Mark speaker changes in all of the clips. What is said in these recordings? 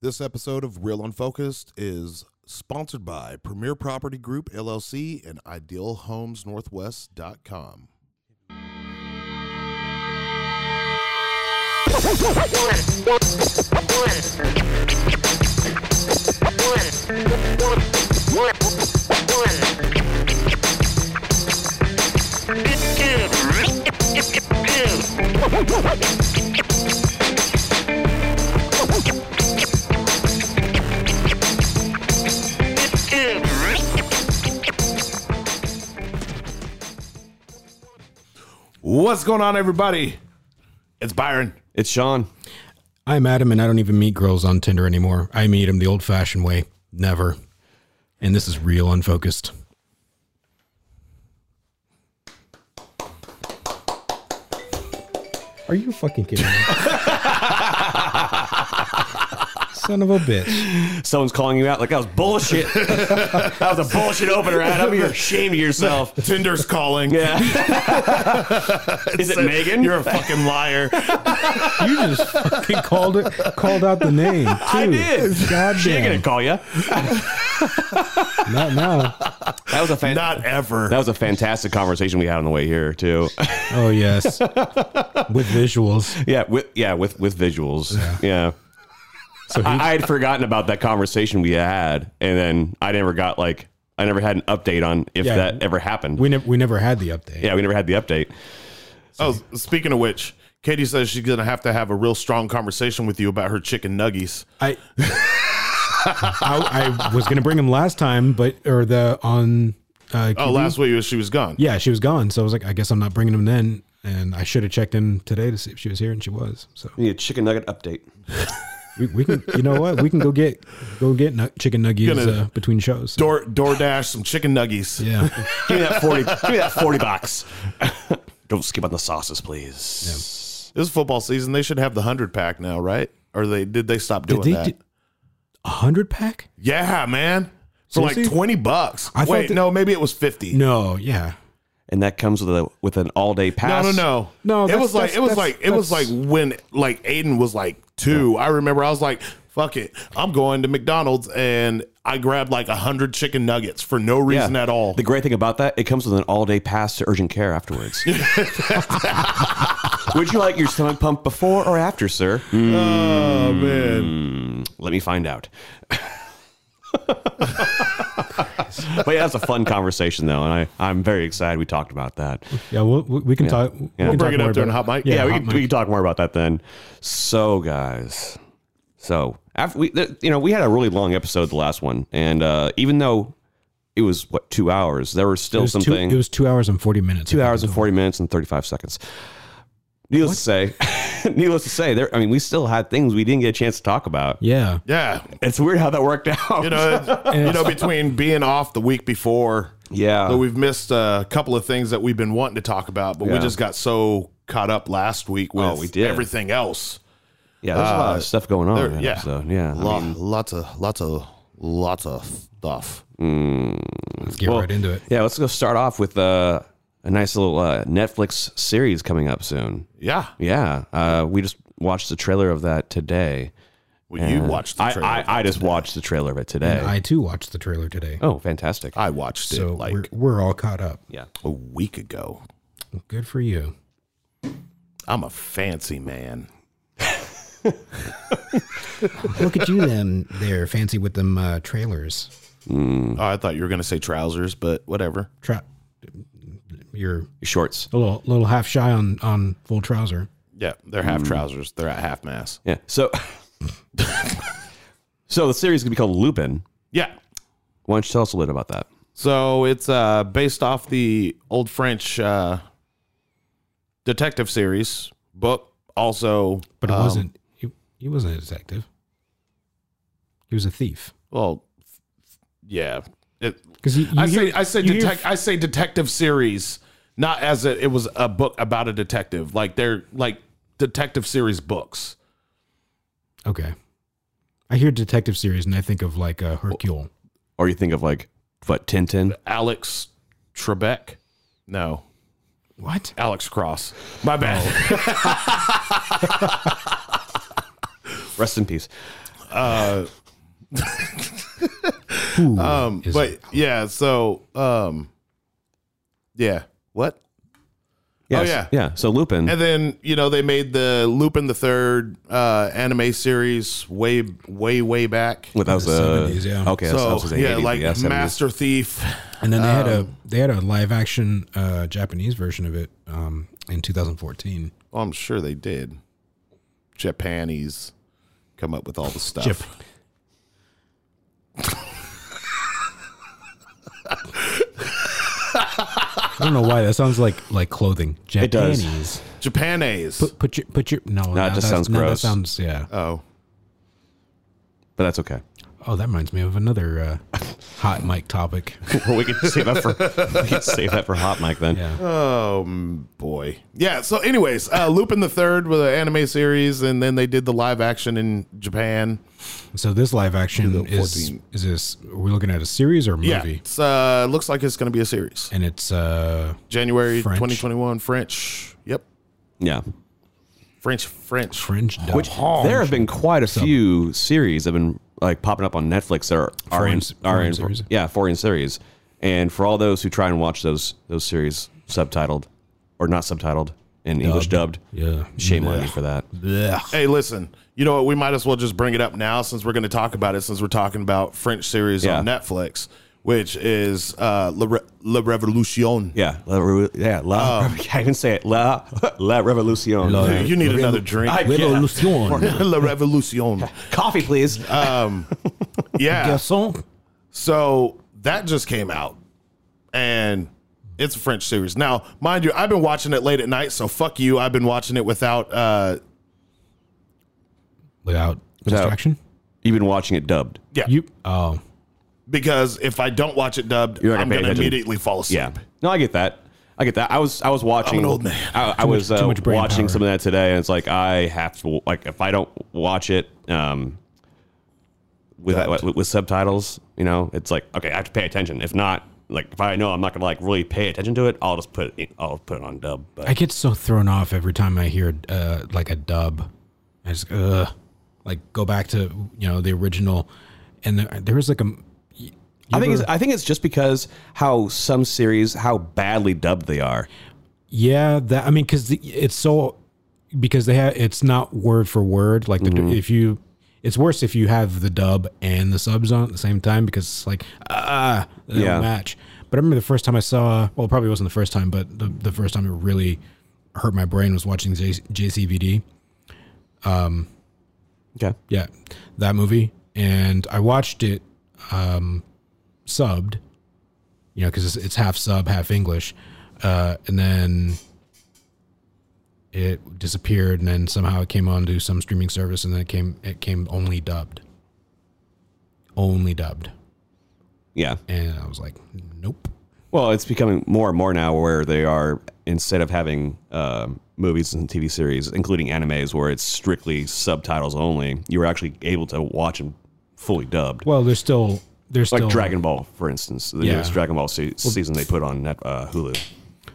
Speaker 1: This episode of Real Unfocused is sponsored by Premier Property Group LLC and IdealHomesNorthwest.com.
Speaker 2: What's going on, everybody? It's Byron.
Speaker 3: It's Sean.
Speaker 4: I'm Adam, and I don't even meet girls on Tinder anymore. I meet them the old-fashioned way, never. And this is real unfocused. Are you fucking kidding me? Son of a bitch!
Speaker 3: Someone's calling you out like that was bullshit. that was a bullshit opener, Adam. You're ashamed of yourself.
Speaker 1: Tinder's calling.
Speaker 3: Yeah. Is it Megan?
Speaker 1: You're a fucking liar.
Speaker 4: You just fucking called it, called out the name too.
Speaker 3: I did. She ain't gonna
Speaker 4: Goddamn!
Speaker 3: call you.
Speaker 4: Not now.
Speaker 3: That was a fan-
Speaker 1: Not ever.
Speaker 3: that was a fantastic conversation we had on the way here too.
Speaker 4: Oh yes, with visuals.
Speaker 3: yeah, with yeah with with visuals. Yeah.
Speaker 4: So he,
Speaker 3: I, I had forgotten about that conversation we had, and then I never got like I never had an update on if
Speaker 4: Yeah.
Speaker 3: that ever happened.
Speaker 4: we never we never had the update.
Speaker 3: yeah, we never had the update.
Speaker 1: Oh, speaking of which, Katie says she's going to have to have a real strong conversation with you about her chicken nuggies.
Speaker 4: I I, I was gonna bring him last time, but or the on uh,
Speaker 1: Oh,
Speaker 4: QB.
Speaker 1: last
Speaker 2: Mm-hmm.
Speaker 1: week she was gone.
Speaker 4: yeah, she was gone, so I was like, I guess I'm not bringing him then. And I should have checked in today to see if she was here, and she was. So
Speaker 3: We need a chicken nugget update.
Speaker 4: we, we can, you know what, we can go get go get nu- chicken nuggies
Speaker 1: Gonna-
Speaker 4: uh, between shows.
Speaker 1: Door DoorDash some chicken nuggies.
Speaker 4: yeah,
Speaker 3: Give me that forty. give me that forty bucks. Don't skip on the sauces, please.
Speaker 1: This is football season. They should have the hundred pack now, right? Or they did they stop doing
Speaker 4: did they
Speaker 1: that?
Speaker 4: do- a hundred pack?
Speaker 1: yeah, man. For like
Speaker 4: Seriously?
Speaker 1: twenty bucks.
Speaker 4: I thought
Speaker 1: Wait,
Speaker 4: that-
Speaker 1: no, maybe it was fifty.
Speaker 4: No, yeah,
Speaker 3: And that comes with a with an all day
Speaker 1: No,
Speaker 3: pass.
Speaker 1: no, no,
Speaker 4: No,
Speaker 1: It
Speaker 4: that's-
Speaker 1: was like
Speaker 4: that's-
Speaker 1: it was
Speaker 4: that's-
Speaker 1: like it was like
Speaker 4: that's-
Speaker 1: when like Aiden was like two. I remember I was like, "Fuck it, I'm going to McDonald's," and I grabbed like a hundred chicken nuggets for no
Speaker 3: Yeah.
Speaker 1: reason at all.
Speaker 3: The great thing about that, it comes with an all day pass to urgent care afterwards. Would you like your stomach pumped before or after, sir? Hmm,
Speaker 1: oh man,
Speaker 3: let me find out. but yeah, that's a fun conversation though, and I, I'm very excited we talked about that.
Speaker 4: yeah. We'll, we we can talk. we
Speaker 3: We'll
Speaker 4: can
Speaker 1: bring
Speaker 4: talk
Speaker 1: it up
Speaker 4: more
Speaker 1: during
Speaker 4: about
Speaker 1: hot mic.
Speaker 4: Yeah,
Speaker 3: yeah, we
Speaker 4: hot
Speaker 3: can,
Speaker 4: mic.
Speaker 3: we can talk more about that then. So, guys, so after we, th- you know, we had a really long episode, the last one, and uh, even though it was what two hours, there was
Speaker 4: It
Speaker 3: still
Speaker 4: was two,
Speaker 3: something
Speaker 4: it was two hours and forty minutes.
Speaker 3: two hours and forty minutes and thirty five seconds. Needless to say, needless to say, there. I mean, we still had things we didn't get a chance to talk about.
Speaker 4: Yeah,
Speaker 1: yeah.
Speaker 3: It's weird how that worked out.
Speaker 1: You know, you know, between being off the week before,
Speaker 3: yeah,
Speaker 1: so we've missed uh, a couple of things that we've been wanting to talk about, but we
Speaker 3: Yeah.
Speaker 1: just got so caught up last week with
Speaker 3: Oh, we did.
Speaker 1: everything else.
Speaker 3: yeah. There's a lot of stuff going on.
Speaker 1: uh, there-
Speaker 3: in that
Speaker 1: yeah.
Speaker 3: episode. yeah. I
Speaker 1: Lo-
Speaker 3: mean,
Speaker 1: lots of lots of lots of stuff.
Speaker 4: let's get right into it.
Speaker 3: yeah. Let's go start off with uh, a nice little uh, Netflix series coming up soon.
Speaker 1: Yeah,
Speaker 3: Yeah, uh, we just watched the trailer of that today.
Speaker 1: well, you watched the
Speaker 3: I,
Speaker 1: trailer.
Speaker 3: I, I just watched the trailer of it today.
Speaker 4: I too watched the trailer today,
Speaker 3: oh, fantastic!
Speaker 1: I watched
Speaker 4: so
Speaker 1: it like
Speaker 4: we're we're all caught up.
Speaker 3: yeah,
Speaker 1: a week ago.
Speaker 4: Good for you.
Speaker 1: I'm a fancy man.
Speaker 4: Look at you then. They're fancy with them uh, trailers.
Speaker 1: Oh, I thought you were gonna say trousers, but whatever.
Speaker 4: Tra- you're
Speaker 3: shorts.
Speaker 4: a little, little half shy on on full trouser.
Speaker 1: Yeah, they're
Speaker 4: Hmm.
Speaker 1: half trousers. They're at half mass.
Speaker 3: Yeah. So, so the series is gonna be called Lupin.
Speaker 1: Yeah.
Speaker 3: Why don't you tell us a little about that?
Speaker 1: So it's uh, based off the old French uh, detective series book. Also,
Speaker 4: But it
Speaker 1: um,
Speaker 4: wasn't. He, he wasn't a detective. He was a thief.
Speaker 1: Well, yeah. It,
Speaker 4: Because you, you
Speaker 1: I
Speaker 4: hear-
Speaker 1: say I say
Speaker 4: you hear-
Speaker 1: detec- I say detective series, not as a, it was a book about a detective. Like they're like detective series books.
Speaker 4: okay. I hear detective series and I think of like a Hercule.
Speaker 3: Or you think of like what Tintin?
Speaker 1: Alex Trebek, no,
Speaker 4: What?
Speaker 1: Alex Cross. My
Speaker 4: Oh.
Speaker 1: bad.
Speaker 3: Rest in peace.
Speaker 1: Uh,
Speaker 4: Who
Speaker 1: um,
Speaker 4: is
Speaker 1: but
Speaker 4: it?
Speaker 1: yeah, so um, yeah, what?
Speaker 3: Yes.
Speaker 1: yeah.
Speaker 3: Oh, yeah. So Lupin,
Speaker 1: And then you know they made the Lupin the Third uh, anime series way way way back.
Speaker 3: well, that was a
Speaker 4: 70s, yeah.
Speaker 3: okay. so, that
Speaker 1: so
Speaker 3: was the
Speaker 1: yeah,
Speaker 3: 80s,
Speaker 1: like
Speaker 3: 70s.
Speaker 1: Master Thief.
Speaker 4: and then they had a they had a live action uh, Japanese version of it um, in 2014.
Speaker 1: Oh, I'm sure they did. Japanese come up with all the stuff.
Speaker 4: Jap- I don't know why that sounds like like clothing.
Speaker 3: It does.
Speaker 4: Japanese.
Speaker 1: Japanese.
Speaker 4: Put, put your put your no.
Speaker 3: that
Speaker 4: no,
Speaker 3: just
Speaker 4: that's-
Speaker 3: sounds
Speaker 4: no,
Speaker 3: gross.
Speaker 4: That sounds yeah.
Speaker 1: oh,
Speaker 3: but that's okay.
Speaker 4: Oh, that reminds me of another uh, hot mic topic.
Speaker 3: Well, we can save that for we can save that for hot mic then.
Speaker 4: Yeah.
Speaker 1: um, boy. Yeah. So, anyways, uh, Lupin the Third with an anime series, and then they did the live action in Japan.
Speaker 4: So this live action
Speaker 1: Little
Speaker 4: is
Speaker 1: 14.
Speaker 4: is this? Are we looking at a series or a movie?
Speaker 1: Yeah, it's, uh, looks like it's going to be a series.
Speaker 4: And it's uh,
Speaker 1: January
Speaker 4: French.
Speaker 1: 2021 French. Yep,
Speaker 3: Yeah.
Speaker 1: French, French.
Speaker 4: French dub.
Speaker 3: Which there have been quite a few series that have been like popping up on Netflix that are are in,
Speaker 4: Foreign-
Speaker 3: are in
Speaker 4: foreign series.
Speaker 3: yeah foreign series, and for all those who try and watch those those series subtitled or not subtitled in English dubbed,
Speaker 4: yeah.
Speaker 3: shame on you for that.
Speaker 4: Blech.
Speaker 1: Hey, listen. You know what? We might as well just bring it up now since we're going to talk about it. Since we're talking about French series on
Speaker 3: Yeah.
Speaker 1: Netflix, which is uh, La, Re- La Revolution.
Speaker 3: Yeah, la, Revo- yeah, la,
Speaker 4: Oh.
Speaker 3: I can't even say it. La, la Revolution.
Speaker 1: Dude, you need another drink.
Speaker 3: I-
Speaker 4: Revolution.
Speaker 1: La Revolution.
Speaker 3: Coffee, please.
Speaker 4: Uh,
Speaker 1: Yeah.
Speaker 4: Garçon.
Speaker 1: So that just came out, and it's a French series. Now, mind you, I've been watching it late at night, so fuck you. I've been watching it without. Uh,
Speaker 4: Without distraction.
Speaker 3: You've been watching it dubbed.
Speaker 1: yeah,
Speaker 4: You oh
Speaker 1: because if I don't watch it dubbed,
Speaker 3: You're not
Speaker 1: I'm
Speaker 3: gonna
Speaker 1: going
Speaker 3: pay
Speaker 1: to
Speaker 3: attention.
Speaker 1: immediately fall asleep.
Speaker 3: Yeah. No, I get that. I get that. I was I was watching.
Speaker 1: I'm an old man.
Speaker 3: I, I was
Speaker 4: much- too
Speaker 3: uh,
Speaker 4: much brain
Speaker 3: watching
Speaker 4: power.
Speaker 3: some of that today, and it's like I have to like if I don't watch it um, with, with with subtitles, you know, it's like okay, I have to pay attention. If not, like if I know I'm not gonna like really pay attention to it, I'll just put it. In, I'll put it on dub. But
Speaker 4: I get so thrown off every time I hear uh, like a dub. I just uh, like go back to you know the original, and there, there was like a. you
Speaker 3: I think
Speaker 4: ever-
Speaker 3: it's, I think it's just because how some series how badly dubbed they are.
Speaker 4: Yeah, that I mean, because it's so because they have it's not word for word. Like the,
Speaker 3: Mm-hmm.
Speaker 4: if you, it's worse if you have the dub and the subs on at the same time because it's like ah, they
Speaker 3: Yeah.
Speaker 4: don't match. But I remember the first time I saw. Well, it probably wasn't the first time, but the, the first time it really hurt my brain was watching J- JCVD.
Speaker 3: Okay.
Speaker 4: Yeah, that movie, and I watched it um, subbed, you know, because it's, it's half sub, half English, uh, and then it disappeared, and then somehow it came onto some streaming service, and then it came it came only dubbed, only dubbed,
Speaker 3: Yeah.
Speaker 4: and I was like, nope.
Speaker 3: Well, it's becoming more and more now where they are instead of having um movies and TV series, including animes, where it's strictly subtitles only. You were actually able to watch them fully dubbed,
Speaker 4: Well, there's still there's
Speaker 3: like
Speaker 4: still
Speaker 3: Dragon Ball, for instance. The
Speaker 4: Yeah.
Speaker 3: newest Dragon Ball se- season they put on net, uh, Hulu.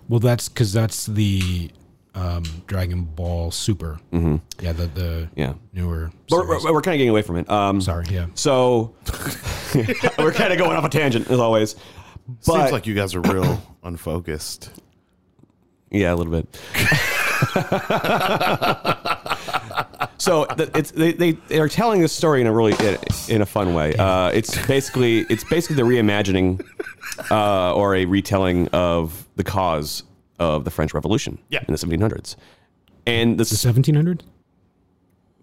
Speaker 4: Well, that's because that's the um, Dragon Ball Super. Mm-hmm. Yeah, the the
Speaker 3: Yeah,
Speaker 4: newer.
Speaker 3: but
Speaker 4: series.
Speaker 3: we're, we're kind of getting away from it. Um,
Speaker 4: Sorry, yeah.
Speaker 3: So we're kind of going off a tangent as always. But
Speaker 1: Seems like you guys are real unfocused.
Speaker 3: Yeah, a little bit. so th- it's they, they they are telling this story in a really in, in a fun way. Uh, it's basically it's basically the reimagining uh, or a retelling of the cause of the French Revolution
Speaker 1: Yeah.
Speaker 3: in the 1700s. And this is,
Speaker 4: 1700?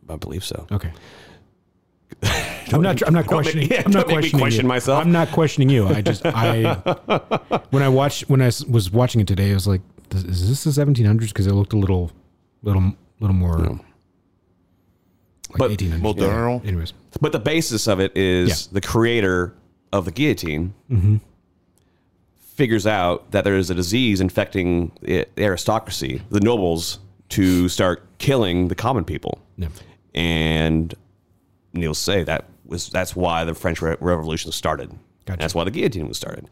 Speaker 3: I believe so.
Speaker 4: Okay. I'm not. I'm not questioning.
Speaker 3: yeah,
Speaker 4: I'm not
Speaker 3: don't make me
Speaker 4: questioning
Speaker 3: question
Speaker 4: you.
Speaker 3: myself.
Speaker 4: I'm not questioning you. I just. I when I watched when I s- was watching it today, I was like, "This- "Is this the 1700s?" Because it looked a little, little, little more. Like
Speaker 3: But
Speaker 4: 1800s.
Speaker 1: modern.
Speaker 4: Yeah. Anyways,
Speaker 3: But the basis of it is
Speaker 4: Yeah.
Speaker 3: the creator of the guillotine figures out that there is a disease infecting the aristocracy, the nobles, to start killing the common people.
Speaker 4: no.
Speaker 3: And Neil say that was that's why the French Re- Revolution started.
Speaker 4: Gotcha.
Speaker 3: That's why the guillotine was started.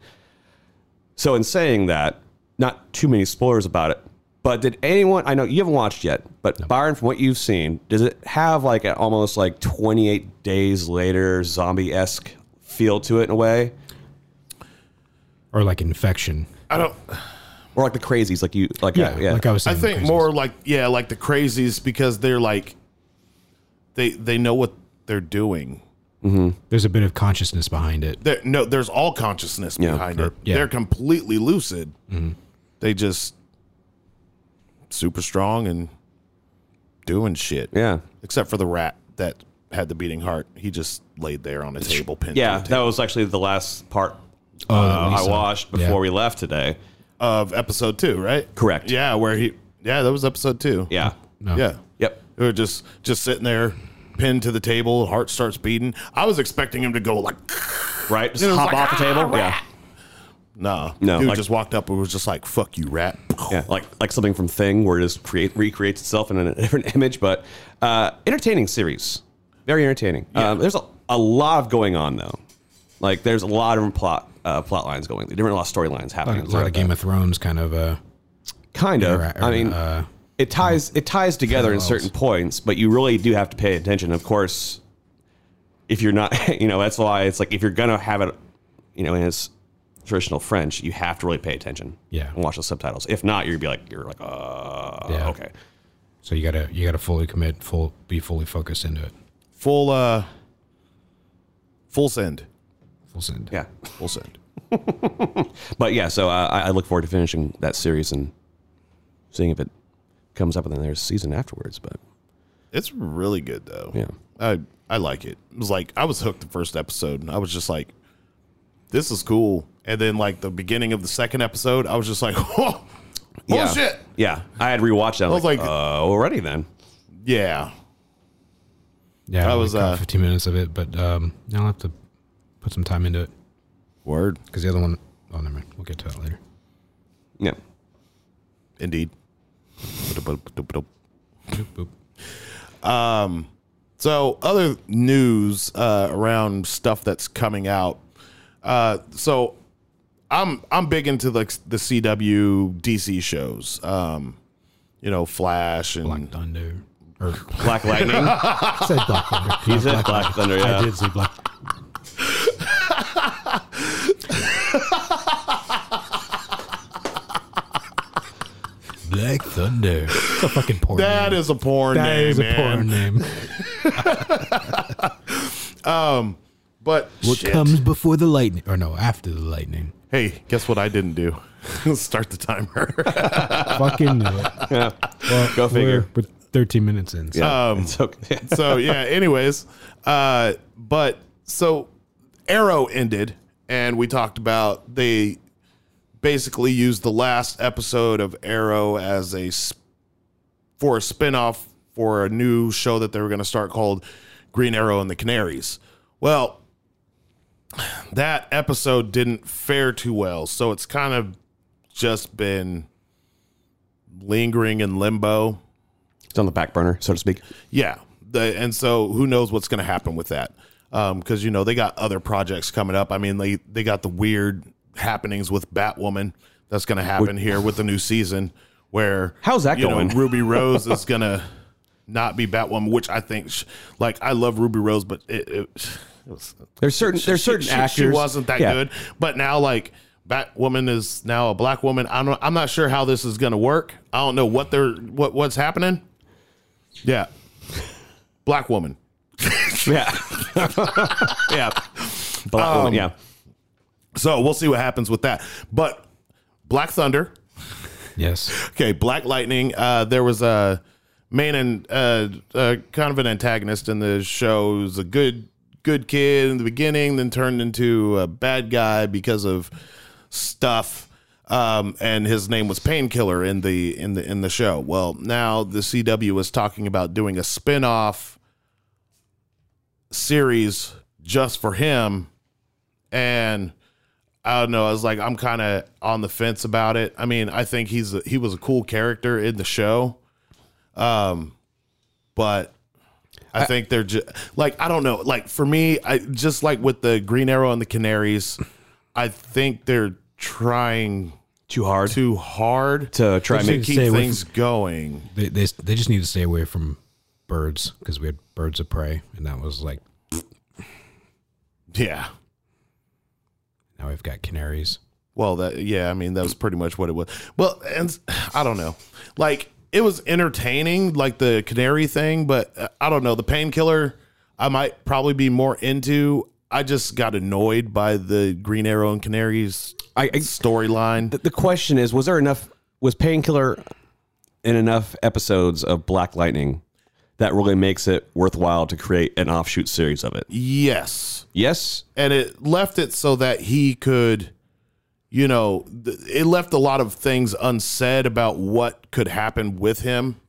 Speaker 3: So in saying that, not too many spoilers about it, But did anyone? I know you haven't watched yet, but Byron, from what you've seen, does it have like an almost like 28 days later zombie esque feel to it in a way,
Speaker 4: or like infection.
Speaker 1: I don't.
Speaker 3: or like the crazies, like you, like yeah, yeah.
Speaker 4: like I was
Speaker 1: I
Speaker 4: saying.
Speaker 1: think
Speaker 4: crazies.
Speaker 1: more like yeah, like the crazies because they're like they they know what they're doing.
Speaker 4: There's a bit of consciousness behind it.
Speaker 1: There no, there's all consciousness behind it.
Speaker 4: yeah.
Speaker 1: They're completely lucid. They just super strong and doing shit.
Speaker 3: yeah.
Speaker 1: Except for the rat that had the beating heart. He just laid there on a table pinned. to
Speaker 3: Yeah,
Speaker 1: a ta-
Speaker 3: that was actually the last part
Speaker 4: Oh,
Speaker 3: uh, I watched before
Speaker 4: we.
Speaker 3: we left today.
Speaker 1: of episode two, right?
Speaker 3: Correct.
Speaker 1: Yeah, where he yeah, that was episode two.
Speaker 3: Yeah.
Speaker 4: No.
Speaker 1: Yeah.
Speaker 3: Yep.
Speaker 1: They were just just sitting there pinned to the table, heart starts beating. I was expecting him to go like
Speaker 3: Right. Just
Speaker 1: It was
Speaker 3: hop
Speaker 1: like, "Ah,
Speaker 3: off the table. Yeah.
Speaker 1: Nah.
Speaker 3: No,
Speaker 1: Dude
Speaker 3: like-
Speaker 1: just walked up and was just like, fuck you, rat.
Speaker 3: Yeah, like like something from Thing, where it just create recreates itself in a different image, but uh, entertaining series, very entertaining. Um, there's a, a lot of going on though, like there's a lot of different plot uh, plot lines going, different lot of storylines happening.
Speaker 4: a lot of
Speaker 3: throughout
Speaker 4: Game
Speaker 3: that.
Speaker 4: of Thrones kind of. Uh,
Speaker 3: kind of.
Speaker 4: intera-
Speaker 3: I mean,
Speaker 4: uh,
Speaker 3: it ties it ties together in
Speaker 4: parallels.
Speaker 3: certain points, but you really do have to pay attention. Of course, if you're not, you know, that's why it's like if you're gonna have it, you know, in its traditional French, you have to really pay attention.
Speaker 4: Yeah.
Speaker 3: and watch the subtitles. If not, you'd be like, you're like, uh,
Speaker 4: Yeah.
Speaker 3: okay.
Speaker 4: so you gotta you gotta fully commit, full be fully focused into it.
Speaker 1: Full uh full send.
Speaker 4: Full send.
Speaker 3: Yeah.
Speaker 1: Full send.
Speaker 3: But yeah, so uh, I, I look forward to finishing that series and seeing if it comes up in the next season afterwards. But
Speaker 1: It's really good though.
Speaker 3: Yeah.
Speaker 1: I I like it. It was like I was hooked the first episode and I was just like, this is cool. And then like the beginning of the second episode, I was just like, oh,
Speaker 3: yeah.
Speaker 1: shit.
Speaker 3: Yeah. I had rewatched that. I was,
Speaker 1: was
Speaker 3: like,
Speaker 1: like-
Speaker 3: uh, already then.
Speaker 1: Yeah.
Speaker 4: Yeah,
Speaker 1: That
Speaker 4: I
Speaker 1: was,
Speaker 4: was
Speaker 1: uh,
Speaker 4: 15 minutes of it, but um, I'll have to put some time into it
Speaker 1: Word.
Speaker 4: because the other one. Oh, never mind. We'll get to that later.
Speaker 3: Yeah.
Speaker 1: Indeed.
Speaker 4: Boop, boop.
Speaker 1: So, other news uh, around stuff that's coming out. Uh, so, I'm I'm big into like the CW DC shows. Um, you know, Flash and
Speaker 4: Black Thunder. Or,
Speaker 3: Black Lightning.
Speaker 4: I said Black Thunder.
Speaker 3: He
Speaker 4: Not
Speaker 3: said
Speaker 4: Black-
Speaker 3: Black Thunder.
Speaker 4: I
Speaker 3: Yeah.
Speaker 4: did say Black. Black Thunder. It's a fucking porn.
Speaker 1: that
Speaker 4: name.
Speaker 1: is a porn
Speaker 4: That
Speaker 1: name,
Speaker 4: is a
Speaker 1: man.
Speaker 4: porn name.
Speaker 1: But
Speaker 4: What
Speaker 1: shit.
Speaker 4: comes before the lightning? Or no, after the lightning.
Speaker 1: hey, guess what I didn't do? Start the timer.
Speaker 4: fucking knew it.
Speaker 3: Go figure.
Speaker 4: We're, we're 13 minutes in. So
Speaker 3: Yeah, it's okay.
Speaker 1: so yeah anyways uh but so arrow ended and we talked about they basically used the last episode of arrow as a s- for a spin-off for a new show that they were going to start called green arrow and the canaries well that episode didn't fare too well so it's kind of just been lingering in limbo
Speaker 3: It's on the back burner, so to speak.
Speaker 1: yeah. The, and so who knows what's going to happen with that? Because, you know, they got other projects coming up. I mean, they, they got the weird happenings with Batwoman that's going to happen here with the new season where.
Speaker 3: How's that
Speaker 1: you know,
Speaker 3: going?
Speaker 1: Ruby Rose is going to not be Batwoman, which I think, sh like, I love Ruby Rose, but it, it, it was.
Speaker 3: There's certain there's certain
Speaker 1: she,
Speaker 3: actors.
Speaker 1: She wasn't that
Speaker 3: Yeah.
Speaker 1: good. But now, like, Batwoman is now a black woman. I don't, I'm not sure how this is going to work. I don't know what they're, what, what's happening. Yeah. Black woman.
Speaker 3: Yeah. yeah. Black
Speaker 1: Um,
Speaker 3: woman. Yeah.
Speaker 1: So we'll see what happens with that. But Black Thunder,
Speaker 4: yes.
Speaker 1: okay, Black Lightning, uh, there was a main and uh, uh, kind of an antagonist in the show who's a good good kid in the beginning, then turned into a bad guy because of stuff. Um, and his name was Painkiller in the in the in the show. Well, now the CW is talking about doing a spin-off series just for him and I don't know. I was like, I'm kind of on the fence about it. I mean, I think he's a, he was a cool character in the show, um, but I, think they're just like I don't know. Like for me, I just like with the Green Arrow and the Canaries, I think they're trying
Speaker 3: too hard
Speaker 1: too hard to,
Speaker 3: to try and make
Speaker 1: keep
Speaker 4: Stay away
Speaker 1: things going.
Speaker 4: They, they they just need to stay away from birds because we had birds of prey, and that was like
Speaker 1: Yeah.
Speaker 4: now we've got canaries.
Speaker 1: Well, that yeah, I mean that was pretty much what it was. Well, and I don't know, like it was entertaining, like the canary thing, but uh, I don't know the painkiller. I might probably be more into. I just got annoyed by the Green Arrow and Canaries
Speaker 3: I- I-
Speaker 1: storyline.
Speaker 3: the question is was there enough was painkiller in enough episodes of black lightning that really makes it worthwhile to create an offshoot series of it
Speaker 1: Yes,
Speaker 3: yes
Speaker 1: and it left it so that he could, you know, th- it left a lot of things unsaid about what could happen with him.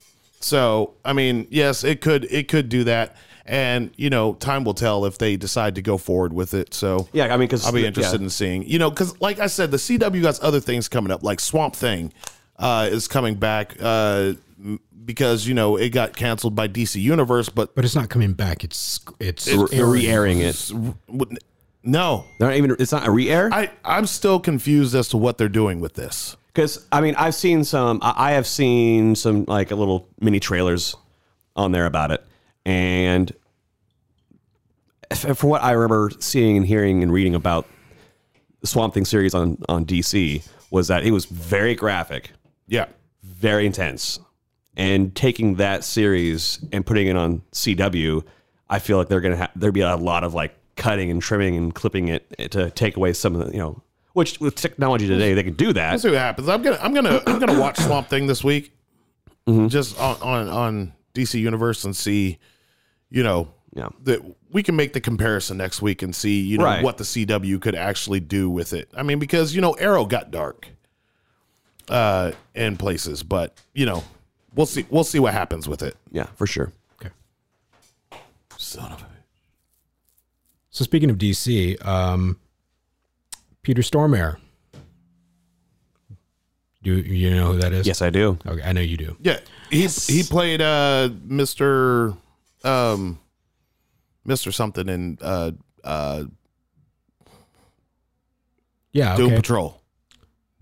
Speaker 1: So, I mean, yes, it could it could do that, and you know, time will tell if they decide to go forward with it. So,
Speaker 3: yeah i mean because
Speaker 1: I'll be interested in seeing, you know, because like I said, the CW got other things coming up, like Swamp Thing uh, is coming back uh, m- because you know it got canceled by DC Universe, but
Speaker 4: But it's not coming back. It's it's
Speaker 3: re-airing it
Speaker 1: no,
Speaker 3: they're not even it's not a re-air
Speaker 1: I, I'm still confused as to what they're doing with this.
Speaker 3: because i mean i've seen some i I have seen some like a little mini trailers on there about it and f- from what i remember seeing and hearing and reading about the swamp thing series on on dc was that it was very graphic
Speaker 1: Yeah.
Speaker 3: very intense. And taking that series and putting it on CW, I feel like they're gonna ha- there'd be a lot of like cutting and trimming and clipping it eh, to take away some of the you know which with technology today they can do
Speaker 1: Let's
Speaker 3: that.
Speaker 1: see what happens. I'm gonna I'm gonna I'm gonna watch Swamp Thing this week. Just on, on on DC Universe and see, you know,
Speaker 3: Yeah.
Speaker 1: that we can make the comparison next week and see, you know,
Speaker 3: Right.
Speaker 1: what the CW could actually do with it. I mean, because you know, Arrow got dark uh in places, but you know, we'll see we'll see what happens with it.
Speaker 3: Yeah, for sure.
Speaker 4: Okay.
Speaker 1: Son of a
Speaker 4: So speaking of DC, um, Peter Stormare. Do you know who that is?
Speaker 3: Yes, I do.
Speaker 4: Okay, I know you do.
Speaker 1: Yeah. He he played uh Mr. um Mr. something in uh uh
Speaker 4: Yeah.
Speaker 1: Doom
Speaker 4: Okay.
Speaker 1: Patrol.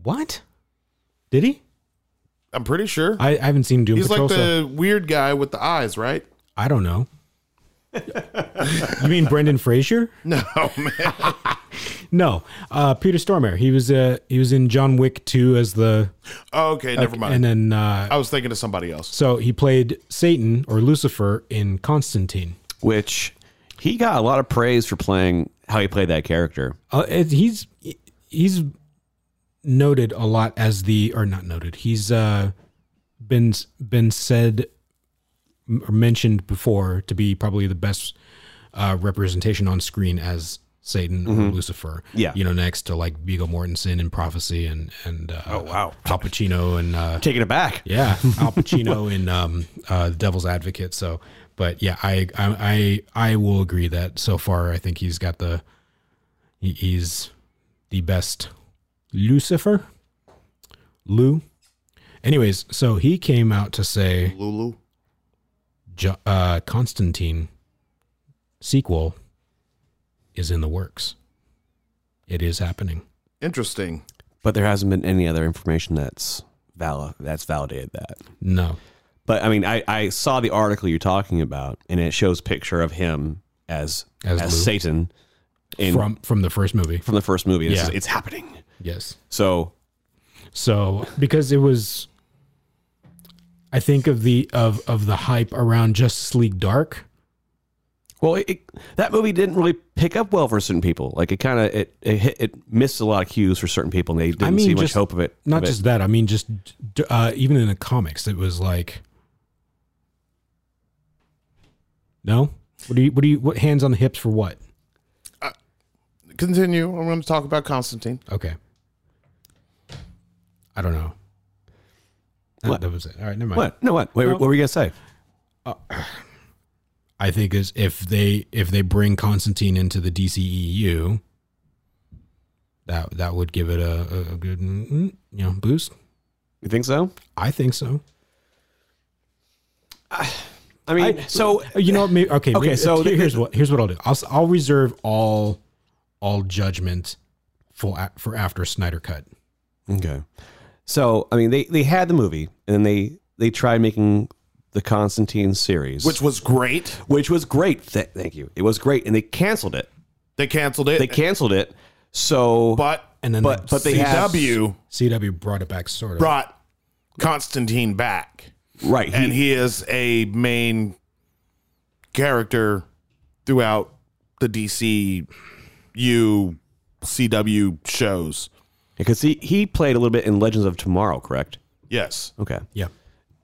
Speaker 3: What?
Speaker 4: Did he?
Speaker 1: I'm pretty sure.
Speaker 4: I, I haven't seen Doom
Speaker 1: He's
Speaker 4: Patrol.
Speaker 1: like
Speaker 4: so
Speaker 1: the weird guy with the eyes, right?
Speaker 4: I don't know. you mean Brendan Fraser?
Speaker 1: No, Oh, man.
Speaker 4: No, uh, Peter Stormare. He was uh, he was in John Wick 2 as the
Speaker 1: Okay, never mind.
Speaker 4: and then uh,
Speaker 1: I was thinking of somebody else.
Speaker 4: so he played Satan or Lucifer in Constantine.
Speaker 3: Which he got a lot of praise for playing how he played that character.
Speaker 4: Uh, it, he's he's noted a lot as the or not noted. He's uh, been been said m- or mentioned before to be probably the best uh, representation on screen as Satan or Lucifer.
Speaker 3: Yeah.
Speaker 4: you know, next to like Viggo Mortensen in Prophecy and and uh, oh
Speaker 3: wow.
Speaker 4: Al Pacino and uh,
Speaker 3: Taking it back.
Speaker 4: yeah, Al Pacino in um, uh, The Devil's Advocate. So, but yeah, I, I I I will agree that so far I think he's got the he, he's the best Lucifer. Lou. Anyways, so he came out to say
Speaker 1: Lulu.
Speaker 4: Jo- uh, Constantine sequel is in the works. It is happening.
Speaker 1: Interesting.
Speaker 3: But there hasn't been any other information that's valid that's validated that.
Speaker 4: No,
Speaker 3: But I mean, I, I saw the article you're talking about, and it shows a picture of him as
Speaker 4: As
Speaker 3: as,
Speaker 4: Luke.
Speaker 3: Satan in from,
Speaker 4: from from the first movie.
Speaker 3: the first movie. It's,
Speaker 4: Yeah.
Speaker 3: it's happening.
Speaker 4: Yes.
Speaker 3: So
Speaker 4: So because it was, I think of the of of the hype around Justice League Dark.
Speaker 3: well, it, it- that movie didn't really pick up well for certain people. Like it kind of it it, hit, it missed a lot of cues for certain people, and they didn't
Speaker 4: mean,
Speaker 3: see
Speaker 4: just-
Speaker 3: much hope of it.
Speaker 4: Not
Speaker 3: of it.
Speaker 4: just that. I mean, just d- uh, even in the comics, it was like, no. What do you? What do you? What hands on the hips for what?
Speaker 1: Continue. I'm going to talk about Constantine.
Speaker 4: Okay. I don't know. That-
Speaker 3: What?
Speaker 4: That was it. All right, never mind.
Speaker 3: what no what Wait, what were you gonna say?
Speaker 4: I think is if they if they bring Constantine into the DCEU, that that would give it a, a- a good mm, you know boost.
Speaker 3: You think so?
Speaker 4: I think so.
Speaker 3: I mean, so
Speaker 4: Uh, You know, maybe, okay.
Speaker 3: Okay,
Speaker 4: maybe- uh,
Speaker 3: so the-
Speaker 4: here's what here's what I'll do. I'll s- I'll reserve all all judgment for a- for after Snyder cut.
Speaker 3: Okay. So I mean, they they had the movie, and then they they tried making the Constantine series,
Speaker 1: which was great.
Speaker 3: which was great. Th- thank you. It was great, and they canceled it.
Speaker 1: They canceled it,
Speaker 3: They canceled it. So,
Speaker 1: but
Speaker 4: And then
Speaker 3: but
Speaker 4: the
Speaker 3: but they have
Speaker 1: CW
Speaker 4: CW brought it back sort of.
Speaker 1: brought Constantine back,
Speaker 3: right.
Speaker 1: and he is a main character throughout the DCU CW shows.
Speaker 3: Because he, he played a little bit in Legends of Tomorrow, correct?
Speaker 1: Yes,
Speaker 3: Okay.
Speaker 4: yeah,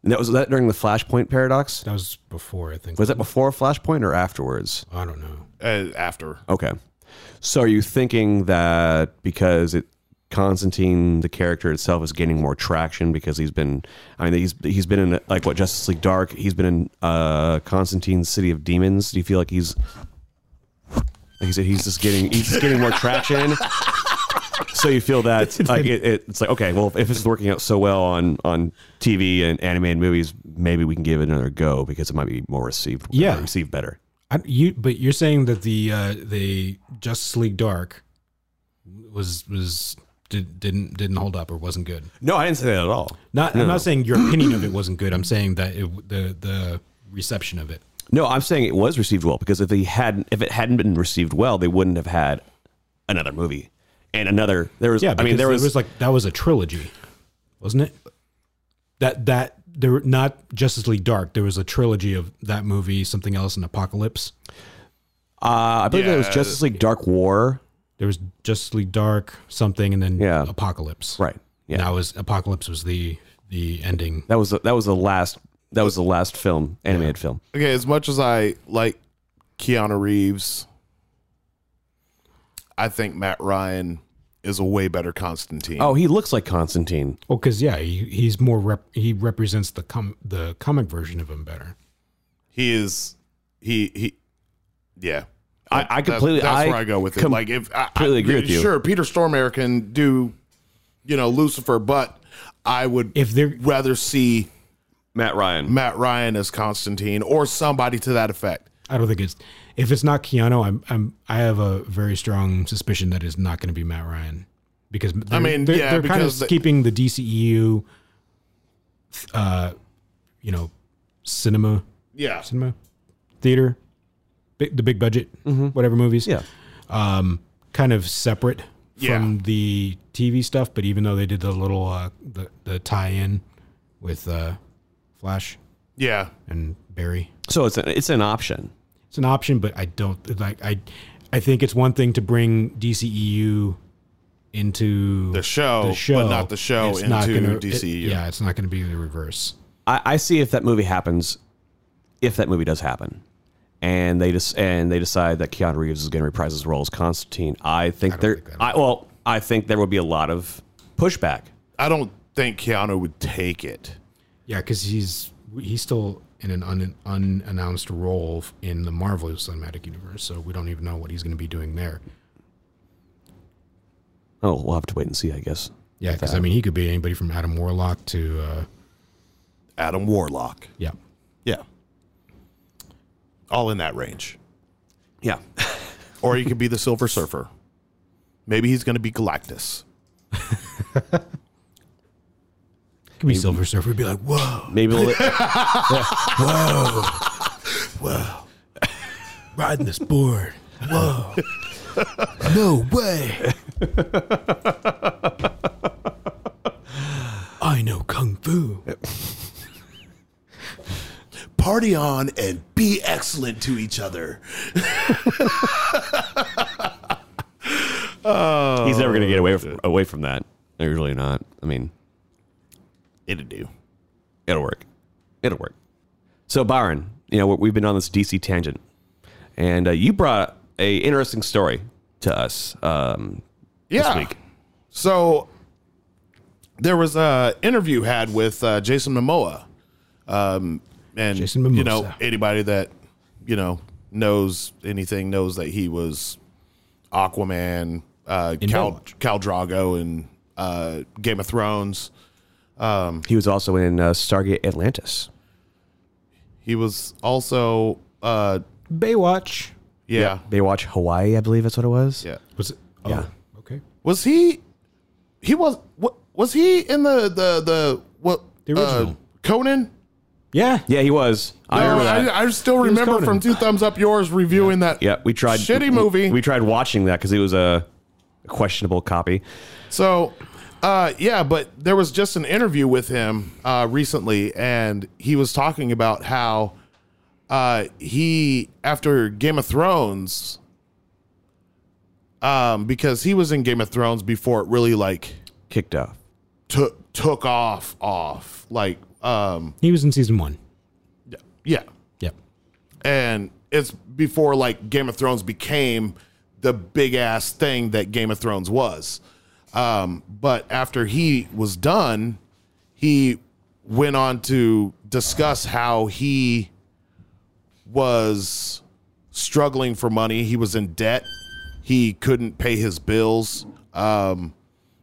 Speaker 3: And that was that during the Flashpoint paradox?
Speaker 4: that was before I think.
Speaker 3: Was that before Flashpoint or afterwards?
Speaker 4: I don't know.
Speaker 1: uh, after
Speaker 3: Okay. So are you thinking that because it Constantine the character itself is gaining more traction because he's been I mean he's he's been in like what Justice League Dark, he's been in uh Constantine's City of Demons. Do you feel like he's like you said, he's just getting he's just getting more traction. So you feel that like it, it, it's like okay, well, if it's working out so well on on TV and animated movies, maybe we can give it another go because it might be more received.
Speaker 4: Yeah.
Speaker 3: received better.
Speaker 4: I, you but you're saying that the uh, the Justice League Dark was was did, didn't didn't hold up or wasn't good.
Speaker 3: No, I didn't say that at all.
Speaker 4: Not I'm not saying your opinion of it wasn't good. I'm saying that it, the the reception of it.
Speaker 3: No, I'm saying it was received well because if they hadn't, if it hadn't been received well, they wouldn't have had another movie and another. There was,
Speaker 4: Yeah,
Speaker 3: I mean, there was,
Speaker 4: like that was a trilogy, wasn't it? That that there were not Justice League Dark. There was a trilogy of that movie, something else, and Apocalypse.
Speaker 3: uh, I believe there was
Speaker 1: Yeah.
Speaker 3: Justice League Dark War,
Speaker 4: There was Justice League Dark, something, and then
Speaker 3: Yeah.
Speaker 4: Apocalypse.
Speaker 3: right? Yeah,
Speaker 4: And that was Apocalypse was the the ending.
Speaker 3: that was the, that was the last that was the last film animated film.
Speaker 1: okay. As much as I like Keanu Reeves, I think Matt Ryan is a way better Constantine.
Speaker 3: Oh, he looks like Constantine.
Speaker 4: Oh, because yeah, he, he's more rep, he represents the com the comic version of him better.
Speaker 1: he is he he yeah
Speaker 3: I- I completely-
Speaker 1: that's
Speaker 3: I
Speaker 1: where i go with it
Speaker 3: com-
Speaker 1: like if i
Speaker 3: completely
Speaker 1: I-
Speaker 3: agree with you.
Speaker 1: sure peter stormare can do you know lucifer but i would
Speaker 4: If they're
Speaker 1: rather see
Speaker 3: Matt Ryan.
Speaker 1: matt ryan as constantine or somebody to that effect
Speaker 4: I don't think it's if it's not Keanu, I'm I'm I have a very strong suspicion that it's not going to be Matt Ryan because I
Speaker 1: mean,
Speaker 4: they're,
Speaker 1: yeah,
Speaker 4: they're kind
Speaker 1: because
Speaker 4: of
Speaker 1: the-
Speaker 4: keeping the DCEU, uh, you know, cinema
Speaker 1: yeah
Speaker 4: cinema theater, big, the big budget whatever movies,
Speaker 3: Yeah.
Speaker 4: um, kind of separate
Speaker 1: Yeah.
Speaker 4: from the TV stuff. But even though they did the little uh, the the tie in with uh, Flash
Speaker 1: yeah
Speaker 4: and Barry,
Speaker 3: So it's an, it's an option.
Speaker 4: it's an option, but I don't like I I think it's one thing to bring DCEU into
Speaker 1: the show,
Speaker 4: the show,
Speaker 1: but not the show
Speaker 4: It's
Speaker 1: into E
Speaker 4: not gonna- it-
Speaker 1: DCU.
Speaker 4: yeah, it's not going to be the reverse.
Speaker 3: I, I see if that movie happens, if that movie does happen, and they just and they decide that Keanu Reeves is going to reprise his role as Constantine. I think there.
Speaker 4: think that'll
Speaker 3: I well, I think there will be a lot of pushback.
Speaker 1: I don't think Keanu would take it.
Speaker 4: Yeah, because he's he's still in an un, unannounced role f- in the Marvel Cinematic Universe, so we don't even know what he's going to be doing there.
Speaker 3: Oh, we'll have to wait and see. I guess.
Speaker 4: Yeah, because I mean, he could be anybody from Adam Warlock to uh,
Speaker 1: Adam Warlock.
Speaker 4: yeah.
Speaker 1: Yeah. All in that range.
Speaker 3: Yeah.
Speaker 1: Or he could be the Silver Surfer. Maybe he's going to be Galactus.
Speaker 4: Could be Silver Surfer. Would be like, whoa,
Speaker 3: Maybe. We'll,
Speaker 4: riding this board. Whoa, no way. I know kung fu.
Speaker 1: Party on and be excellent to each other.
Speaker 3: he's never going to get away from, away from that. No, You're really not. I mean,
Speaker 1: It'd do.
Speaker 3: it'll work. It'll work. So Byron, you know we've been on this DC tangent, and uh, you brought a interesting story to us um,
Speaker 1: Yeah.
Speaker 3: this week.
Speaker 1: So there was a interview had with uh, Jason Momoa, um, and
Speaker 4: Jason
Speaker 1: you know
Speaker 4: Mimosa.
Speaker 1: anybody that you know knows anything knows that he was Aquaman, uh, Cal,
Speaker 4: Baywatch.
Speaker 1: Cal Drago, and uh, Game of Thrones.
Speaker 3: He was also in uh, Stargate Atlantis.
Speaker 1: He was also uh,
Speaker 4: Baywatch.
Speaker 1: yeah
Speaker 3: Baywatch Hawaii, I believe that's what it was.
Speaker 1: yeah
Speaker 4: Was it? Oh,
Speaker 3: Yeah.
Speaker 4: Okay.
Speaker 1: was he he was what Was he in the the the what? uh,
Speaker 4: The original.
Speaker 1: Conan.
Speaker 4: Yeah.
Speaker 3: Yeah, he was. I
Speaker 1: No,
Speaker 3: remember that.
Speaker 1: I, I still
Speaker 4: was
Speaker 1: remember
Speaker 4: Conan.
Speaker 1: from Two Thumbs Up Yours reviewing that.
Speaker 3: yeah, we tried
Speaker 1: shitty
Speaker 3: we-
Speaker 1: movie.
Speaker 3: We tried watching that because it was a questionable copy.
Speaker 1: So, uh, yeah, but there was just an interview with him uh, recently, and he was talking about how uh, he, after Game of Thrones, um, because he was in Game of Thrones before it really like
Speaker 3: Kicked off.
Speaker 1: took took off off like um,
Speaker 4: He was in season one.
Speaker 1: yeah,
Speaker 4: Yep.
Speaker 1: and it's before like Game of Thrones became the big ass thing that Game of Thrones was. Um, but after he was done, he went on to discuss how he was struggling for money. He was in debt. He couldn't pay his bills. Um,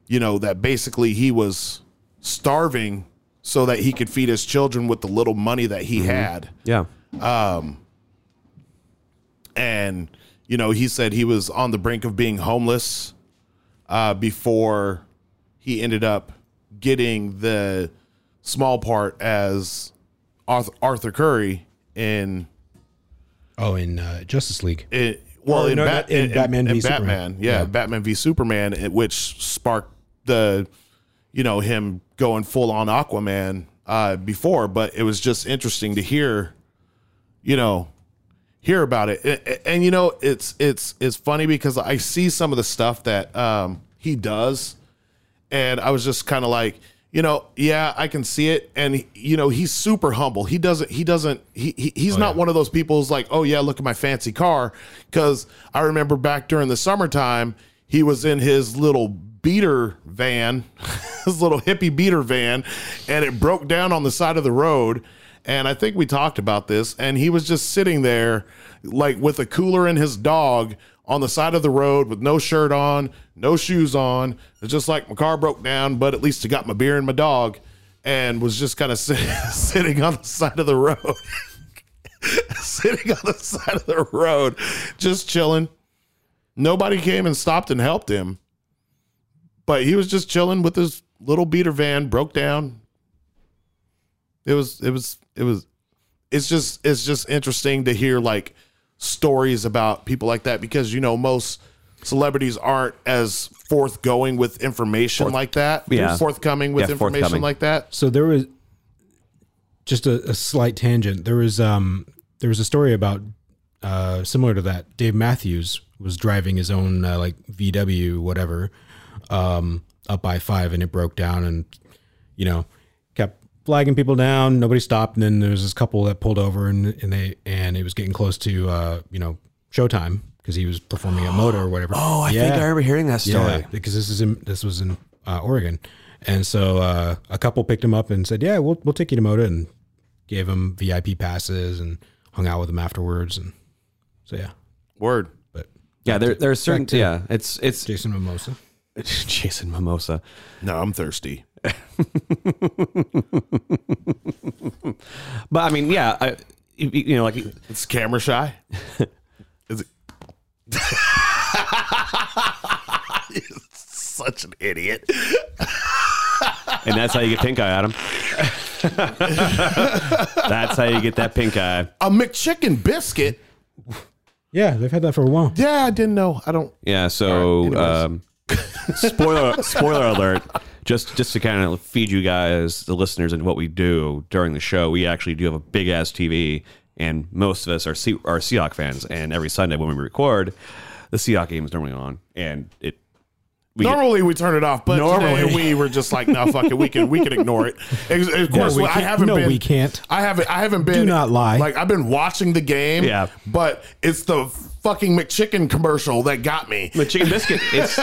Speaker 1: you know, that basically he was starving so that he could feed his children with the little money that he had
Speaker 3: Yeah.
Speaker 1: and you know he said he was on the brink of being homeless uh, before he ended up getting the small part as Arthur, Arthur Curry in,
Speaker 4: Oh, in uh, Justice League.
Speaker 1: in well
Speaker 4: Or
Speaker 1: in,
Speaker 4: no,
Speaker 1: Bat-
Speaker 4: in Batman v
Speaker 1: in
Speaker 4: Superman.
Speaker 1: Batman yeah,
Speaker 4: Yeah.
Speaker 1: Batman v Superman it- which sparked the you know him going full on Aquaman uh, before but it was just interesting to hear you know hear about it A- a- and you know it's it's it's funny because i see some of the stuff that um he does and i was just kind of like you know yeah i can see it and you know he's super humble he doesn't he doesn't he, he he's not one of those people who's like oh yeah look at my fancy car because i remember back during the summertime he was in his little beater van his little hippie beater van and it broke down on the side of the road and I think we talked about this, and he was just sitting there, like with a cooler and his dog on the side of the road with no shirt on, no shoes on. It's just like my car broke down, but at least I got my beer and my dog, and was just kind of sit- sitting on the side of the road, sitting on the side of the road, just chilling. Nobody came and stopped and helped him, but he was just chilling with his little beater van, broke down, it was it was it was it's just it's just interesting to hear like stories about people like that because you know most celebrities aren't as forthgoing with information like that
Speaker 3: yeah.
Speaker 1: forthcoming with
Speaker 3: Yeah,
Speaker 1: information
Speaker 3: forthcoming.
Speaker 1: like that
Speaker 4: So there was just a, a slight tangent. There was um there was a story about uh similar to that. Dave Matthews was driving his own uh, like VW whatever um up by five and it broke down and you know kept flagging people down. Nobody stopped and then there was this couple that pulled over and and they and it was getting close to uh you know showtime because he was performing at Moda or whatever. Oh, I think I
Speaker 3: remember hearing that
Speaker 4: yeah, because this is in this was in uh, Oregon, and so uh, a couple picked him up and said, "Yeah, we'll we'll take you to Moda," and gave him VIP passes and hung out with him afterwards, and so yeah.
Speaker 1: word
Speaker 4: But
Speaker 3: Yeah, there, there are certain.
Speaker 4: to-
Speaker 3: Yeah, it's it's
Speaker 4: Jason Mimosa,
Speaker 3: Jason Mimosa.
Speaker 1: no i'm thirsty
Speaker 3: But I mean, yeah, I, you- you know, like
Speaker 1: it's camera shy is it You're such an idiot
Speaker 3: and that's how you get pink eye, Adam. that's how you get that pink eye.
Speaker 1: a mcchicken biscuit
Speaker 4: yeah, they've had that for a while.
Speaker 1: yeah i didn't know i don't
Speaker 3: Yeah. So, um, spoiler spoiler alert. Just just to kind of feed you guys, the listeners, into what we do during the show, we actually do have a big ass TV, and most of us are Se- are Seahawk fans. And every Sunday when we record, the Seahawk game is normally on, and it we get-
Speaker 1: Normally we turn it off, but
Speaker 3: Normally.
Speaker 1: today we were just like, no, fuck it, we can we can ignore it. Ex- Of course,
Speaker 4: we
Speaker 1: I
Speaker 4: can't-
Speaker 1: haven't
Speaker 4: no,
Speaker 1: been.
Speaker 4: we can't.
Speaker 1: I haven't. I haven't been.
Speaker 4: not lie.
Speaker 1: Like I've been watching the game.
Speaker 3: Yeah.
Speaker 1: but it's the fucking McChicken commercial that got me.
Speaker 3: the chicken biscuit. It's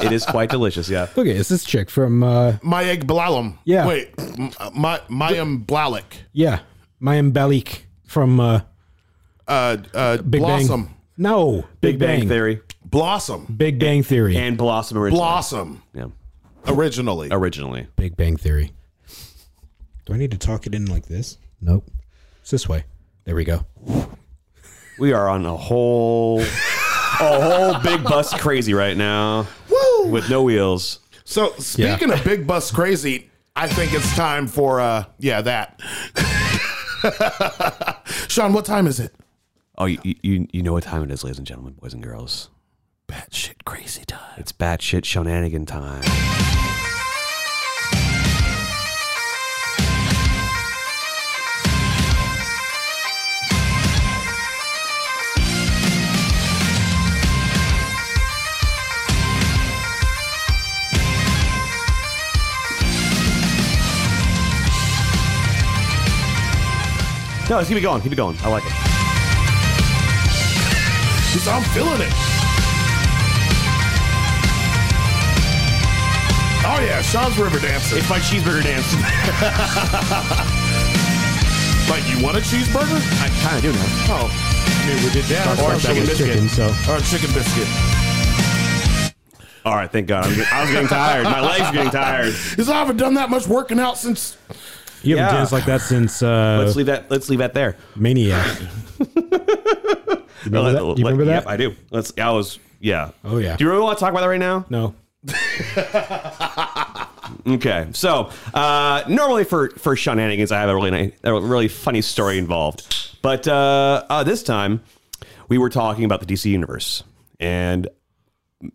Speaker 3: it is quite delicious. Yeah.
Speaker 4: Okay, it's this chick from uh,
Speaker 1: My egg blalum.
Speaker 4: Yeah.
Speaker 1: Wait, m- uh, my Mayim Blalik.
Speaker 4: yeah, Mayim Balik from uh,
Speaker 1: Uh, uh,
Speaker 4: Big
Speaker 1: Blossom.
Speaker 4: Bang. No, Big, Bang,
Speaker 3: Theory
Speaker 1: Blossom.
Speaker 4: Big Bang Theory,
Speaker 3: and Blossom originally.
Speaker 1: Blossom.
Speaker 3: yeah,
Speaker 1: Originally.
Speaker 3: originally.
Speaker 4: Big Bang Theory. Do I need to talk it in like this? Nope, it's this way. There we go.
Speaker 3: We are on a whole a whole big bus crazy right now
Speaker 1: Woo!
Speaker 3: with no wheels.
Speaker 1: So speaking of Big Bus Crazy, I think it's time for uh yeah, that. Sean, what time is it?
Speaker 3: Oh, you, you you know what time it is, ladies and gentlemen, boys and girls.
Speaker 1: Batshit crazy time.
Speaker 3: It's batshit shenanigan time. No, let's keep it going. Keep it going. I like it.
Speaker 1: Because I'm feeling it. Oh yeah, Sean's river dancing.
Speaker 3: It's my cheeseburger dance.
Speaker 1: Like you want a cheeseburger?
Speaker 3: I kind of do now.
Speaker 1: Oh. I mean, we did that. Or a chicken biscuit.
Speaker 4: chicken, so
Speaker 1: Or a chicken biscuit.
Speaker 3: All right, thank God. I'm, I was getting tired. My legs were getting tired.
Speaker 1: Because I haven't done that much working out since
Speaker 4: you haven't
Speaker 3: Yeah.
Speaker 4: danced like that since uh,
Speaker 3: Let's leave that. Let's leave that there.
Speaker 4: Maniac. you remember that? You remember
Speaker 3: Uh, Yep,
Speaker 4: that?
Speaker 3: I do. Let's. I was. Yeah.
Speaker 4: Oh, yeah.
Speaker 3: Do you really want to talk about that right now?
Speaker 4: No.
Speaker 3: Okay, so uh, normally for for shenanigans, I have a really nice, a really funny story involved, but uh, uh, this time we were talking about the DC universe and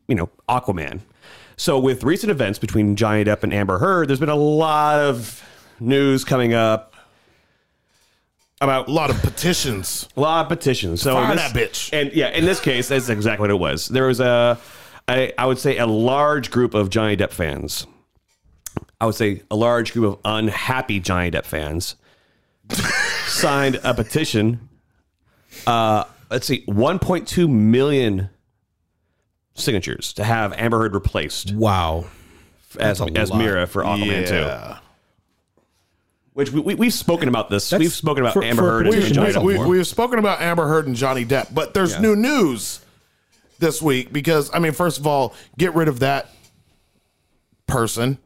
Speaker 3: you know Aquaman. So with recent events between Johnny Depp and Amber Heard, there's been a lot of news coming up about
Speaker 1: a lot of petitions.
Speaker 3: a lot of petitions. So
Speaker 1: Fire
Speaker 3: in
Speaker 1: that bitch.
Speaker 3: And yeah, in this case, that's exactly what it was. There was a, I, I would say, a large group of Johnny Depp fans. I would say a large group of unhappy Johnny Depp fans signed a petition. Uh, let's see, 1.2 million signatures to have Amber Heard replaced
Speaker 4: Wow.
Speaker 3: as,
Speaker 4: a
Speaker 3: as
Speaker 4: lot.
Speaker 3: Mira for Aquaman 2.
Speaker 1: yeah.
Speaker 3: Which we, we, we've spoken about this.
Speaker 4: That's-
Speaker 3: we've spoken about
Speaker 4: for-
Speaker 3: Amber
Speaker 4: for a
Speaker 3: Heard and
Speaker 4: petition,
Speaker 1: We,
Speaker 3: Johnny
Speaker 4: that's
Speaker 3: Depp.
Speaker 4: a
Speaker 1: we,
Speaker 4: more.
Speaker 1: we have spoken about Amber Heard and Johnny Depp, but there's new news this week because, I mean, first of all, get rid of that person.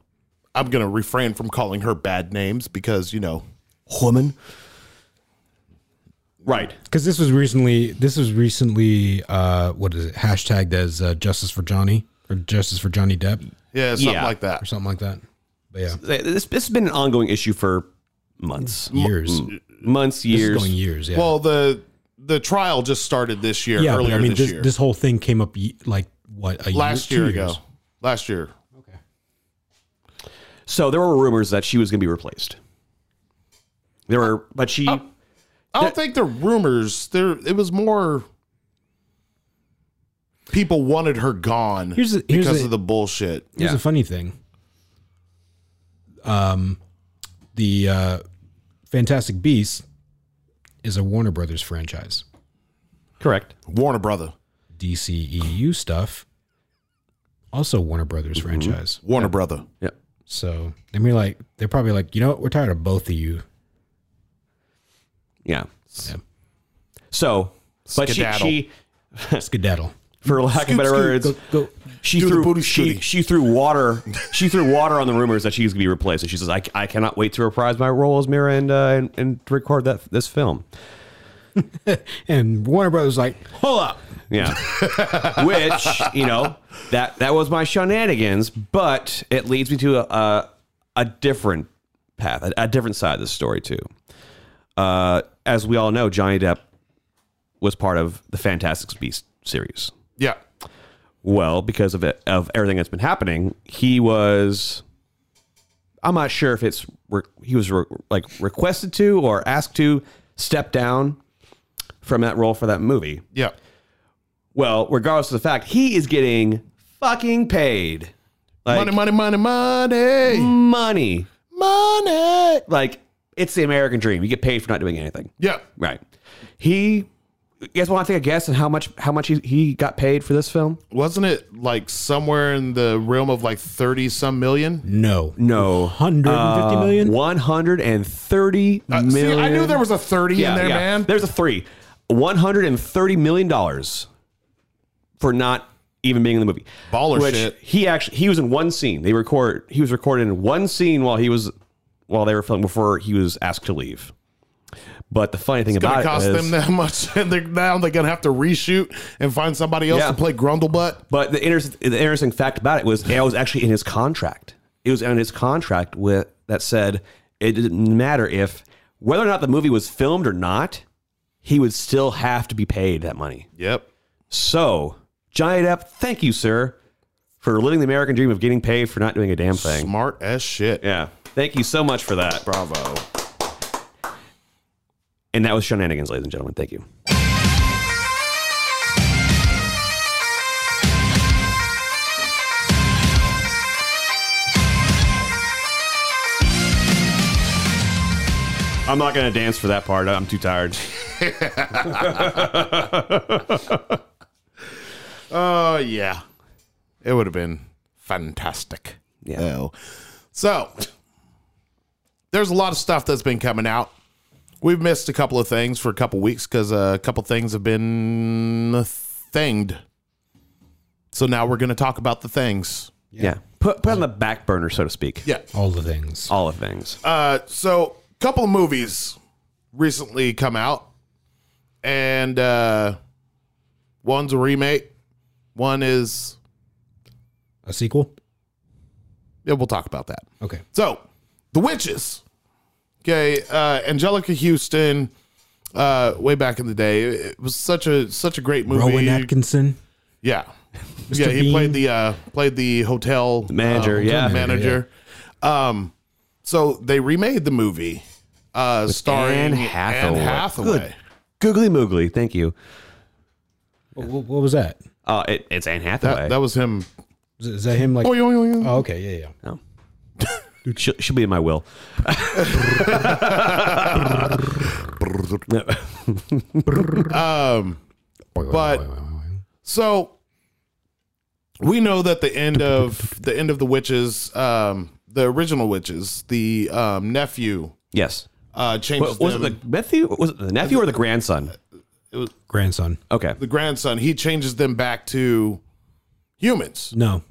Speaker 1: I'm going to refrain from calling her bad names because, you know, woman.
Speaker 3: Right.
Speaker 4: Because this was recently, this was recently, uh, what is it? Hashtagged as uh, justice for Johnny or justice for Johnny Depp
Speaker 1: Yeah, something
Speaker 3: Yeah.
Speaker 1: like
Speaker 4: or
Speaker 1: that.
Speaker 4: something like that. But yeah,
Speaker 3: this, this has been an ongoing issue for months,
Speaker 4: Mm.
Speaker 3: Mm.
Speaker 4: years,
Speaker 3: months,
Speaker 4: This is
Speaker 3: years.
Speaker 4: going years. Yeah.
Speaker 1: Well, the the trial just started this year,
Speaker 4: yeah.
Speaker 1: earlier
Speaker 4: But, I mean,
Speaker 1: this,
Speaker 4: this,
Speaker 1: year.
Speaker 4: this whole thing came up ye- like what a
Speaker 1: Last
Speaker 4: year,
Speaker 1: year
Speaker 4: two
Speaker 1: ago.
Speaker 4: years.
Speaker 1: Last year.
Speaker 3: so there were rumors that she was going to be replaced. There were, but she,
Speaker 4: Oh.
Speaker 1: I don't think the rumors. There, it was more people wanted her gone
Speaker 4: Here's the- here's
Speaker 1: because
Speaker 4: the-
Speaker 1: of the bullshit.
Speaker 4: Here's
Speaker 3: Yeah.
Speaker 4: a funny thing. Um, the uh, Fantastic Beasts is a Warner Brothers franchise.
Speaker 3: correct.
Speaker 1: Warner Brother,
Speaker 4: DCEU E stuff, also Warner Brothers franchise.
Speaker 1: Warner Brother.
Speaker 3: Yeah.
Speaker 4: So they mean like they're probably like, you know what, we're tired of both of you.
Speaker 3: Yeah.
Speaker 4: Yeah.
Speaker 3: So, but she,
Speaker 1: Skedaddle.
Speaker 3: she,
Speaker 4: Skedaddle.
Speaker 3: for lack of better words,
Speaker 4: Go, go.
Speaker 3: she
Speaker 1: Do the
Speaker 3: threw
Speaker 1: booty
Speaker 3: she,
Speaker 1: scooty.
Speaker 3: she threw water she threw water on the rumors that she was going to be replaced and she says I, I cannot wait to reprise my role as Mira and uh, and, and to record that this film
Speaker 4: And Warner Brothers like,
Speaker 3: hold up yeah which you know that that was my shenanigans but it leads me to a a, a different path a, a different side of this story too uh, as we all know Johnny Depp was part of the Fantastic Beast series
Speaker 1: Yeah,
Speaker 3: well because of it, of everything that's been happening he was i'm not sure if it's re- he was re- like requested to or asked to step down from that role for that movie
Speaker 1: yeah.
Speaker 3: well regardless of the fact he is getting fucking paid like
Speaker 1: money, money, money, money,
Speaker 3: money
Speaker 1: money.
Speaker 3: like it's the american dream you get paid for not doing anything
Speaker 1: Yeah,
Speaker 3: right he you guys want to take a guess on how much how much he, he got paid for this film
Speaker 1: wasn't it like somewhere in the realm of like thirty some million?
Speaker 4: no.
Speaker 3: no
Speaker 4: 150 million?
Speaker 3: Uh, One hundred and thirty million.
Speaker 1: Uh, See, I knew there was a thirty in there, man.
Speaker 3: There's a three. One hundred and thirty million dollars for not even being in the movie.
Speaker 1: Baller
Speaker 3: Which
Speaker 1: shit.
Speaker 3: He actually he was in one scene. They record he was recorded in one scene while he was while they were filming before he was asked to leave. But the funny thing
Speaker 1: Gonna
Speaker 3: about
Speaker 1: cost
Speaker 3: it is,
Speaker 1: them that much, and they're, now they're gonna have to reshoot and find somebody else
Speaker 3: Yeah.
Speaker 1: to play Grundlebutt.
Speaker 3: But the, inter- the interesting fact about it was it was actually in his contract. It was in his contract with that said it didn't matter if whether or not the movie was filmed or not, he would still have to be paid that money.
Speaker 1: Yep.
Speaker 3: So Johnny Depp, thank you, sir, for living the American dream of getting paid for not doing a damn thing.
Speaker 1: Smart as shit.
Speaker 3: Yeah, thank you so much for that.
Speaker 1: Bravo.
Speaker 3: And that was shenanigans, ladies and gentlemen. Thank you. I'm not gonna dance for that part. I'm too tired.
Speaker 1: Oh yeah, it would have been fantastic.
Speaker 3: Yeah.
Speaker 1: though. So there's a lot of stuff that's been coming out. We've missed a couple of things for a couple weeks because a couple things have been thinged. So now we're going to talk about the things.
Speaker 3: Yeah. Put put on the back burner, so to speak.
Speaker 1: Yeah.
Speaker 4: All the things.
Speaker 3: All of things.
Speaker 1: Uh, so a couple of movies recently come out, and uh, one's a remake. One is
Speaker 4: A sequel?
Speaker 1: yeah. We'll talk about that.
Speaker 4: Okay.
Speaker 1: So, The Witches. Okay, uh, Angelica Houston. Uh, way back in the day, it was such a such a great movie.
Speaker 4: Rowan Atkinson.
Speaker 1: Yeah, yeah, he
Speaker 4: Bean.
Speaker 1: played the uh, played the hotel
Speaker 3: manager,
Speaker 1: um,
Speaker 3: yeah.
Speaker 1: manager. Um, so they remade the movie, uh, starring
Speaker 3: Anne
Speaker 1: Anne
Speaker 3: Hathaway.
Speaker 1: Hathaway.
Speaker 3: Good. Googly moogly. Thank you.
Speaker 4: What, what, what was that?
Speaker 3: Uh, it, it's Anne Hathaway.
Speaker 1: That, that was him.
Speaker 4: Is, is that him? Like,
Speaker 1: Oy, oy, oy, oy.
Speaker 4: oh, okay, yeah, yeah.
Speaker 3: No. she'll, she'll be in my will.
Speaker 1: Um, But so we know that the end of the end of the witches, um, the original witches, the um, nephew
Speaker 3: yes.
Speaker 1: uh,
Speaker 3: Wa-
Speaker 1: changes
Speaker 3: was
Speaker 1: them.
Speaker 3: it the nephew? Was it the nephew or the grandson?
Speaker 4: Grandson.
Speaker 3: Okay.
Speaker 1: the grandson. He changes them back to humans
Speaker 4: No.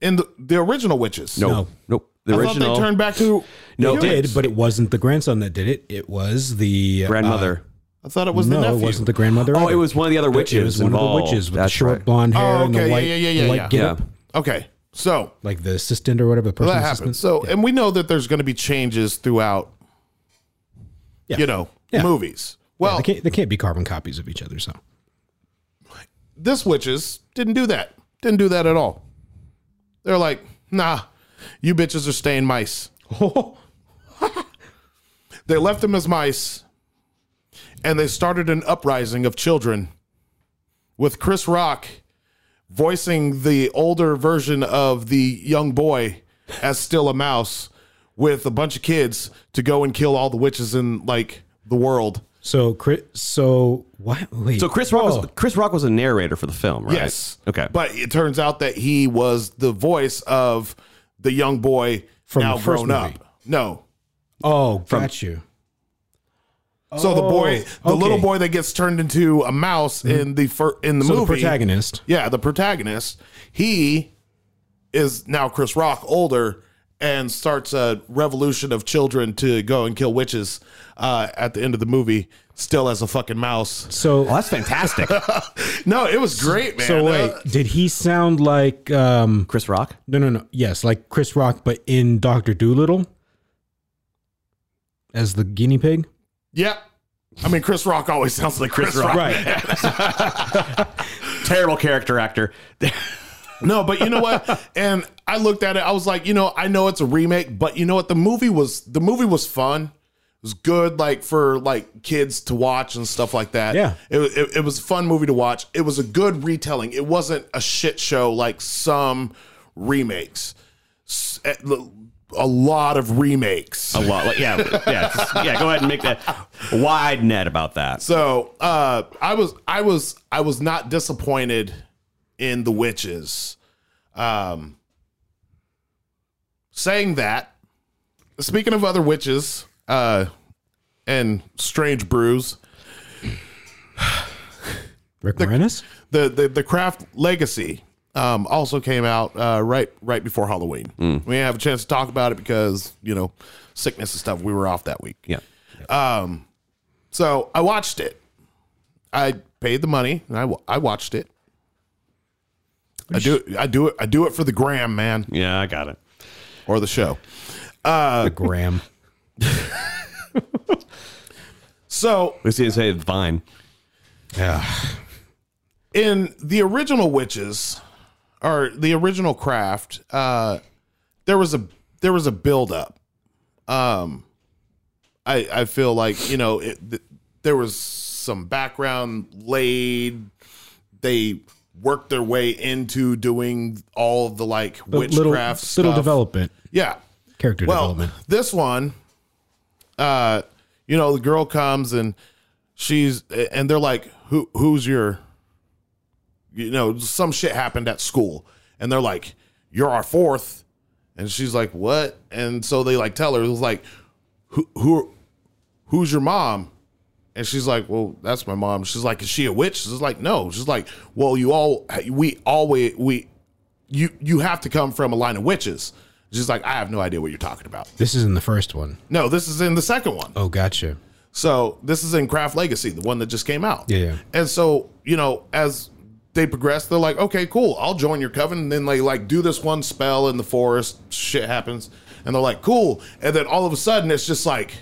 Speaker 1: in the, the original witches.
Speaker 3: No.
Speaker 4: No.
Speaker 3: Nope. The
Speaker 1: I
Speaker 3: original
Speaker 1: thought they turned back to.
Speaker 3: No,
Speaker 4: It did, but it wasn't the grandson that did it. It was the uh,
Speaker 3: grandmother.
Speaker 1: I thought it was
Speaker 4: no,
Speaker 1: the nephew.
Speaker 4: it wasn't the grandmother.
Speaker 3: oh,
Speaker 4: either.
Speaker 3: it was one of the other witches.
Speaker 4: uh, It was one
Speaker 3: involved.
Speaker 4: of the witches with
Speaker 3: That's
Speaker 4: the short
Speaker 3: right.
Speaker 4: blonde hair
Speaker 1: Oh,
Speaker 4: and the
Speaker 1: okay,
Speaker 4: white,
Speaker 1: yeah, yeah, yeah,
Speaker 4: the white
Speaker 1: yeah.
Speaker 4: getup.
Speaker 3: Yeah.
Speaker 1: okay, so
Speaker 4: Like the assistant or whatever. Personal
Speaker 1: that
Speaker 4: assistant.
Speaker 1: happens. So, and we know that there's going to be changes throughout.
Speaker 4: Yeah.
Speaker 1: You know,
Speaker 4: Yeah.
Speaker 1: movies. Well,
Speaker 4: they, can't, they can't be carbon copies of each other. So
Speaker 1: this witches didn't do that. Didn't do that at all. They're like, nah, you bitches are staying mice. they left them as mice, and they started an uprising of children with Chris Rock voicing the older version of the young boy as still a mouse with a bunch of kids to go and kill all the witches in like the world.
Speaker 4: So Chris, so what? Wait.
Speaker 3: So Chris Rock was
Speaker 4: Oh,
Speaker 3: Chris Rock was a narrator for the film, right?
Speaker 1: Yes.
Speaker 3: Okay.
Speaker 1: But it turns out that he was the voice of the young boy
Speaker 4: From
Speaker 1: now
Speaker 4: the first
Speaker 1: grown
Speaker 4: movie.
Speaker 1: up. No.
Speaker 4: oh, got you.
Speaker 1: So the boy, the
Speaker 4: Oh, okay. Mm-hmm.
Speaker 1: little boy that gets turned into a mouse in the fir- in the
Speaker 4: So
Speaker 1: movie,
Speaker 4: the protagonist.
Speaker 1: yeah, the protagonist, he is now Chris Rock, older, and starts a revolution of children to go and kill witches. Uh, at the end of the movie, still as a fucking mouse.
Speaker 4: So
Speaker 3: Well, Oh, that's fantastic.
Speaker 1: No, it was great, man.
Speaker 4: so wait,
Speaker 1: Uh,
Speaker 4: did he sound like um
Speaker 3: Chris Rock.
Speaker 4: no no no yes like Chris Rock but in Doctor Doolittle as the guinea pig?
Speaker 1: yeah. I mean, Chris Rock always sounds like Chris, Rock.
Speaker 4: Right.
Speaker 3: Terrible character actor.
Speaker 1: No, but you know what? and I looked at it. I was like, you know, I know it's a remake, but you know what? The movie was the movie was fun. It was good, like for like kids to watch and stuff like that.
Speaker 4: Yeah.
Speaker 1: it, wa- it, it was a fun movie to watch. It was a good retelling. It wasn't a shit show like some remakes. S- eh, l- A lot of remakes.
Speaker 3: a lot. Like, yeah. Yeah. just- yeah. Go ahead and make that wide net about that.
Speaker 1: So uh, I was I was I was not disappointed in the witches. Um, saying that, speaking of other witches uh, and strange brews,
Speaker 4: Rick Moranis?
Speaker 1: the the, the craft legacy um, also came out uh, right right before Halloween. We didn't have a chance to talk about it because you know sickness and stuff. We were off that week.
Speaker 3: Yeah.
Speaker 1: Um, so I watched it. I paid the money and I, wa- I watched it. I do it, I do it I do it for the gram man
Speaker 3: Yeah, I got it.
Speaker 1: or the show. uh,
Speaker 4: The gram.
Speaker 1: So
Speaker 3: At least he didn't say Vine.
Speaker 1: in the original witches or the original craft uh there was a there was a build up um i i feel like you know it, th- there was some background laid they worked their way into doing all the like
Speaker 4: But
Speaker 1: witchcraft
Speaker 4: little,
Speaker 1: stuff
Speaker 4: little development,
Speaker 1: yeah
Speaker 4: character
Speaker 1: well,
Speaker 4: development.
Speaker 1: This one, uh, you know, the girl comes and she's and they're like, "Who who's your?" You know, some shit happened at school, and they're like, "You're our fourth. and she's like, "What?" And so they like tell her, "It was like, who who who's your mom?" And she's like, "Well, that's my mom." She's like, "Is she a witch?" She's like, "No." She's like, "Well, you all we always we." You, you have to come from a line of witches. She's like, I have no idea what you're talking about.
Speaker 4: This is in the first one.
Speaker 1: No, this is in the second one.
Speaker 4: Oh, gotcha.
Speaker 1: So this is in Craft Legacy, the one that just came out.
Speaker 4: Yeah, yeah.
Speaker 1: And so, you know, as they progress, they're like, okay, cool, I'll join your coven. And then they like do this one spell in the forest, shit happens. And they're like, cool. And then all of a sudden, it's just like,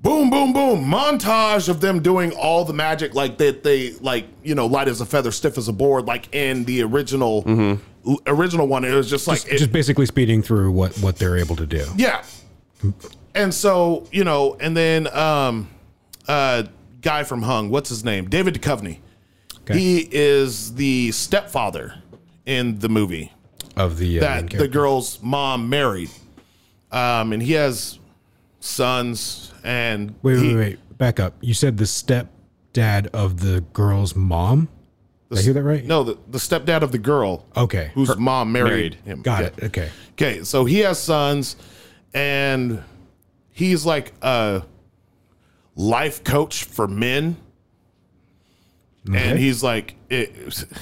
Speaker 1: boom, boom, boom, montage of them doing all the magic, like that they, like, you know, light as a feather, stiff as a board, like in the original. Original one, it was just like it-
Speaker 4: Just basically speeding through what what they're able to do.
Speaker 1: yeah. And so, you know, and then um uh guy from Hung, what's his name? David Duchovny.
Speaker 4: Okay.
Speaker 1: He is the stepfather in the movie
Speaker 4: Of the uh, main
Speaker 1: that the
Speaker 4: character.
Speaker 1: girl's mom married. Um and he has sons and
Speaker 4: Wait, wait,
Speaker 1: he-
Speaker 4: wait. Back up. You said the stepdad of the girl's mom. Did I hear that right?
Speaker 1: No, the, the stepdad of the girl
Speaker 4: Okay.
Speaker 1: whose mom married,
Speaker 3: married.
Speaker 1: him.
Speaker 4: Oh, Got
Speaker 1: Yeah.
Speaker 4: it. Okay.
Speaker 1: Okay, so he has sons, and he's like a life coach for men. And
Speaker 4: Okay.
Speaker 1: he's like, it,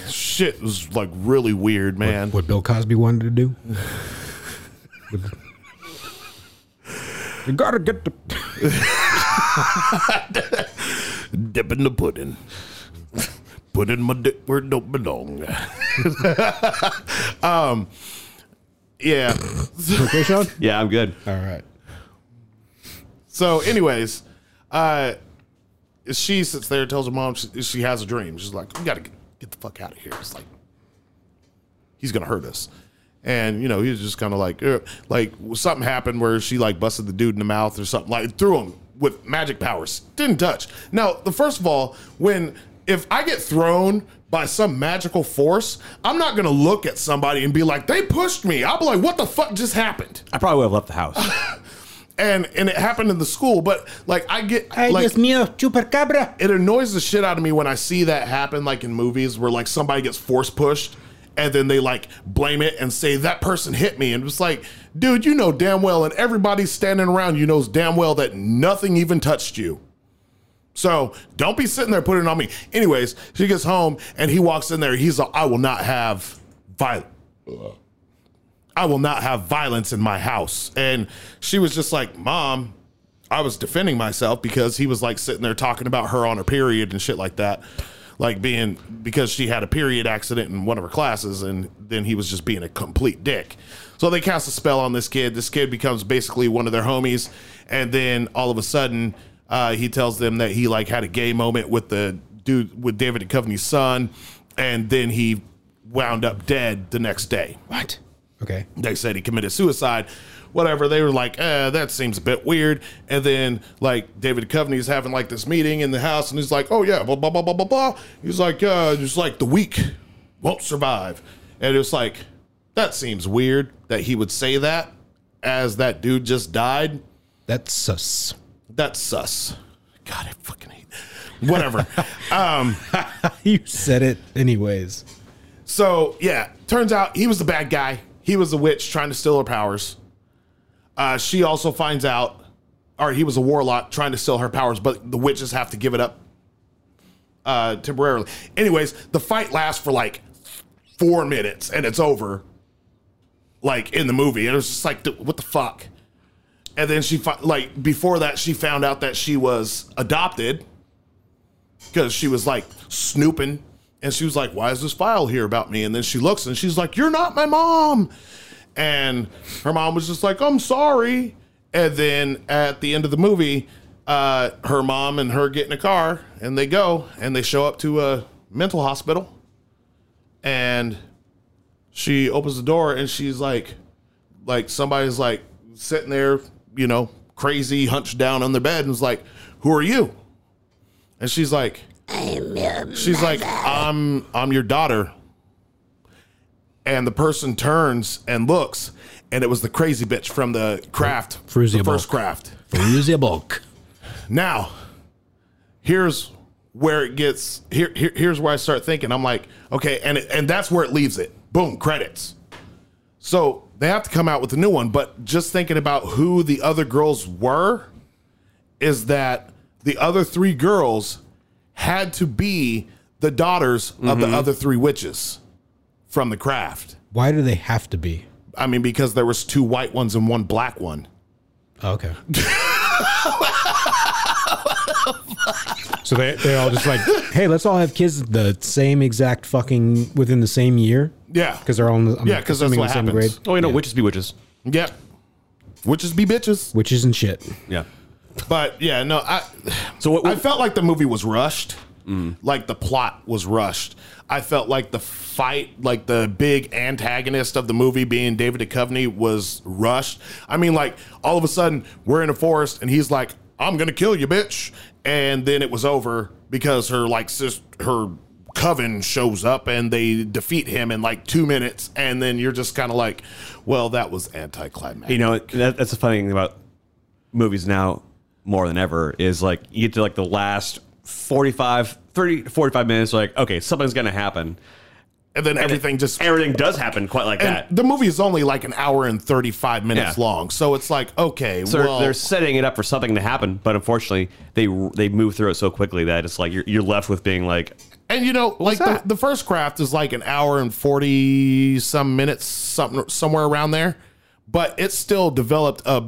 Speaker 1: shit was like really weird, man.
Speaker 4: What Bill Cosby wanted to do. you gotta get the.
Speaker 1: Dip in the pudding. Put in my dick where it don't belong. um, yeah.
Speaker 4: Okay, Sean.
Speaker 3: Yeah, I'm good.
Speaker 4: All right.
Speaker 1: So, anyways, uh, she sits there and tells her mom she, she has a dream. She's like, "We gotta get, get the fuck out of here." It's like he's gonna hurt us, and you know he's just kind of like, "Eh," like something happened where she like busted the dude in the mouth or something like threw him with magic powers. Didn't touch. Now, the first of all, when if I get thrown by some magical force, I'm not gonna look at somebody and be like, "They pushed me." I'll be like, "What the fuck just happened?"
Speaker 3: I probably would have left the house.
Speaker 1: and and it happened in the school. But like I get, like,
Speaker 4: chupacabra.
Speaker 1: it annoys the shit out of me when I see that happen, like in movies where like somebody gets force pushed, and then they like blame it and say that person hit me, and it's like, dude, you know damn well, and everybody standing around you knows damn well that nothing even touched you. So don't be sitting there putting it on me. Anyways, she gets home and he walks in there. He's like, I will not have violence. I will not have violence in my house. And she was just like, Mom, I was defending myself because he was like sitting there talking about her on her period and shit like that. Like being because she had a period accident in one of her classes, and then he was just being a complete dick. So they cast a spell on this kid. This kid becomes basically one of their homies, and then all of a sudden, uh, he tells them that he like had a gay moment with the dude with David Duchovny's son, and then he wound up dead the next day
Speaker 4: What? Okay.
Speaker 1: they said he committed suicide whatever they were like uh, that seems a bit weird and then like david Coveney's having like this meeting in the house and he's like oh yeah blah blah blah blah blah blah he's like uh just like the weak won't survive and it's like that seems weird that he would say that as that dude just died
Speaker 4: That's sus.
Speaker 1: that's sus god i fucking hate whatever um
Speaker 4: you said it anyways.
Speaker 1: So yeah, turns out he was the bad guy. He was a witch trying to steal her powers. Uh, she also finds out, or he was a warlock trying to steal her powers, but the witches have to give it up uh, temporarily. Anyways, the fight lasts for like four minutes and it's over. Like in the movie, and it was just like, "Dude, what the fuck? and then she fi- like before that she found out that she was adopted because she was like snooping and she was like why is this file here about me and then she looks and she's like you're not my mom and her mom was just like i'm sorry and then at the end of the movie uh, her mom and her get in a car and they go and they show up to a mental hospital and she opens the door and she's like like somebody's like sitting there, you know, crazy, hunched down on their bed, and was like, "Who are you?" And she's like, "She's like, I'm I'm your daughter." And the person turns and looks, and it was the crazy bitch from the craft,
Speaker 4: Fruzy
Speaker 1: the first
Speaker 4: Bulk.
Speaker 1: craft.
Speaker 4: Use your book.
Speaker 1: Now, here's where it gets here, here here's where I start thinking. I'm like, okay, and it, and that's where it leaves it. Boom, credits. So they have to come out with a new one, but just thinking about who the other girls were is that the other three girls had to be the daughters of the other three witches from the craft.
Speaker 4: Why do they have to be?
Speaker 1: I mean, because there was two white ones and one black one.
Speaker 4: Oh, okay. so they, they're all just like, hey, let's all have kids the same exact fucking within the same year
Speaker 1: Yeah.
Speaker 4: because they're all in the, I'm
Speaker 1: Yeah, 'cause that's
Speaker 4: assuming
Speaker 1: what happens.
Speaker 3: Oh, you know, witches be witches.
Speaker 1: yeah. Witches be bitches.
Speaker 4: which isn't shit.
Speaker 3: Yeah.
Speaker 1: But yeah, no, I
Speaker 3: So what? Mm.
Speaker 1: I felt like the movie was rushed. Like the plot was rushed. I felt like the fight, like the big antagonist of the movie being David Duchovny, was rushed. I mean, like all of a sudden we're in a forest and he's like, "I'm gonna kill you, bitch," and then it was over because her like sis, her coven shows up and they defeat him in like two minutes, and then you're just kind of like, "Well, that was anticlimactic."
Speaker 3: you know that, that's the funny thing about movies now more than ever is like you get to like the last 45 30 45 minutes like okay something's gonna happen
Speaker 1: and then everything just
Speaker 3: everything does happen quite like
Speaker 1: And
Speaker 3: that
Speaker 1: the movie is only like an hour and 35 minutes
Speaker 3: Yeah.
Speaker 1: long. So it's like, okay,
Speaker 3: so
Speaker 1: well,
Speaker 3: they're setting it up for something to happen but unfortunately they they move through it so quickly that it's like you're, you're left with being like
Speaker 1: and you know, like the,
Speaker 3: that?
Speaker 1: the first craft is like an hour and 40 some minutes, something somewhere around there, but it still developed a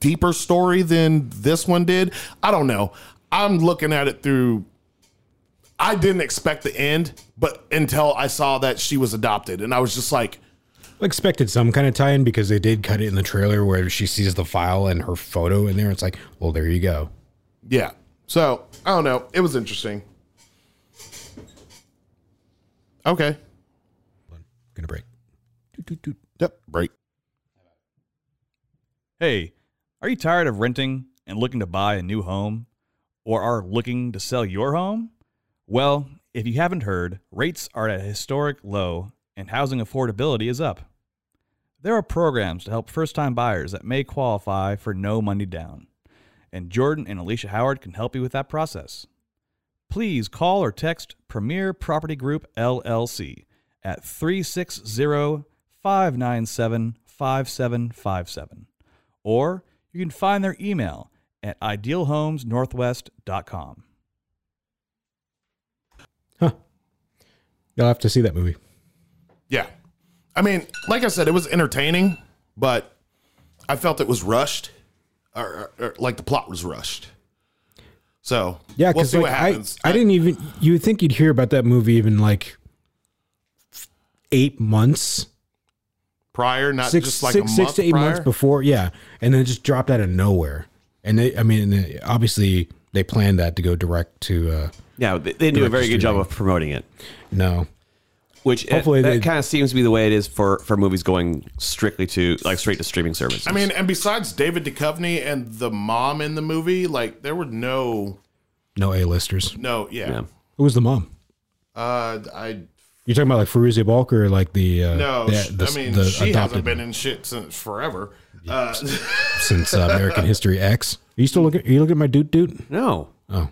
Speaker 1: deeper story than this one did. I don't know. I'm looking at it through. I didn't expect the end, but until I saw that she was adopted, and I was just like,
Speaker 4: I expected some kind of tie-in because they did cut it in the trailer where she sees the file and her photo in there. It's like, well, there you go.
Speaker 1: Yeah. So I don't know. It was interesting. Okay.
Speaker 4: Gonna break. Toot, toot, toot.
Speaker 1: Yep. Break.
Speaker 5: Hey, are you tired of renting and looking to buy a new home? Or are looking to sell your home? Well, if you haven't heard, rates are at a historic low and housing affordability is up. There are programs to help first time buyers that may qualify for no money down, and Jordan and Alicia Howard can help you with that process. Please call or text Premier Property Group LLC at 360 597 5757 or you can find their email at idealhomesnorthwest.com.
Speaker 4: You'll have to see that movie.
Speaker 1: Yeah. I mean, like I said, it was entertaining, but I felt it was rushed, or, or- or, like the plot was rushed. So
Speaker 4: Yeah,
Speaker 1: we'll
Speaker 4: because
Speaker 1: see
Speaker 4: like,
Speaker 1: what
Speaker 4: I-
Speaker 1: happens.
Speaker 4: I, didn't even. You would think you'd hear about that movie even like eight months,
Speaker 1: prior, not
Speaker 4: six,
Speaker 1: Uh, just like
Speaker 4: six,
Speaker 1: a
Speaker 4: six
Speaker 1: month
Speaker 4: to eight
Speaker 1: prior.
Speaker 4: months before. Yeah, and then it just dropped out of nowhere. And they, I mean, they- obviously they planned that to go direct to. uh
Speaker 3: yeah they, they do a very good job of promoting it
Speaker 4: No,
Speaker 3: which it-
Speaker 4: Hopefully
Speaker 3: that
Speaker 4: they-
Speaker 3: kind of seems to be the way it is for for movies going strictly to like straight to streaming services
Speaker 1: I mean, and besides David Duchovny and the mom in the movie, like there were no,
Speaker 4: no A-listers.
Speaker 1: no, yeah.
Speaker 4: Who was the mom?
Speaker 1: Uh, I
Speaker 4: You're talking about like Faurizia Balk or like the uh,
Speaker 1: no,
Speaker 4: the,
Speaker 1: sh-
Speaker 4: the-
Speaker 1: I mean,
Speaker 4: the
Speaker 1: she
Speaker 4: adopted
Speaker 1: hasn't been in shit since forever. Uh,
Speaker 4: since uh, American History X. Are you still looking? Are you looking at my dude, dude?
Speaker 3: no
Speaker 4: Oh.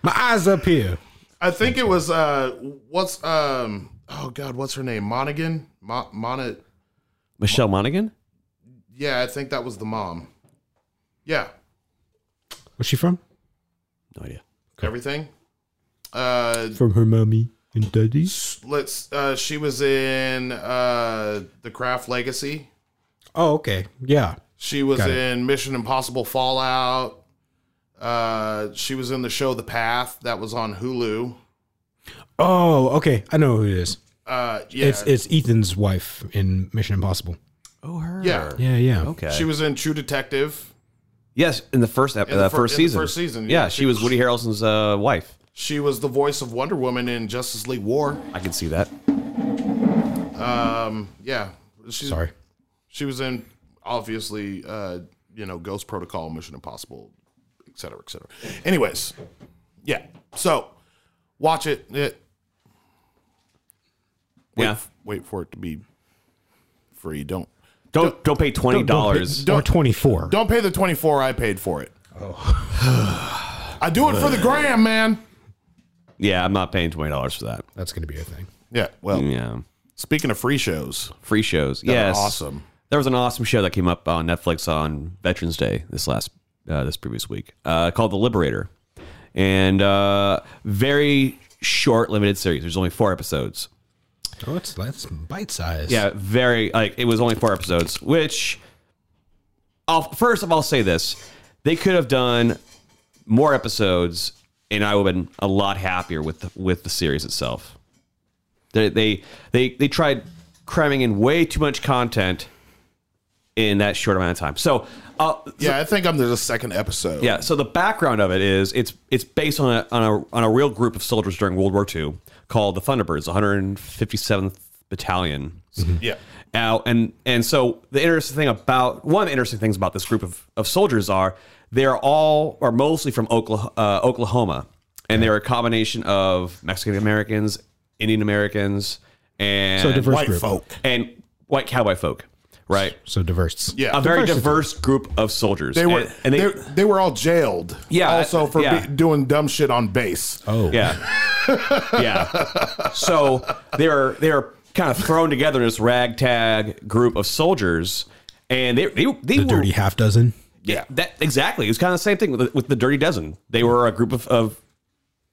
Speaker 4: My eyes up here.
Speaker 1: I think it was uh, what's um, oh god, what's her name? Monaghan, Mo- Mona.
Speaker 3: michelle monaghan
Speaker 1: Yeah, I think that was the mom. Yeah,
Speaker 4: Where's she from?
Speaker 3: no idea
Speaker 1: everything. Uh,
Speaker 4: From her mommy. Daddy?
Speaker 1: Let's. Uh, she was in uh, the Craft Legacy.
Speaker 4: Oh, okay. Yeah.
Speaker 1: She was
Speaker 4: Got it.
Speaker 1: in Mission Impossible Fallout. Uh, she was in the show The Path that was on Hulu.
Speaker 4: Oh, okay. I know who it is.
Speaker 1: Uh, yeah,
Speaker 4: It's it's Ethan's wife in Mission Impossible.
Speaker 3: Oh, her.
Speaker 1: Yeah.
Speaker 4: Yeah, yeah.
Speaker 3: Okay.
Speaker 1: she was in True Detective.
Speaker 3: yes, in the first ep-
Speaker 1: In the
Speaker 3: uh,
Speaker 1: fir-
Speaker 3: first
Speaker 1: in the
Speaker 3: season.
Speaker 1: first season,
Speaker 3: Yeah,
Speaker 1: yeah,
Speaker 3: she
Speaker 1: she-
Speaker 3: was Woody Harrelson's uh, wife.
Speaker 1: She was the voice of Wonder Woman in Justice League War.
Speaker 3: I can see that.
Speaker 1: Yeah, she's
Speaker 4: Sorry.
Speaker 1: She was in obviously, uh, you know, Ghost Protocol, Mission Impossible, et cetera, et cetera. Anyways, yeah. So watch it. it wait,
Speaker 3: Yeah.
Speaker 1: Wait for it to be free. Don't
Speaker 3: Don't don't pay twenty dollars.
Speaker 4: Or 24.
Speaker 1: don't pay the twenty four I paid for it.
Speaker 3: Oh.
Speaker 1: I do it for the gram, man.
Speaker 3: Yeah, I'm not paying twenty dollars for that.
Speaker 4: That's going to be a thing.
Speaker 1: Yeah. Well,
Speaker 3: Yeah,
Speaker 1: speaking of free shows,
Speaker 3: free shows.
Speaker 1: that are
Speaker 3: Yes,
Speaker 1: awesome.
Speaker 3: There was an awesome show that came up on Netflix on Veterans Day this last uh, this previous week uh, called The Liberator, and uh, very short, limited series. There's only four episodes.
Speaker 4: Oh, it's that's bite size.
Speaker 3: Yeah, very like it was only four episodes. Which, I'll first of all say this: they could have done more episodes, and I would have been a lot happier with the, with the series itself. They they they they tried cramming in way too much content in that short amount of time. So, uh,
Speaker 1: Yeah, I think I'm the second episode.
Speaker 3: yeah. So the background of it is it's it's based on a on a on a real group of soldiers during World War II called the Thunderbirds, 157th Battalion.
Speaker 4: Mm-hmm.
Speaker 1: Yeah.
Speaker 3: Now, and and so the interesting thing about one of the interesting things about this group of, of soldiers are they're all are mostly from Oklahoma, uh, Oklahoma, and they're a combination of Mexican Americans, Indian Americans, and
Speaker 4: So diverse
Speaker 1: White
Speaker 4: group.
Speaker 1: folk.
Speaker 3: and white cowboy folk, right?
Speaker 4: So diverse.
Speaker 1: Yeah.
Speaker 3: A very
Speaker 4: Diversity.
Speaker 3: diverse group of soldiers.
Speaker 1: They were
Speaker 3: and,
Speaker 1: and
Speaker 3: and
Speaker 1: they, they, were all jailed.
Speaker 3: Yeah,
Speaker 1: Also for
Speaker 3: yeah.
Speaker 1: be, doing dumb shit on base.
Speaker 4: Oh.
Speaker 3: Yeah. yeah. So they're they're kind of thrown together in this ragtag group of soldiers and they they, they
Speaker 4: The
Speaker 3: were
Speaker 4: dirty half dozen.
Speaker 3: yeah, that exactly. It was kind of the same thing with the, with the Dirty Dozen. They were a group of, of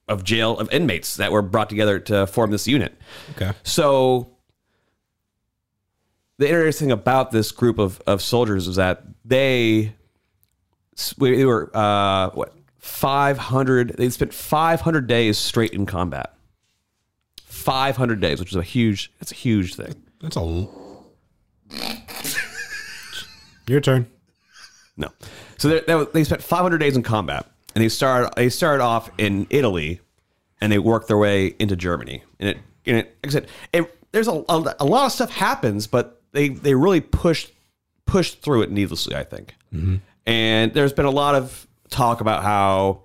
Speaker 3: of jail of inmates that were brought together to form this unit.
Speaker 4: Okay.
Speaker 3: So the interesting thing about this group of, of soldiers is that they they were uh, what five hundred they spent five hundred days straight in combat. Five hundred days, which is a huge that's a huge thing.
Speaker 4: That's a. l- Your turn.
Speaker 3: No. So they, they, they spent 500 days in combat, and they started they started off in Italy, and they worked their way into Germany. And it, and it like I said, it, there's a, a, a lot of stuff happens, but they they really pushed pushed through it needlessly, I think. And there's been a lot of talk about how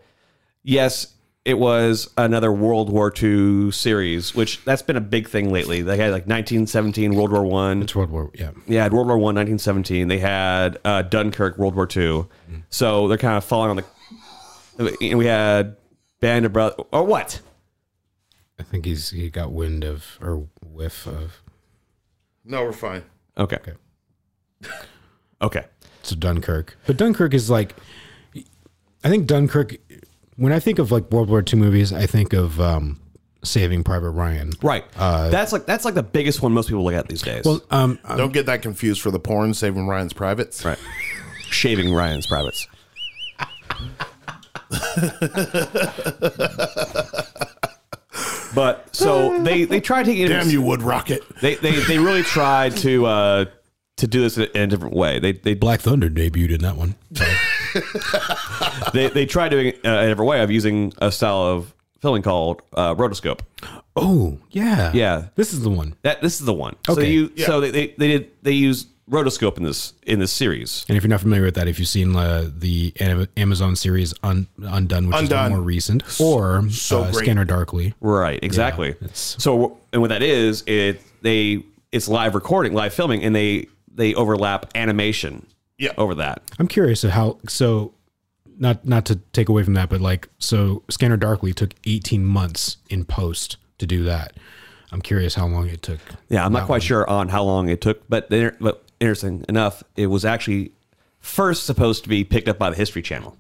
Speaker 3: yes, it was another World War II series, which that's been a big thing lately. They had like 1917, World War One.
Speaker 4: It's World War. Yeah.
Speaker 3: Yeah, had World War One, 1917. They had uh, Dunkirk, World War Two. So they're kind of falling on the. And we had Band of Brothers. Or what?
Speaker 4: I think he's he got wind of or whiff of.
Speaker 1: No, we're fine.
Speaker 3: Okay. Okay.
Speaker 4: So Dunkirk. But Dunkirk is like, I think Dunkirk. When I think of like World War II movies, I think of um, Saving Private Ryan.
Speaker 3: Right. that's like that's like the biggest one most people look at these days. Well,
Speaker 4: Um,
Speaker 1: Don't get that confused for the porn saving Ryan's privates.
Speaker 3: right. Shaving Ryan's privates. but so they they tried to
Speaker 1: Damn you, Wood Rocket.
Speaker 3: They they they really tried to uh to do this in a, in a different way. They they
Speaker 4: Black Thunder debuted in that one.
Speaker 3: they, they tried doing it, uh, in every way of using a style of filming called uh, rotoscope.
Speaker 4: oh yeah,
Speaker 3: Yeah.
Speaker 4: This is the one.
Speaker 3: That this is the one. So
Speaker 4: Okay.
Speaker 3: you so they, they, they did they used rotoscope in this in this series.
Speaker 4: And if you're not familiar with that, if you've seen uh, the Am- Amazon series Un- Undone, which
Speaker 1: Undone.
Speaker 4: is more recent, or
Speaker 1: so
Speaker 4: uh,
Speaker 1: great.
Speaker 4: Scanner Darkly,
Speaker 3: Right, exactly. so and what that is, it they it's live recording, live filming, and they they overlap animation.
Speaker 1: Yeah.
Speaker 3: over that.
Speaker 4: I'm curious of how. So, not not to take away from that, but like, so Scanner Darkly took 18 months in post to do that. I'm curious how long it took.
Speaker 3: Yeah, I'm not quite sure on how long it took, but the, but interesting enough, it was actually first supposed to be picked up by the History Channel.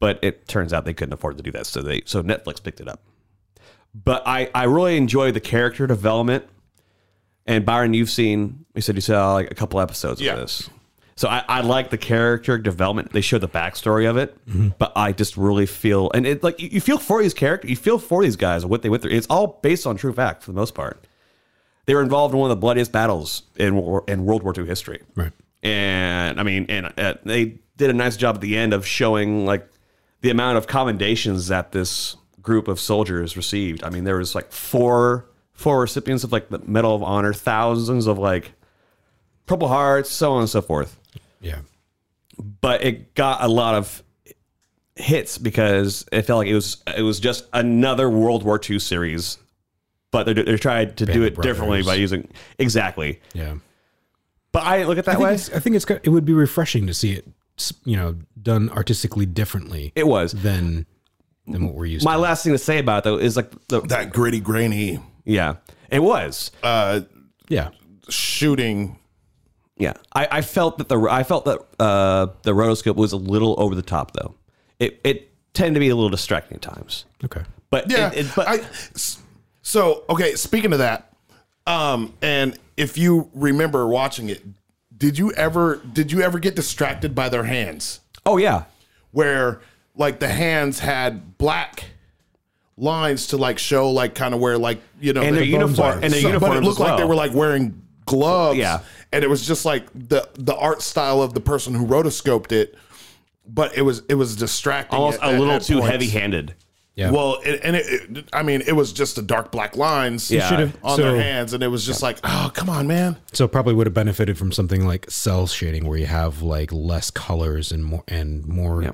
Speaker 3: But it turns out they couldn't afford to do that, so they so Netflix picked it up. But I, I really enjoy the character development. And Byron, you've seen, you said you saw like a couple episodes
Speaker 1: Yeah.
Speaker 3: of this. So I, I like the character development. They show the backstory of it, but I just really feel, and it like you, you feel for these character, you feel for these guys and what they went through. It's all based on true fact for the most part. They were involved in one of the bloodiest battles in war, in World War II history
Speaker 4: Right.
Speaker 3: and I mean, and uh, they did a nice job at the end of showing like the amount of commendations that this group of soldiers received. I mean, there was like four four recipients of like the Medal of Honor, thousands of like Purple Hearts, so on and so forth.
Speaker 4: Yeah.
Speaker 3: But it got a lot of hits because it felt like it was it was just another World War II series. But they're, they're trying to do
Speaker 4: of
Speaker 3: it differently
Speaker 4: Brothers.
Speaker 3: by using exactly.
Speaker 4: Yeah.
Speaker 3: But I didn't look at it
Speaker 4: I
Speaker 3: that
Speaker 4: think
Speaker 3: way.
Speaker 4: it's, I think it's got- it would be refreshing to see it, s- you know, done artistically differently
Speaker 3: It was.
Speaker 4: than than what we're used
Speaker 3: My
Speaker 4: to.
Speaker 3: last thing to say about it, though is like the,
Speaker 1: That gritty, grainy
Speaker 3: Yeah, it was.
Speaker 1: uh,
Speaker 4: Yeah.
Speaker 1: shooting.
Speaker 3: yeah, I, I felt that the I felt that uh, the rotoscope was a little over the top though. It it tended to be a little distracting at times.
Speaker 4: Okay.
Speaker 3: But
Speaker 1: Yeah.
Speaker 3: it, it- but
Speaker 1: I, s- so, okay, speaking of that, um, and if you remember watching it, did you ever did you ever get distracted by their hands?
Speaker 3: oh yeah,
Speaker 1: where like the hands had black lines to like show like kind of where like you know
Speaker 3: And their
Speaker 1: they-
Speaker 3: uniform-
Speaker 1: but-
Speaker 3: and their
Speaker 1: so-
Speaker 3: uniforms
Speaker 1: but it looked
Speaker 3: as
Speaker 1: like they
Speaker 3: well.
Speaker 1: were like wearing gloves
Speaker 3: Yeah.
Speaker 1: and it was just like the the art style of the person who rotoscoped it but it was it was distracting
Speaker 3: almost
Speaker 1: at-
Speaker 3: a
Speaker 1: at-
Speaker 3: little
Speaker 1: at
Speaker 3: too
Speaker 1: points.
Speaker 3: heavy handed.
Speaker 4: Yeah.
Speaker 1: well it, and it, it- i mean it was just the dark black lines
Speaker 3: Yeah. should've-
Speaker 1: on
Speaker 4: so-
Speaker 1: their hands and it was just like oh come on man
Speaker 4: So probably would have benefited from something like cell shading, where you have like less colors and more and more,
Speaker 3: Yeah.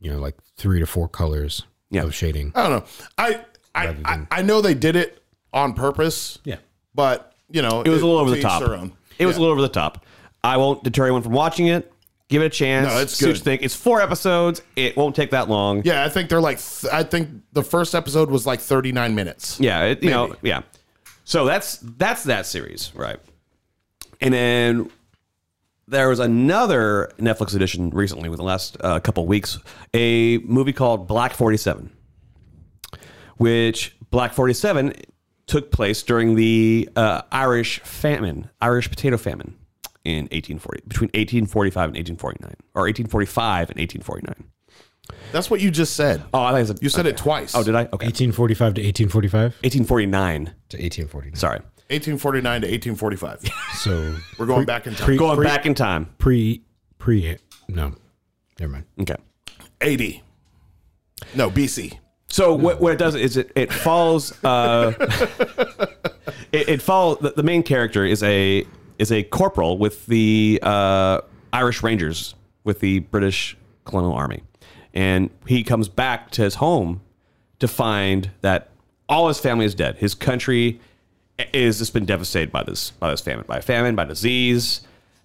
Speaker 4: you know, like three to four colors
Speaker 3: Yeah.
Speaker 4: of shading.
Speaker 1: i don't know i I, I I know they did it on purpose
Speaker 4: Yeah.
Speaker 1: but you know
Speaker 3: It was a little over
Speaker 1: to
Speaker 3: the
Speaker 1: each
Speaker 3: top.
Speaker 1: their own.
Speaker 3: It was a little over the top. I won't deter anyone from watching it. Give it a chance.
Speaker 1: No, it's
Speaker 3: See what you
Speaker 1: good.
Speaker 3: think. It's four episodes. It won't take that long.
Speaker 1: Yeah, I think they're like. Th- I think the first episode was like 39 minutes.
Speaker 3: Yeah, it, you know, yeah. So that's that's that series, right? And then there was another Netflix edition recently, within the last uh, couple weeks, a movie called Black Forty Seven, which Black Forty Seven took place during the uh, Irish famine, Irish potato famine in 1840 between 1845 and 1849 or 1845 and 1849
Speaker 1: That's what you just said.
Speaker 3: oh i think it's a,
Speaker 1: You said it twice.
Speaker 3: oh did i okay
Speaker 4: 1845 to 1845
Speaker 3: 1849
Speaker 4: to 1849.
Speaker 3: sorry
Speaker 1: 1849 to 1845.
Speaker 4: So
Speaker 1: We're going back in time.
Speaker 4: pre,
Speaker 3: going
Speaker 4: pre,
Speaker 3: back in time
Speaker 4: pre pre no, never mind.
Speaker 3: Okay.
Speaker 1: 80. No, BC.
Speaker 3: So what, what it does is it it follows uh, it, it follows the, the main character is a is a corporal with the uh, Irish Rangers with the British colonial army, and he comes back to his home to find that all his family is dead. His country is just been devastated by this by this famine, by famine, by disease.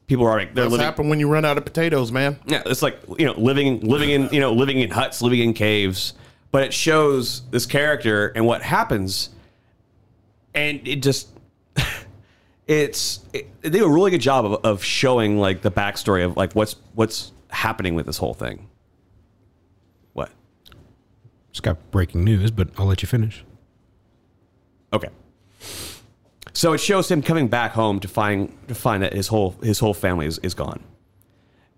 Speaker 3: People are like they're
Speaker 1: That's
Speaker 3: living
Speaker 1: happened when you run out of potatoes, man.
Speaker 3: yeah, it's like you know, living, living in you know, living in huts, living in caves. But it shows this character and what happens, and it just, it's it, they do a really good job of, of showing like the backstory of like what's what's happening with this whole thing. What?
Speaker 4: It's got breaking news, but I'll let you finish.
Speaker 3: Okay. So it shows him coming back home to find to find that his whole his whole family is, is gone,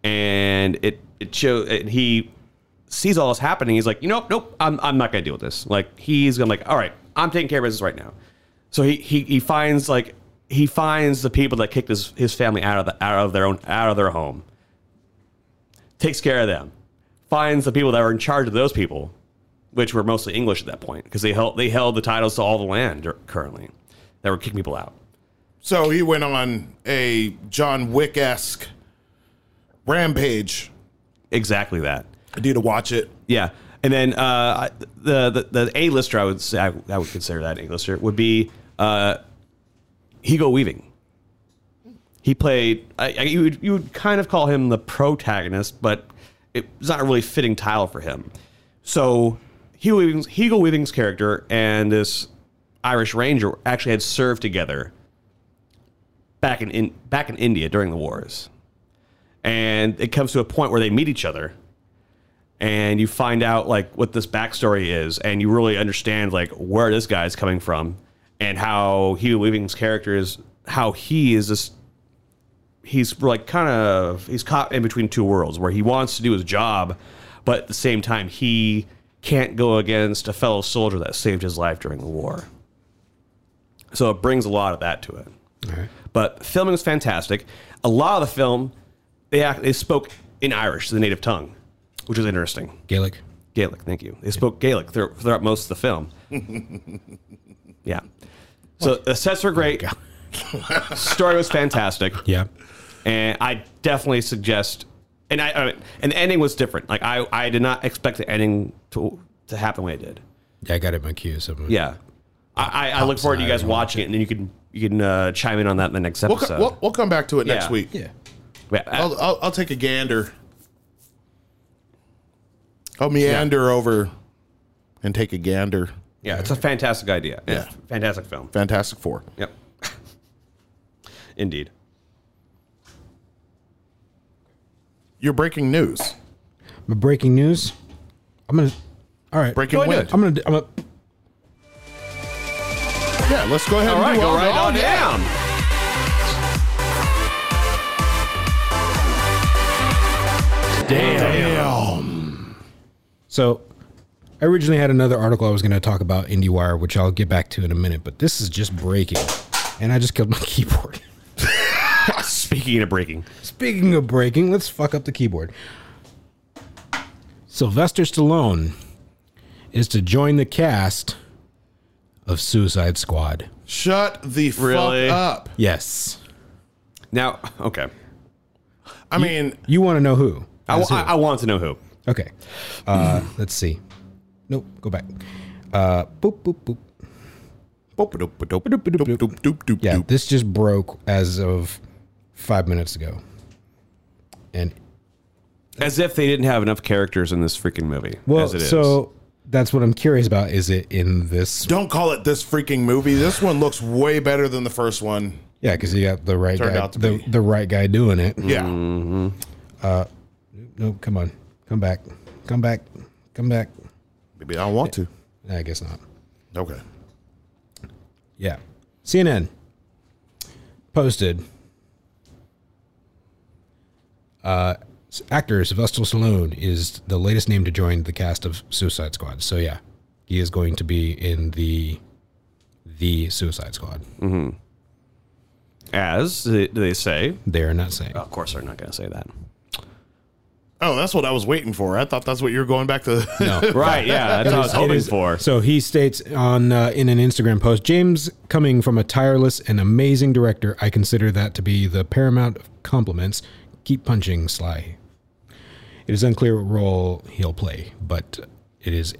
Speaker 3: and it it shows and he sees all this happening. He's like, you know, nope, I'm I'm not gonna deal with this. Like he's gonna like, all right, I'm taking care of business right now. So he he, he finds like he finds the people that kicked his, his family out of the, out of their own out of their home, takes care of them, finds the people that were in charge of those people, which were mostly English at that point because they held they held the titles to all the land dur- currently that were kicking people out.
Speaker 1: So he went on a John Wick esque rampage.
Speaker 3: Exactly that.
Speaker 1: I need to watch it.
Speaker 3: Yeah, and then uh, I- the the the A lister I would say I, I would consider that A lister would be uh, Hugo Weaving. He played I, I, you would you would kind of call him the protagonist, but it's not a really fitting title for him. So Hugo Weaving's, Hugo Weaving's character and this Irish Ranger actually had served together back in, in back in India during the wars, and it comes to a point where they meet each other and you find out like what this backstory is, and you really understand like where this guy's coming from and how Hugh Weaving's character is how he is this he's like kind of he's caught in between two worlds where he wants to do his job, but at the same time he can't go against a fellow soldier that saved his life during the war. So it brings a lot of that to it. But filming was fantastic. A lot of the film they act, they spoke in Irish, the native tongue, which was interesting.
Speaker 4: Gaelic.
Speaker 3: Gaelic, thank you. They spoke Gaelic thro- throughout most of the film. yeah. So the sets were great. Story was fantastic
Speaker 4: Yeah.
Speaker 3: and I definitely suggest. And I, I and the ending was different. Like I, I did not expect the ending to to happen when it did.
Speaker 4: Yeah, I got it in my queue. So
Speaker 3: Yeah, I, I, I look forward to you guys watching it, and then you can you can uh, chime in on that in the next
Speaker 1: We'll,
Speaker 3: episode.
Speaker 1: co- we'll, we'll come back to it next
Speaker 3: Yeah.
Speaker 1: week.
Speaker 5: Yeah.
Speaker 3: Yeah, I-
Speaker 1: I'll, I'll, I'll take a gander. I'll meander over and take a gander.
Speaker 3: yeah, it's a fantastic idea. Yeah,
Speaker 1: Yeah.
Speaker 3: fantastic film.
Speaker 1: Fantastic Four.
Speaker 3: Yep, indeed.
Speaker 1: You're breaking news.
Speaker 4: My breaking news. I'm gonna. All right.
Speaker 1: Breaking
Speaker 4: I'm
Speaker 1: wind.
Speaker 4: gonna. I'm gonna.
Speaker 1: Yeah, let's go ahead
Speaker 3: All
Speaker 1: and
Speaker 3: right,
Speaker 1: do
Speaker 3: go
Speaker 1: all-
Speaker 3: right
Speaker 1: all
Speaker 3: on
Speaker 1: that.
Speaker 3: down.
Speaker 4: So, I originally had another article I was going to talk about IndieWire, which I'll get back to in a minute. But this is just breaking, and I just killed my keyboard.
Speaker 3: Speaking of breaking,
Speaker 4: Speaking of breaking, let's fuck up the keyboard. Sylvester Stallone is to join the cast of Suicide Squad.
Speaker 1: Shut the
Speaker 3: Really?
Speaker 1: fuck up.
Speaker 4: Yes.
Speaker 3: now okay,
Speaker 1: I mean,
Speaker 4: You want to know who?
Speaker 3: I, I, I want to know who.
Speaker 4: Okay. Uh, let's see. Nope. Go back. Uh, boop boop boop. Yeah, this just broke as of five minutes ago. And
Speaker 3: As if they didn't have enough characters in this freaking movie.
Speaker 4: well,
Speaker 3: as it is.
Speaker 4: so that's what I'm curious about. Is it in this?
Speaker 1: don't call it this freaking movie. This one looks way better than the first one.
Speaker 4: Yeah, because you got the right
Speaker 1: Turned
Speaker 4: guy,
Speaker 1: out to
Speaker 4: the,
Speaker 1: be.
Speaker 4: the right guy doing it.
Speaker 1: Yeah.
Speaker 4: No, come on, come back, come back, come back.
Speaker 1: Maybe I don't want to.
Speaker 4: I guess not.
Speaker 1: Okay.
Speaker 4: Yeah. CNN posted uh, actor Sylvester Stallone is the latest name to join the cast of Suicide Squad. So yeah, he is going to be in the the Suicide Squad.
Speaker 3: as they- they say,
Speaker 4: They are not saying.
Speaker 3: of course they're not going to say that.
Speaker 1: Oh, that's what I was waiting for. I thought that's what you were going back to.
Speaker 3: Right, yeah, that's what I was hoping for.
Speaker 4: So he states on uh, in an Instagram post, James coming from a tireless and amazing director, I consider that to be the paramount of compliments. Keep punching, Sly. It is unclear what role he'll play, but it is due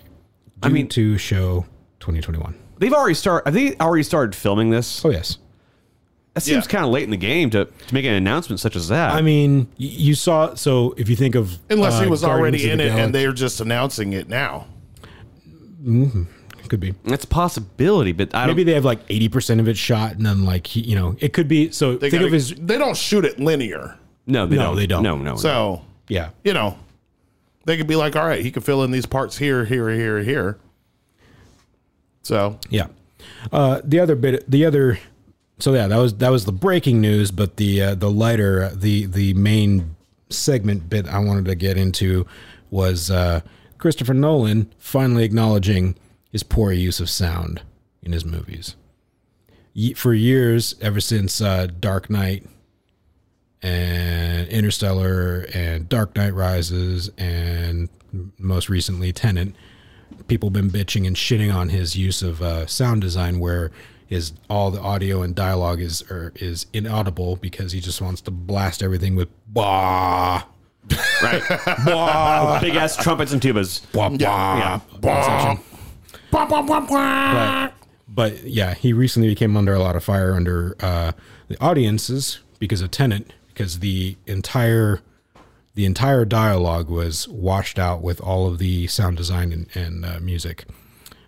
Speaker 4: I
Speaker 3: mean-
Speaker 4: mean to show 2021.
Speaker 3: They've already started. Have they already started filming this?
Speaker 4: Oh yes.
Speaker 3: That seems
Speaker 1: Yeah.
Speaker 3: kind of late in the game to, to make an announcement such as that.
Speaker 4: I mean, y- you saw so if you think of
Speaker 1: Unless he
Speaker 4: uh,
Speaker 1: was
Speaker 4: Guardians
Speaker 1: already
Speaker 4: of
Speaker 1: in
Speaker 4: the
Speaker 1: it and
Speaker 4: Galaxy-
Speaker 1: they're just announcing it now.
Speaker 4: could be.
Speaker 3: that's a possibility, but I
Speaker 4: Maybe
Speaker 3: don't.
Speaker 4: they have like 80% of it shot and then like he, you know, it could be so
Speaker 1: They,
Speaker 4: think
Speaker 1: gotta-
Speaker 4: of his
Speaker 1: they don't shoot it linear.
Speaker 3: no, they
Speaker 4: No,
Speaker 3: don't.
Speaker 4: they don't.
Speaker 3: No, no. no.
Speaker 1: So,
Speaker 4: yeah.
Speaker 1: you know, they could be like, all right, he could fill in these parts here, here, here, here. So,
Speaker 4: Yeah. Uh, the other bit, the other, so yeah, that was that was the breaking news, but the uh, the lighter, uh, the the main segment bit I wanted to get into was uh, Christopher Nolan finally acknowledging his poor use of sound in his movies. Ye- For years, ever since uh, Dark Knight and Interstellar and Dark Knight Rises and most recently Tenant, people been bitching and shitting on his use of uh, sound design where his all the audio and dialogue is or is inaudible because he just wants to blast everything with bah
Speaker 3: Big ass trumpets and tubas.
Speaker 4: bah bah.
Speaker 1: Bah. Bah, bah, bah, bah.
Speaker 4: But yeah, he recently came under a lot of fire under uh, the audiences because of Tenant because the entire the entire dialogue was washed out with all of the sound design and, and uh, music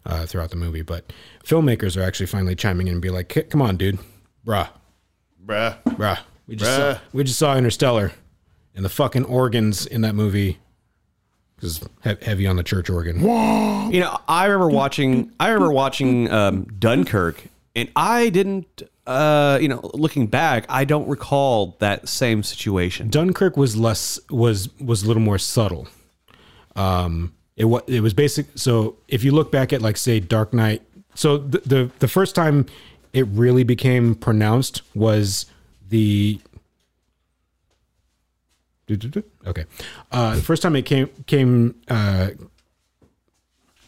Speaker 4: uh, throughout the movie. But filmmakers are actually finally chiming in and be like, "C- "Come on, dude, bruh."
Speaker 1: Bruh.
Speaker 4: Bruh. We just
Speaker 1: Bruh.
Speaker 4: Saw, we just saw Interstellar, and the fucking organs in that movie because heavy on the church organ.
Speaker 3: You know, I remember watching. I remember watching um, Dunkirk, and I didn't. Uh, you know, looking back, I don't recall that same situation.
Speaker 4: Dunkirk was less was was a little more subtle. Um, it was it was basic. So if you look back at like say Dark Knight, so the the, the first time it really became pronounced was the okay uh the first time it came came uh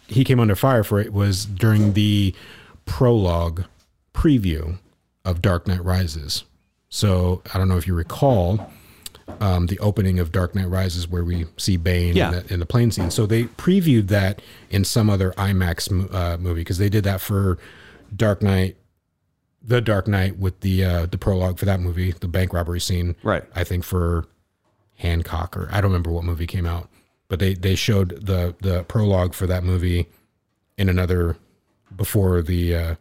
Speaker 4: he came under fire for it was during the prologue preview of Dark Knight Rises. So I don't know if you recall um, the opening of Dark Knight Rises where we see Bane
Speaker 3: Yeah.
Speaker 4: in, the, in the plane scene. So they previewed that in some other IMAX mo- uh, movie because they did that for Dark Knight, the Dark Knight with the uh, the prologue for that movie, the bank robbery scene.
Speaker 3: Right.
Speaker 4: I think for Hancock or I don't remember what movie came out, but they they showed the the prologue for that movie in another before the uh,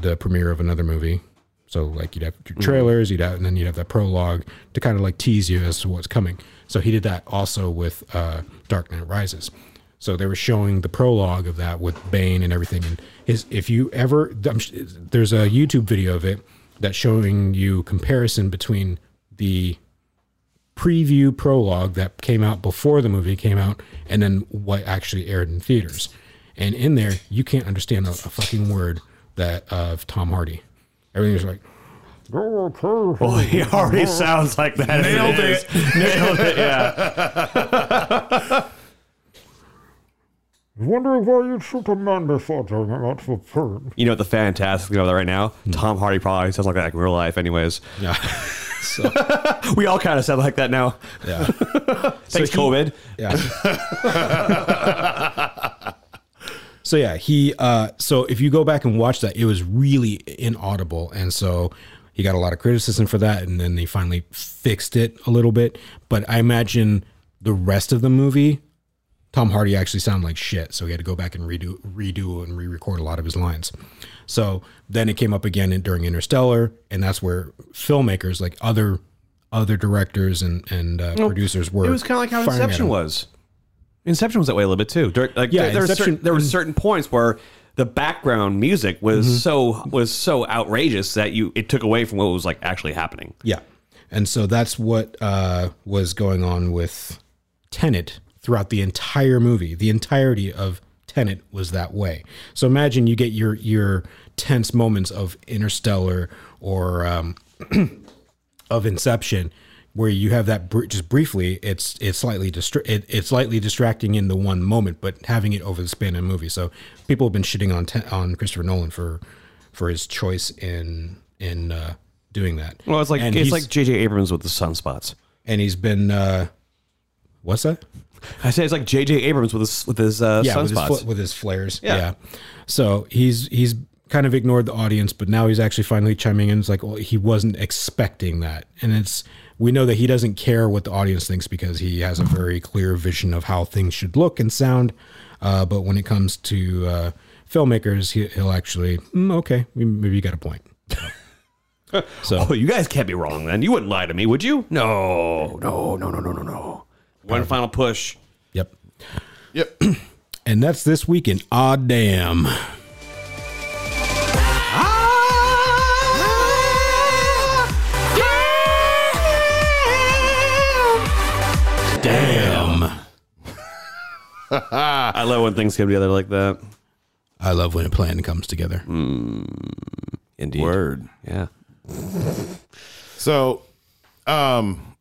Speaker 4: the premiere of another movie. So like you'd have your trailers, you'd have, and then you'd have that prologue to kind of like tease you as to what's coming. So he did that also with uh, Dark Knight Rises. So they were showing the prologue of that with Bane and everything. And his, if you ever, I'm sh- there's a YouTube video of it that's showing you comparison between the preview prologue that came out before the movie came out and then what actually aired in theaters. And in there, you can't understand a, a fucking word that of Tom Hardy. Everything's like,
Speaker 3: Well, he already sounds like that. Nailed it. Nailed it. Yeah.
Speaker 6: Wondering why you shoot a man before doing it, that's for fun.
Speaker 3: You know the fantastic thing about that right now?
Speaker 4: Hmm.
Speaker 3: Tom Hardy probably sounds like that in real life, anyways.
Speaker 4: yeah.
Speaker 3: We all kind of sound like that now.
Speaker 4: Yeah.
Speaker 3: Thanks, COVID.
Speaker 4: Yeah. so yeah, he uh so if you go back and watch that, it was really inaudible and so he got a lot of criticism for that and then they finally fixed it a little bit, but I imagine the rest of the movie Tom Hardy actually sounded like shit, so he had to go back and redo, redo, and re-record a lot of his lines. So then it came up again in, during Interstellar, and that's where filmmakers like other other directors and and uh, producers were.
Speaker 3: It was kind of like how
Speaker 4: firing at
Speaker 3: Inception
Speaker 4: him.
Speaker 3: was. Inception was that way a little bit too. Dur- like
Speaker 4: Yeah,
Speaker 3: there, there, were
Speaker 4: Inception- Mm.
Speaker 3: certain, there were certain points where the background music was
Speaker 4: Mm-hmm.
Speaker 3: so was so outrageous that you it took away from what was like actually happening.
Speaker 4: Yeah. And so that's what uh, was going on with Tenet throughout the entire movie. The entirety of Tenet was that way. So imagine you get your your tense moments of Interstellar or um, of Inception, where you have that br- just briefly. It's it's slightly distra- it, it's slightly distracting in the one moment, but having it over the span of a movie. So people have been shitting on Ten- on Christopher Nolan for for his choice in in uh, doing that.
Speaker 3: Well, it's like
Speaker 4: And
Speaker 3: it's
Speaker 4: he's-
Speaker 3: like J.J. Abrams with the sunspots.
Speaker 4: and he's been uh, what's that?
Speaker 3: I say it's like J.J. Abrams with his with his uh,
Speaker 4: yeah, with his,
Speaker 3: sunspots.
Speaker 4: fl- with his flares.
Speaker 3: Yeah.
Speaker 4: Yeah. So he's he's kind of ignored the audience, but now he's actually finally chiming in. It's like, well, he wasn't expecting that, and it's we know that he doesn't care what the audience thinks because he has a very clear vision of how things should look and sound. Uh, but when it comes to uh, filmmakers, he, he'll actually "Mm, okay, maybe you got a point.
Speaker 3: oh, you guys can't be wrong. Then you wouldn't lie to me, would you? No, no, no, no, no, no, no. One final push.
Speaker 4: Yep.
Speaker 1: Yep.
Speaker 4: And that's this weekend. Ah, damn. Damn.
Speaker 3: I love when things come together like that.
Speaker 4: I love when a plan comes together.
Speaker 3: Indeed.
Speaker 1: Word.
Speaker 3: Yeah.
Speaker 1: So, um,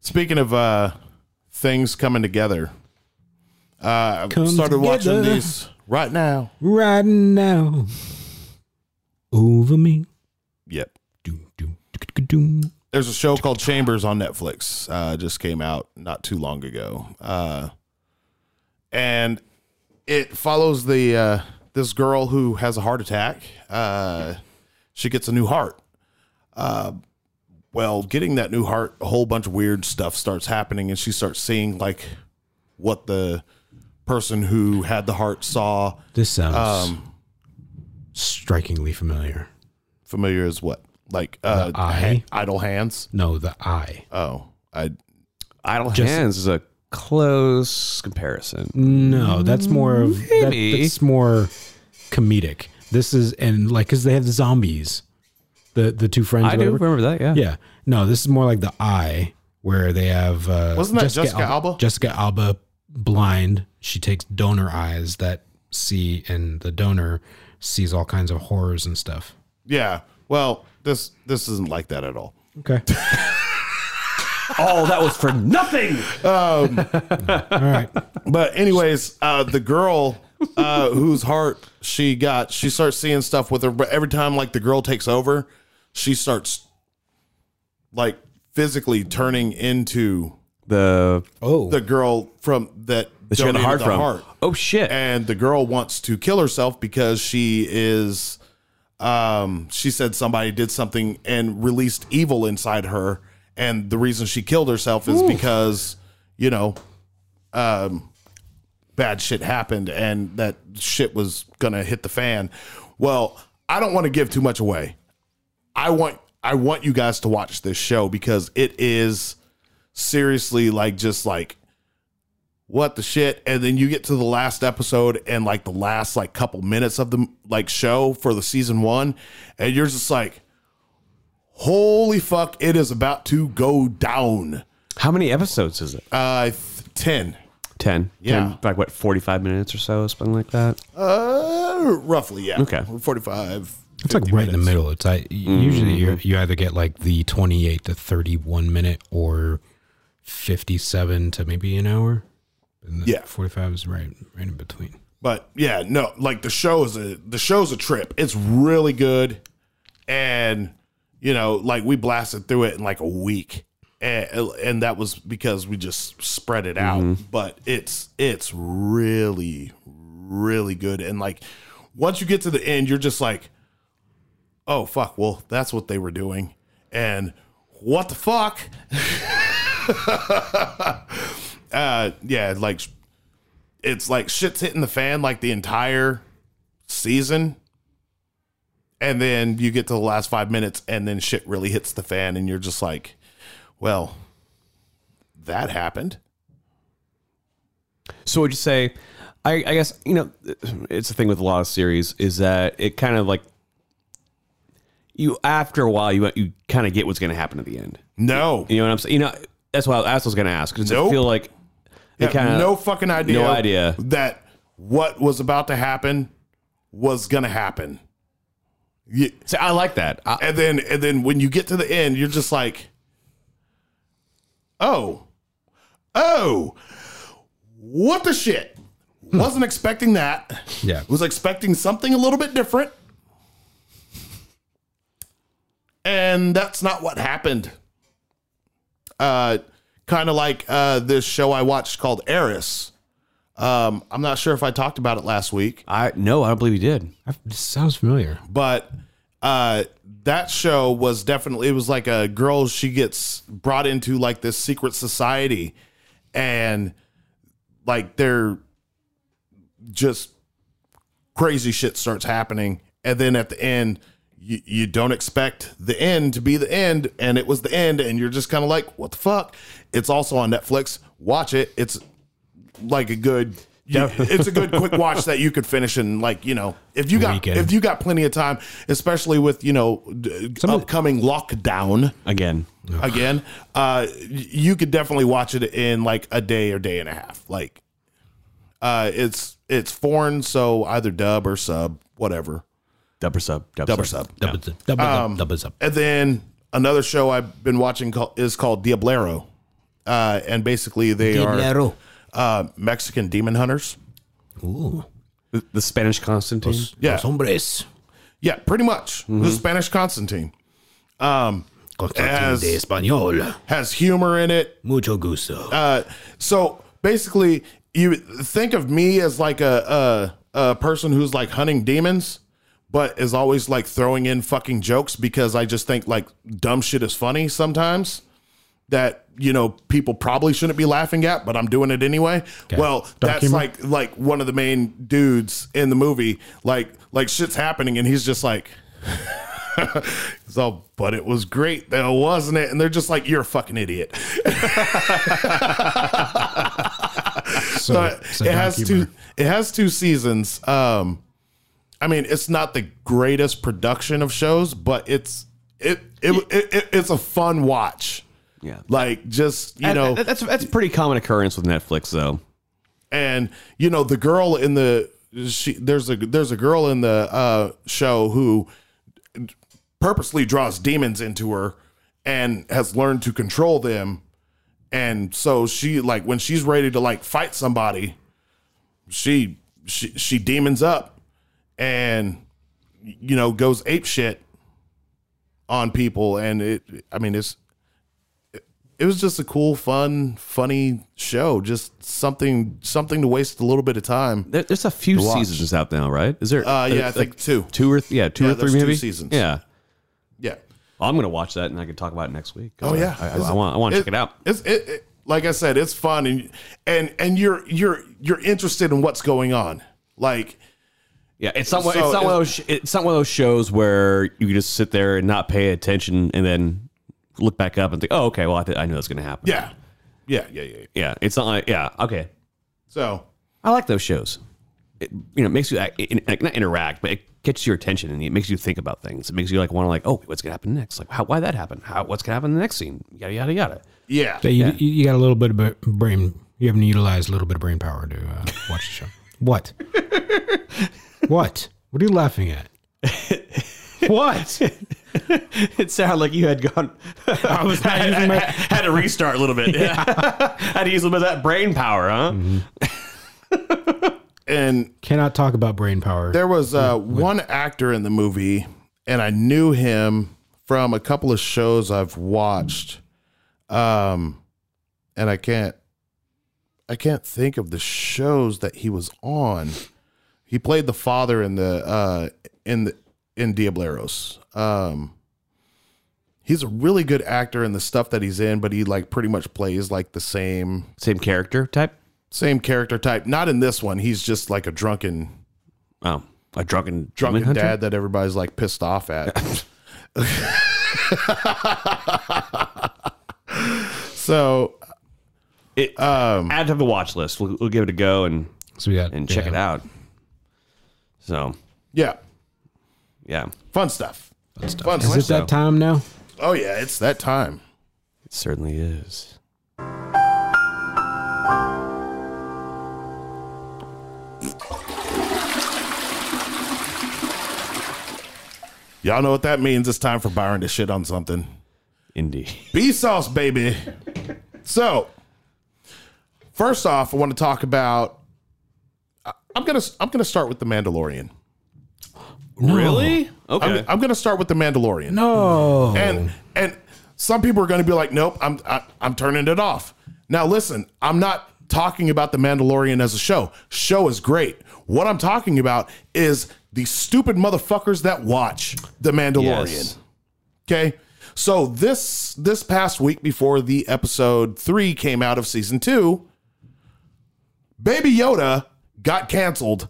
Speaker 1: speaking of uh, things coming together, uh, I've
Speaker 4: Come
Speaker 1: started watching
Speaker 4: together.
Speaker 1: these right now.
Speaker 4: Right now. Over me.
Speaker 1: Yep.
Speaker 4: Doom, doom, doom, doom.
Speaker 1: There's a show called Chambers on Netflix. Uh, just came out not too long ago, uh, and it follows the uh, this girl who has a heart attack. Uh, she gets a new heart. Uh, well, getting that new heart, a whole bunch of weird stuff starts happening, and she starts seeing like what the person who had the heart saw.
Speaker 4: This sounds
Speaker 1: Um,
Speaker 4: strikingly familiar.
Speaker 1: familiar as what? Like uh,
Speaker 4: The eye?
Speaker 1: ha- idle hands.
Speaker 4: No, the eye.
Speaker 1: Oh, I
Speaker 3: Idle hands is a close comparison.
Speaker 4: No, that's more of that,
Speaker 3: Maybe.
Speaker 4: that's more comedic. This is and like because they have the zombies, the the two friends.
Speaker 3: I do
Speaker 4: whatever.
Speaker 3: remember that. Yeah.
Speaker 4: Yeah, no, this is more like the Eye, where they have uh,
Speaker 7: Wasn't that Jessica Alba?
Speaker 4: Jessica Alba blind. She takes donor eyes that see, and the donor sees all kinds of horrors and stuff.
Speaker 7: Yeah. Well, this this isn't like that at all.
Speaker 4: Okay,
Speaker 3: Oh, that was for nothing.
Speaker 4: all right.
Speaker 7: But anyways, uh, the girl uh, whose heart she got, she starts seeing stuff with her. But every time, like the girl takes over, she starts like physically turning into
Speaker 3: The
Speaker 4: Oh,
Speaker 7: the girl from that
Speaker 3: that she got the
Speaker 7: donated
Speaker 3: heart
Speaker 7: the
Speaker 3: from.
Speaker 7: heart.
Speaker 3: Oh shit.
Speaker 7: and the girl wants to kill herself because she is um she said somebody did something and released evil inside her and the reason she killed herself is because you know um bad shit happened and that shit was gonna hit the fan well i don't want to give too much away i want i want you guys to watch this show because it is seriously like just like what the shit and then you get to the last episode and like the last like couple minutes of the like show for the season one and you're just like holy fuck it is about to go down
Speaker 3: How many episodes is it?
Speaker 7: uh th- 10
Speaker 3: Ten.
Speaker 7: Yeah.
Speaker 3: 10, like what, forty-five minutes or so, something like that.
Speaker 7: uh roughly yeah
Speaker 3: Okay.
Speaker 7: 45
Speaker 4: It's like right in the middle. It's I, usually you
Speaker 7: Mm-hmm.
Speaker 4: you either get like the twenty eight to thirty one minute or fifty seven to maybe an hour. And the
Speaker 7: Yeah.
Speaker 4: forty five is right right in between.
Speaker 7: but yeah no like the show is a the show's a trip it's really good and you know like we blasted through it in like a week and, and that was because we just spread it out but it's it's really really good and like once you get to the end you're just like oh fuck well that's what they were doing and what the fuck uh yeah like it's like shit's hitting the fan like the entire season. And then you get to the last five minutes and then shit really hits the fan and you're just like, well, that happened.
Speaker 3: So would you say? I, I guess you know it's the thing with a lot of series is that it kind of like you after a while you you kind of get what's going to happen at the end.
Speaker 7: No.
Speaker 3: You know what I'm saying? You know that's what I that's what I was going to ask. 'cause
Speaker 7: Nope.
Speaker 3: I feel like it
Speaker 7: Yeah,
Speaker 3: kinda-
Speaker 7: no fucking idea.
Speaker 3: no idea.
Speaker 7: That what was about to happen was going to happen. You,
Speaker 3: See, I like that. I,
Speaker 7: and then and then when you get to the end, you're just like, oh, oh, what the shit? Wasn't expecting that.
Speaker 4: Yeah.
Speaker 7: Was expecting something a little bit different, and that's not what happened. Uh, kind of like uh, this show I watched called Eris. Um, I'm not sure if I talked about it last week
Speaker 3: I no, I don't believe you did.
Speaker 4: i this sounds familiar.
Speaker 7: but uh that show was definitely it was like a girl she gets brought into like this secret society and like they're just crazy shit starts happening and then at the end you, you don't expect the end to be the end and it was the end and you're just kind of like what the fuck it's also on netflix watch it it's like a good you- it's a good quick watch that you could finish in like you know if you got
Speaker 4: Weekend.
Speaker 7: if you got plenty of time especially with you know d- upcoming lockdown
Speaker 3: Again,
Speaker 7: again uh y- you could definitely watch it in like a day or day and a half like uh it's it's foreign so either dub or sub whatever
Speaker 3: dub or sub, dub,
Speaker 7: dub or sub
Speaker 4: Double zip, double um, double zip.
Speaker 7: and then another show I've been watching call, is called Diablero, uh, and basically they
Speaker 4: Diablero.
Speaker 7: are uh, Mexican demon hunters.
Speaker 4: Ooh,
Speaker 3: The, the Spanish Constantine.
Speaker 7: Yeah.
Speaker 4: Los hombres.
Speaker 7: Yeah, pretty much the Spanish Constantine
Speaker 4: Constantine
Speaker 7: As-
Speaker 4: de español.
Speaker 7: has humor in it.
Speaker 4: Mucho gusto.
Speaker 7: Uh, so basically, you think of me as like a, a a person who's like hunting demons, but is always like throwing in fucking jokes because I just think like dumb shit is funny sometimes. That you know people probably shouldn't be laughing at, but I'm doing it anyway. Well, that's
Speaker 4: humor?
Speaker 7: like like one of the main dudes in the movie. Like like shit's happening, and he's just like. It's all, but it was great though, wasn't it? And they're just like, you're a fucking idiot.
Speaker 4: So,
Speaker 7: but
Speaker 4: so
Speaker 7: it has
Speaker 4: Donkey
Speaker 7: two.
Speaker 4: Bear.
Speaker 7: It has two seasons. Um, I mean, it's not the greatest production of shows, but it's it it, it, it it's a fun watch.
Speaker 3: Yeah.
Speaker 7: Like just you know,
Speaker 3: That- that's that's a pretty common occurrence with Netflix, though.
Speaker 7: and you know the girl in the she there's a there's a girl in the uh show who purposely draws demons into her and has learned to control them and so she like when she's ready to like fight somebody she she she demons up and you know goes ape shit on people and it i mean it's it was just a cool, fun, funny show. Just something something to waste a little bit of time.
Speaker 3: There, there's a few
Speaker 7: watch.
Speaker 3: seasons out now, right? Is there?
Speaker 7: Uh, yeah, I
Speaker 3: like
Speaker 7: think two.
Speaker 3: two or th- yeah, two
Speaker 7: Yeah,
Speaker 3: or three
Speaker 7: there's two
Speaker 3: maybe
Speaker 7: seasons.
Speaker 3: Yeah,
Speaker 7: Yeah.
Speaker 3: I'm gonna watch that and I can talk about it next week.
Speaker 7: Oh yeah.
Speaker 3: I, I-
Speaker 7: It's-
Speaker 3: I want I want to check it out.
Speaker 7: It's it, it like I said, it's fun and and and you're you're you're interested in what's going on. Like
Speaker 3: Yeah, it's not one-
Speaker 7: So
Speaker 3: it's not one
Speaker 7: it-
Speaker 3: of those sh- it's not one of those shows where you can just sit there and not pay attention and then look back up and think, oh okay, well I, th- I know that's gonna happen.
Speaker 7: yeah. Yeah, yeah, yeah. yeah.
Speaker 3: yeah, it's not like yeah okay.
Speaker 7: So
Speaker 3: I like those shows. It, you know, it makes you act- it, it- like not interact, but it catches your attention and it makes you think about things. It makes you like want to like, oh, what's gonna happen next? Like, how why that happened? How what's gonna happen in the next scene? Yada yada yada.
Speaker 7: yeah.
Speaker 4: So you, you you got a little bit of b- brain. You haven't utilized a little bit of brain power to uh, watch the show. What? what? What are you laughing at?
Speaker 3: What? it sounded like you had gone. I was not using my had to restart a little bit. had to use a little bit of that brain power, huh?
Speaker 7: And
Speaker 4: Cannot talk about brain power.
Speaker 7: There was uh, one actor in the movie, and I knew him from a couple of shows I've watched. Um, and I can't, I can't think of the shows that he was on. He played the father in the uh, in the in Diableros. Um, he's a really good actor in the stuff that he's in, but he like pretty much plays like the same
Speaker 3: Same character type.
Speaker 7: same character type. Not in this one. He's just like a drunken
Speaker 3: Oh, a drunken
Speaker 7: drunken
Speaker 3: woman hunter?
Speaker 7: dad that everybody's like pissed off at. so
Speaker 3: It, um, add to the watch list. We'll, we'll give it a go and
Speaker 4: so we got
Speaker 3: and check it out. So
Speaker 7: yeah,
Speaker 3: yeah,
Speaker 7: fun stuff. Fun stuff.
Speaker 4: Is it that time now?
Speaker 7: oh yeah, it's that time.
Speaker 3: it certainly is.
Speaker 7: Y'all know what that means. It's time for Byron to shit on something.
Speaker 3: Indeed.
Speaker 7: B sauce, baby. so, first off, I want to talk about. I- I'm gonna I'm gonna start with the Mandalorian.
Speaker 3: Really? Okay.
Speaker 7: I'm, I'm gonna start with the Mandalorian.
Speaker 4: No.
Speaker 7: and and some people are going to be like, nope, I'm I, I'm turning it off. Now listen, I'm not talking about the Mandalorian as a show. Show is great. What I'm talking about is the stupid motherfuckers that watch the Mandalorian.
Speaker 3: Yes.
Speaker 7: Okay. So this this past week before the episode 3 came out of season 2, Baby Yoda got canceled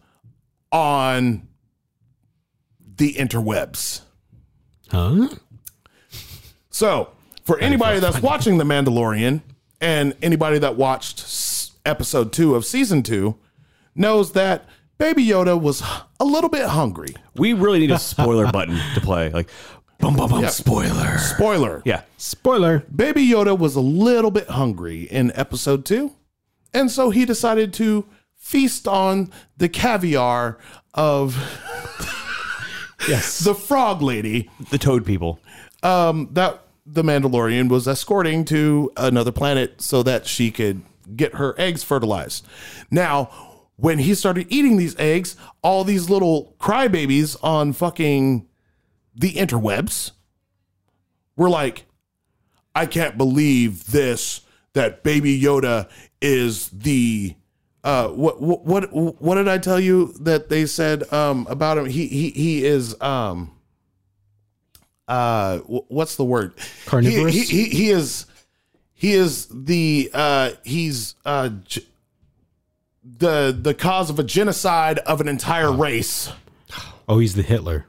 Speaker 7: on the interwebs.
Speaker 4: Huh?
Speaker 7: So, for anybody that's watching The Mandalorian and anybody that watched s- episode two of season two, knows that Baby Yoda was a little bit hungry.
Speaker 3: we really need a spoiler button to play. Like, bum bum bum. Spoiler.
Speaker 7: Spoiler.
Speaker 3: Yeah.
Speaker 4: Spoiler.
Speaker 7: Baby Yoda was a little bit hungry in episode two. And so he decided to feast on the caviar of
Speaker 4: Yes.
Speaker 7: the frog lady
Speaker 3: The Toad people.
Speaker 7: um, that the Mandalorian was escorting to another planet so that she could get her eggs fertilized. Now, when he started eating these eggs, all these little crybabies on fucking the interwebs were like, I can't believe this that baby Yoda is the uh what what what what did I tell you that they said um about him he he he is um uh wh- what's the word
Speaker 4: Carnivorous?
Speaker 7: he, he, he, he is he is the uh he's uh g- the the cause of a genocide of an entire race
Speaker 4: Oh, he's the Hitler.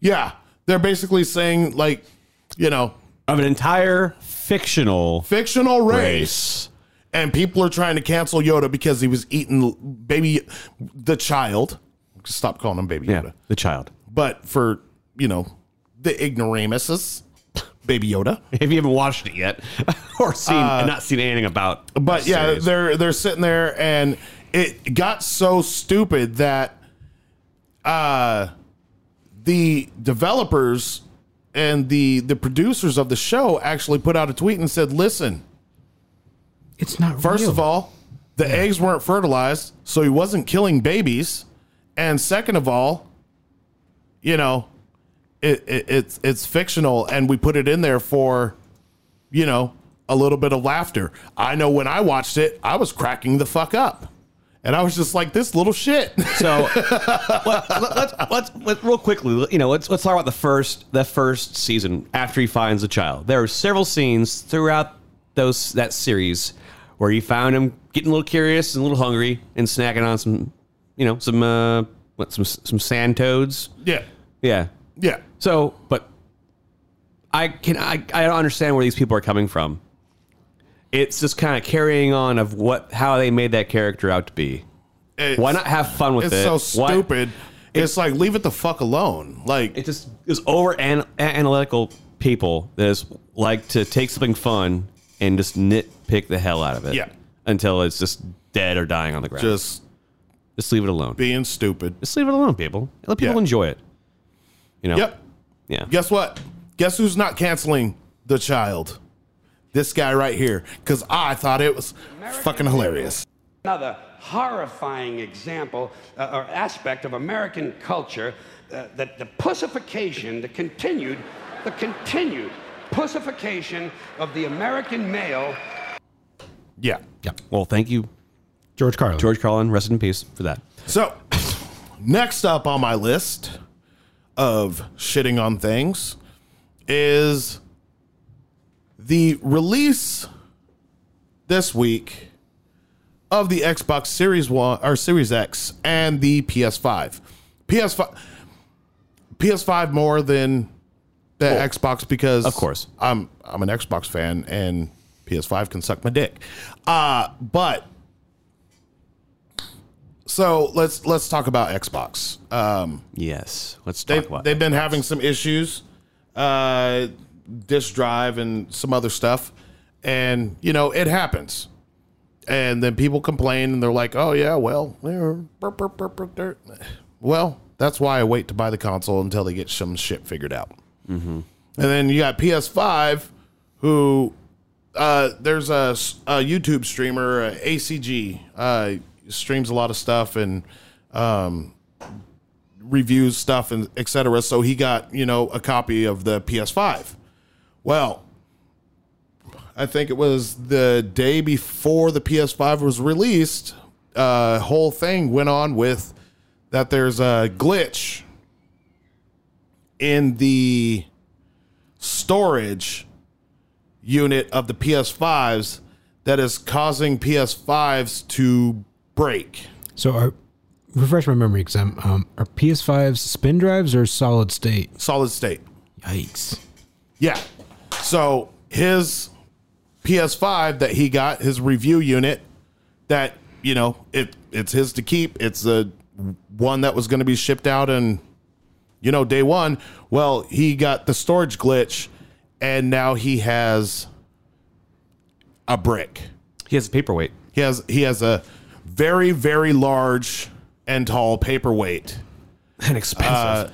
Speaker 7: yeah They're basically saying like, you know,
Speaker 3: of an entire fictional
Speaker 7: fictional race,
Speaker 3: race.
Speaker 7: and people are trying to cancel Yoda because he was eating baby the child. Stop calling him baby
Speaker 3: Yeah,
Speaker 7: Yoda.
Speaker 3: the child.
Speaker 7: But for, you know, the ignoramuses, baby Yoda.
Speaker 3: If you haven't watched it yet, or seen and not seen anything about,
Speaker 7: But
Speaker 3: that
Speaker 7: yeah,
Speaker 3: series.
Speaker 7: they're they're sitting there and it got so stupid that uh the developers and the the producers of the show actually put out a tweet and said, "Listen,
Speaker 4: It's not
Speaker 7: First
Speaker 4: real.
Speaker 7: of all, the eggs weren't fertilized, so he wasn't killing babies. And second of all, you know, it, it, it's it's fictional, and we put it in there for, you know, a little bit of laughter. I know when I watched it, I was cracking the fuck up, and I was just like, this little shit.
Speaker 3: So let, let, let's, let's let- real quickly, you know, let's let's talk about the first the first season after he finds the child. There are several scenes throughout those that series where you found him getting a little curious and a little hungry and snacking on some, you know, some uh, what, some some sand toads.
Speaker 7: yeah,
Speaker 3: Yeah.
Speaker 7: yeah.
Speaker 3: So, but I can I I don't understand where these people are coming from. It's just kind of carrying on of what how they made that character out to be.
Speaker 7: It's-
Speaker 3: Why not have fun with
Speaker 7: It's
Speaker 3: it?
Speaker 7: so
Speaker 3: Why-
Speaker 7: stupid. it's like leave it the fuck alone. Like
Speaker 3: it just is over an- analytical people that is like to take something fun and just nitpick the hell out of it.
Speaker 7: Yeah.
Speaker 3: Until it's just dead or dying on the ground. Just,
Speaker 7: just
Speaker 3: leave it alone.
Speaker 7: being stupid.
Speaker 3: just leave it alone, people. Let people
Speaker 7: Yeah.
Speaker 3: enjoy it. You know.
Speaker 7: Yep.
Speaker 3: Yeah.
Speaker 7: Guess what? Guess who's not canceling the child? This guy right here. Because I thought it was fucking hilarious.
Speaker 8: Another horrifying example uh, or aspect of American culture uh, that the pussification, the continued, the continued pussification of the American male
Speaker 7: Yeah.
Speaker 3: Well, thank you,
Speaker 4: George Carlin.
Speaker 3: George Carlin. Rest in peace for that.
Speaker 7: So, next up on my list of shitting on things is the release this week of the Xbox Series One or Series X and the PS5. PS5 PS5 more than the Xbox because
Speaker 3: Of course.
Speaker 7: I'm I'm an Xbox fan and PS5 can suck my dick. Uh but so let's let's talk about Xbox. Um
Speaker 3: Yes. Let's talk
Speaker 7: they,
Speaker 3: about
Speaker 7: they've been having some issues uh disk drive and some other stuff and you know it happens and then people complain and they're like oh yeah well yeah, burp, burp, burp, burp, dirt." well that's why i wait to buy the console until they get some shit figured out
Speaker 3: Mm-hmm.
Speaker 7: and then you got ps5 who uh, there's a, s- a YouTube streamer, uh, ACG, uh, streams a lot of stuff and um, reviews stuff and etc. So he got you know a copy of the PS5. Well, I think it was the day before the PS5 was released. Uh, whole thing went on with that. There's a glitch in the storage unit of the PS5s that is causing PS5s to break.
Speaker 4: So, are, refresh my memory, because I'm um, are PS5s spin drives or solid state?
Speaker 7: Solid state.
Speaker 4: Yikes!
Speaker 7: Yeah. So his PS5 that he got, his review unit, that you know, it it's his to keep. It's the one that was going to be shipped out in, you know, day one. Well, he got the storage glitch, and now he has a brick.
Speaker 3: He has a paperweight.
Speaker 7: He has he has a very very large and tall paperweight. Uh,
Speaker 3: And expensive.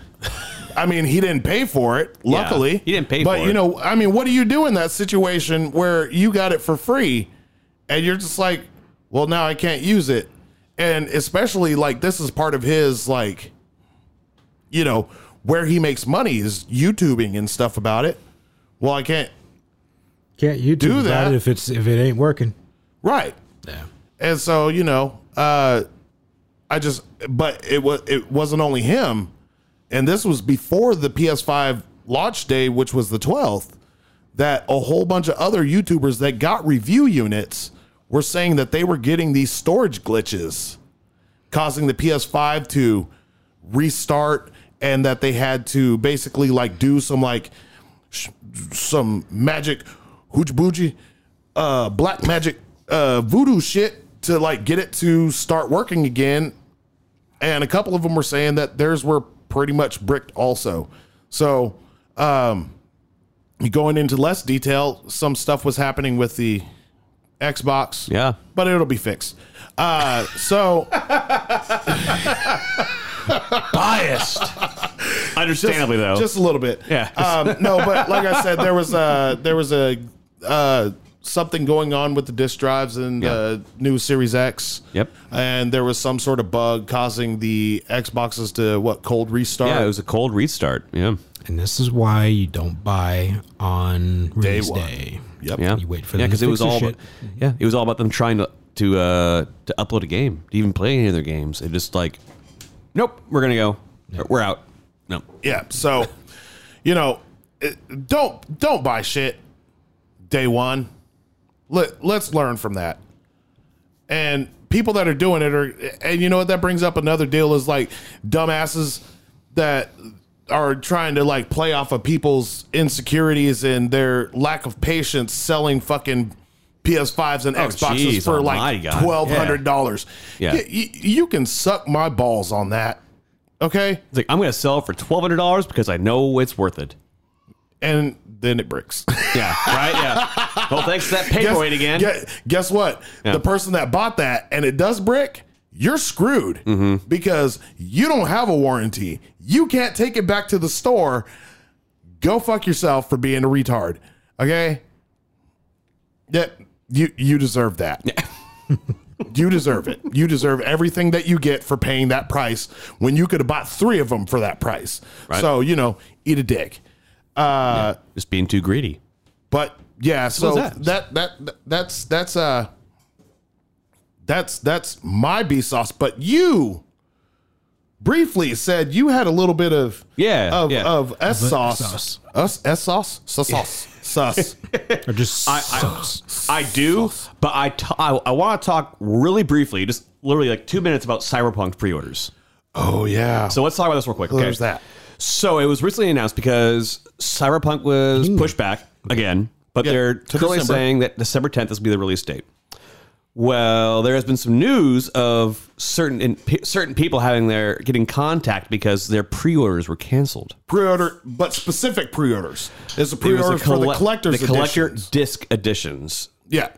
Speaker 7: I mean, he didn't pay for it. Luckily,
Speaker 3: he didn't pay
Speaker 7: but
Speaker 3: for
Speaker 7: you
Speaker 3: it.
Speaker 7: know, I mean, what do you do in that situation where you got it for free, and you're just like, well, now I can't use it, and especially like this is part of his like, you know, where he makes money is YouTubing and stuff about it. Well, I can't.
Speaker 4: Can't you
Speaker 7: Do
Speaker 4: do that
Speaker 7: that.
Speaker 4: if it's if it ain't working?
Speaker 7: Right.
Speaker 4: Yeah.
Speaker 7: And so, you know, uh, I just, but it was, it wasn't only him. And this was before the PS5 launch day, which was the 12th, that a whole bunch of other YouTubers that got review units were saying that they were getting these storage glitches, causing the PS5 to restart
Speaker 1: and that they had to basically like do some like sh- some magic hoochie boochie uh black magic uh voodoo shit to like get it to start working again and a couple of them were saying that theirs were pretty much bricked also so um going into less detail some stuff was happening with the xbox
Speaker 3: Yeah.
Speaker 1: but it'll be fixed uh so
Speaker 3: Biased. Understandably, though.
Speaker 1: just a little bit.
Speaker 3: Yeah.
Speaker 1: Um, no, but like I said, there was a there was a uh, something going on with the disk drives in the new Series X.
Speaker 3: Yep.
Speaker 1: And there was some sort of bug causing the Xboxes to what cold restart.
Speaker 3: yeah, it was a cold restart. Yeah.
Speaker 4: And this is why you don't buy on release day.
Speaker 1: one. Yep.
Speaker 3: Yeah.
Speaker 4: You wait for
Speaker 3: yeah,
Speaker 4: them to
Speaker 3: because it
Speaker 4: fix
Speaker 3: was
Speaker 4: this
Speaker 3: all
Speaker 4: shit.
Speaker 3: about, yeah, it was all about them trying to to uh, to upload a game, to even play any of their games. It just like, nope, we're gonna go, we're out. No,
Speaker 1: Yeah. So, you know, it- don't don't buy shit day one. Let let's learn from that. And people that are doing it are, and you know what that brings up another deal is like dumbasses that are trying to like play off of people's insecurities and their lack of patience selling fucking PS5s and Xboxes
Speaker 3: geez,
Speaker 1: for
Speaker 3: oh my
Speaker 1: like
Speaker 3: God.
Speaker 1: twelve hundred dollars.
Speaker 3: Yeah.
Speaker 1: you can suck my balls on that. Okay,
Speaker 3: it's like I'm gonna sell for twelve hundred dollars because I know it's worth it.
Speaker 1: and then it breaks.
Speaker 3: Yeah, right. Yeah. well, thanks to that paperweight again.
Speaker 1: Guess, guess what? The person that bought that and it does brick, you're screwed
Speaker 3: Mm-hmm.
Speaker 1: because you don't have a warranty. You can't take it back to the store. Go fuck yourself for being a retard. Okay? Yeah, you you deserve that. you deserve it. You deserve everything that you get for paying that price when you could have bought three of them for that price.
Speaker 3: Right.
Speaker 1: So, you know, eat a dick. Uh,
Speaker 3: Just being too greedy.
Speaker 1: but yeah, so
Speaker 3: as that.
Speaker 1: that that that's that's uh that's that's my B sauce. But you briefly said you had a little bit of
Speaker 3: Yeah,
Speaker 1: of
Speaker 3: yeah.
Speaker 1: of S sauce
Speaker 4: sauce.
Speaker 1: us S sauce sus sauce sus.
Speaker 4: Or just sucks.
Speaker 3: I do, but I t- I, I want to talk really briefly, just literally like two minutes about Cyberpunk pre-orders.
Speaker 1: Oh yeah,
Speaker 3: So let's talk about this real quick. Okay.
Speaker 1: there's that.
Speaker 3: So it was recently announced because Cyberpunk was pushed back again, but
Speaker 1: Yeah,
Speaker 3: they're
Speaker 1: to
Speaker 3: currently
Speaker 1: December.
Speaker 3: saying that December 10th is be the release date. Well, there has been some news of certain and pe- certain people having their getting contact because their pre-orders were canceled.
Speaker 1: Pre-order, but specific pre-orders. It's a
Speaker 3: It was a
Speaker 1: pre-order for the
Speaker 3: collect-
Speaker 1: collectors.
Speaker 3: the collector
Speaker 1: editions.
Speaker 3: disc editions
Speaker 1: Yeah,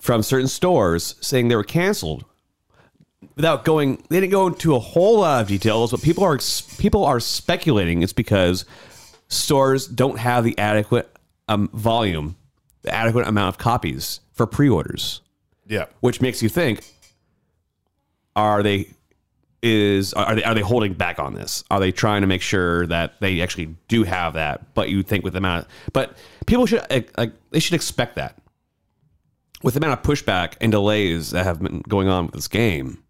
Speaker 3: from certain stores saying they were canceled without going they didn't go into a whole lot of details but people are people are speculating it's because stores don't have the adequate um, volume the adequate amount of copies for pre-orders
Speaker 1: yeah.
Speaker 3: which makes you think are they is are they are they holding back on this are they trying to make sure that they actually do have that but you think with the amount of, but people should eh, like they should expect that with the amount of pushback and delays that have been going on with this game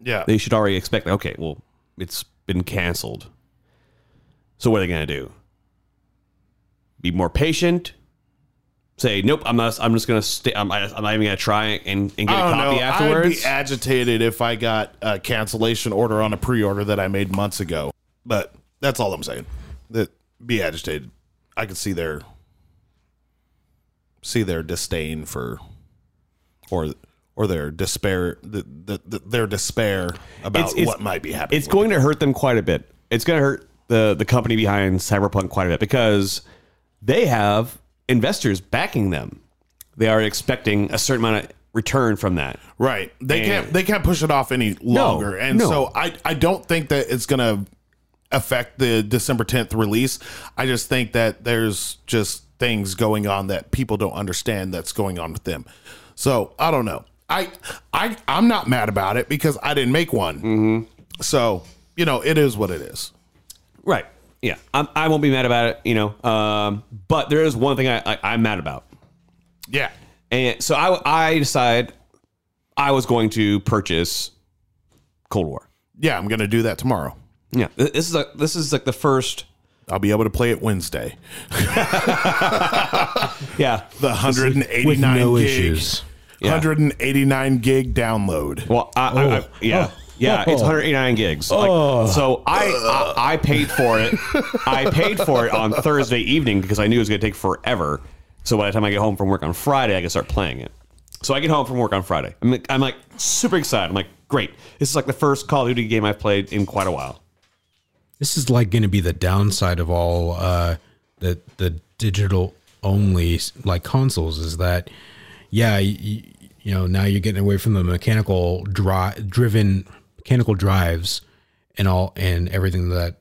Speaker 1: Yeah.
Speaker 3: they should already expect okay well it's been canceled so what are they going to do be more patient say nope i'm not i'm just going to stay I'm, I'm not even going to try and, and get a
Speaker 1: I don't
Speaker 3: copy
Speaker 1: know. I'd
Speaker 3: afterwards
Speaker 1: be agitated if I got a cancellation order on a pre-order that I made months ago. But that's all I'm saying. That be agitated. I could see their see their disdain for or or their despair the, the, the, their despair about
Speaker 3: It's- it's-
Speaker 1: what might be happening.
Speaker 3: it's
Speaker 1: with
Speaker 3: going to hurt them quite a bit. It's going to hurt the the company behind Cyberpunk quite a bit because they have investors backing them. They are expecting a certain amount of return from that.
Speaker 1: it. right. They can't they can't push it off any longer. and
Speaker 3: no.
Speaker 1: so I I don't think that it's going to affect the December 10th release. I just think that there's just things going on that people don't understand that's going on with them. So I don't know. I I I'm not mad about it because I didn't make one. So you know it is what it is.
Speaker 3: Right. Yeah. I'm, I won't be mad about it, you know. Um, but there is one thing I, I, I'm mad about.
Speaker 1: Yeah.
Speaker 3: And so I, I decide I was going to purchase Cold War.
Speaker 1: Yeah, I'm gonna do that tomorrow.
Speaker 3: Yeah. Th- This is like this is like the first
Speaker 1: I'll be able to play it Wednesday.
Speaker 3: yeah.
Speaker 1: The 189
Speaker 4: no
Speaker 1: gig,
Speaker 4: issues.
Speaker 3: Yeah.
Speaker 1: 189 gig download.
Speaker 3: Well, I, I, I yeah. Oh. Yeah, Oh. it's 189 gigs. Like, so I, I I paid for it. I paid for it on Thursday evening because I knew it was going to take forever. So by the time I get home from work on Friday, I can start playing it. So I get home from work on Friday. I'm like, I'm like super excited. I'm like, great. This is like the first Call of Duty game I've played in quite a while.
Speaker 4: This is like going to be the downside of all uh, the the digital only like consoles is that yeah you, you know now you're getting away from the mechanical dri driven mechanical drives and all and everything that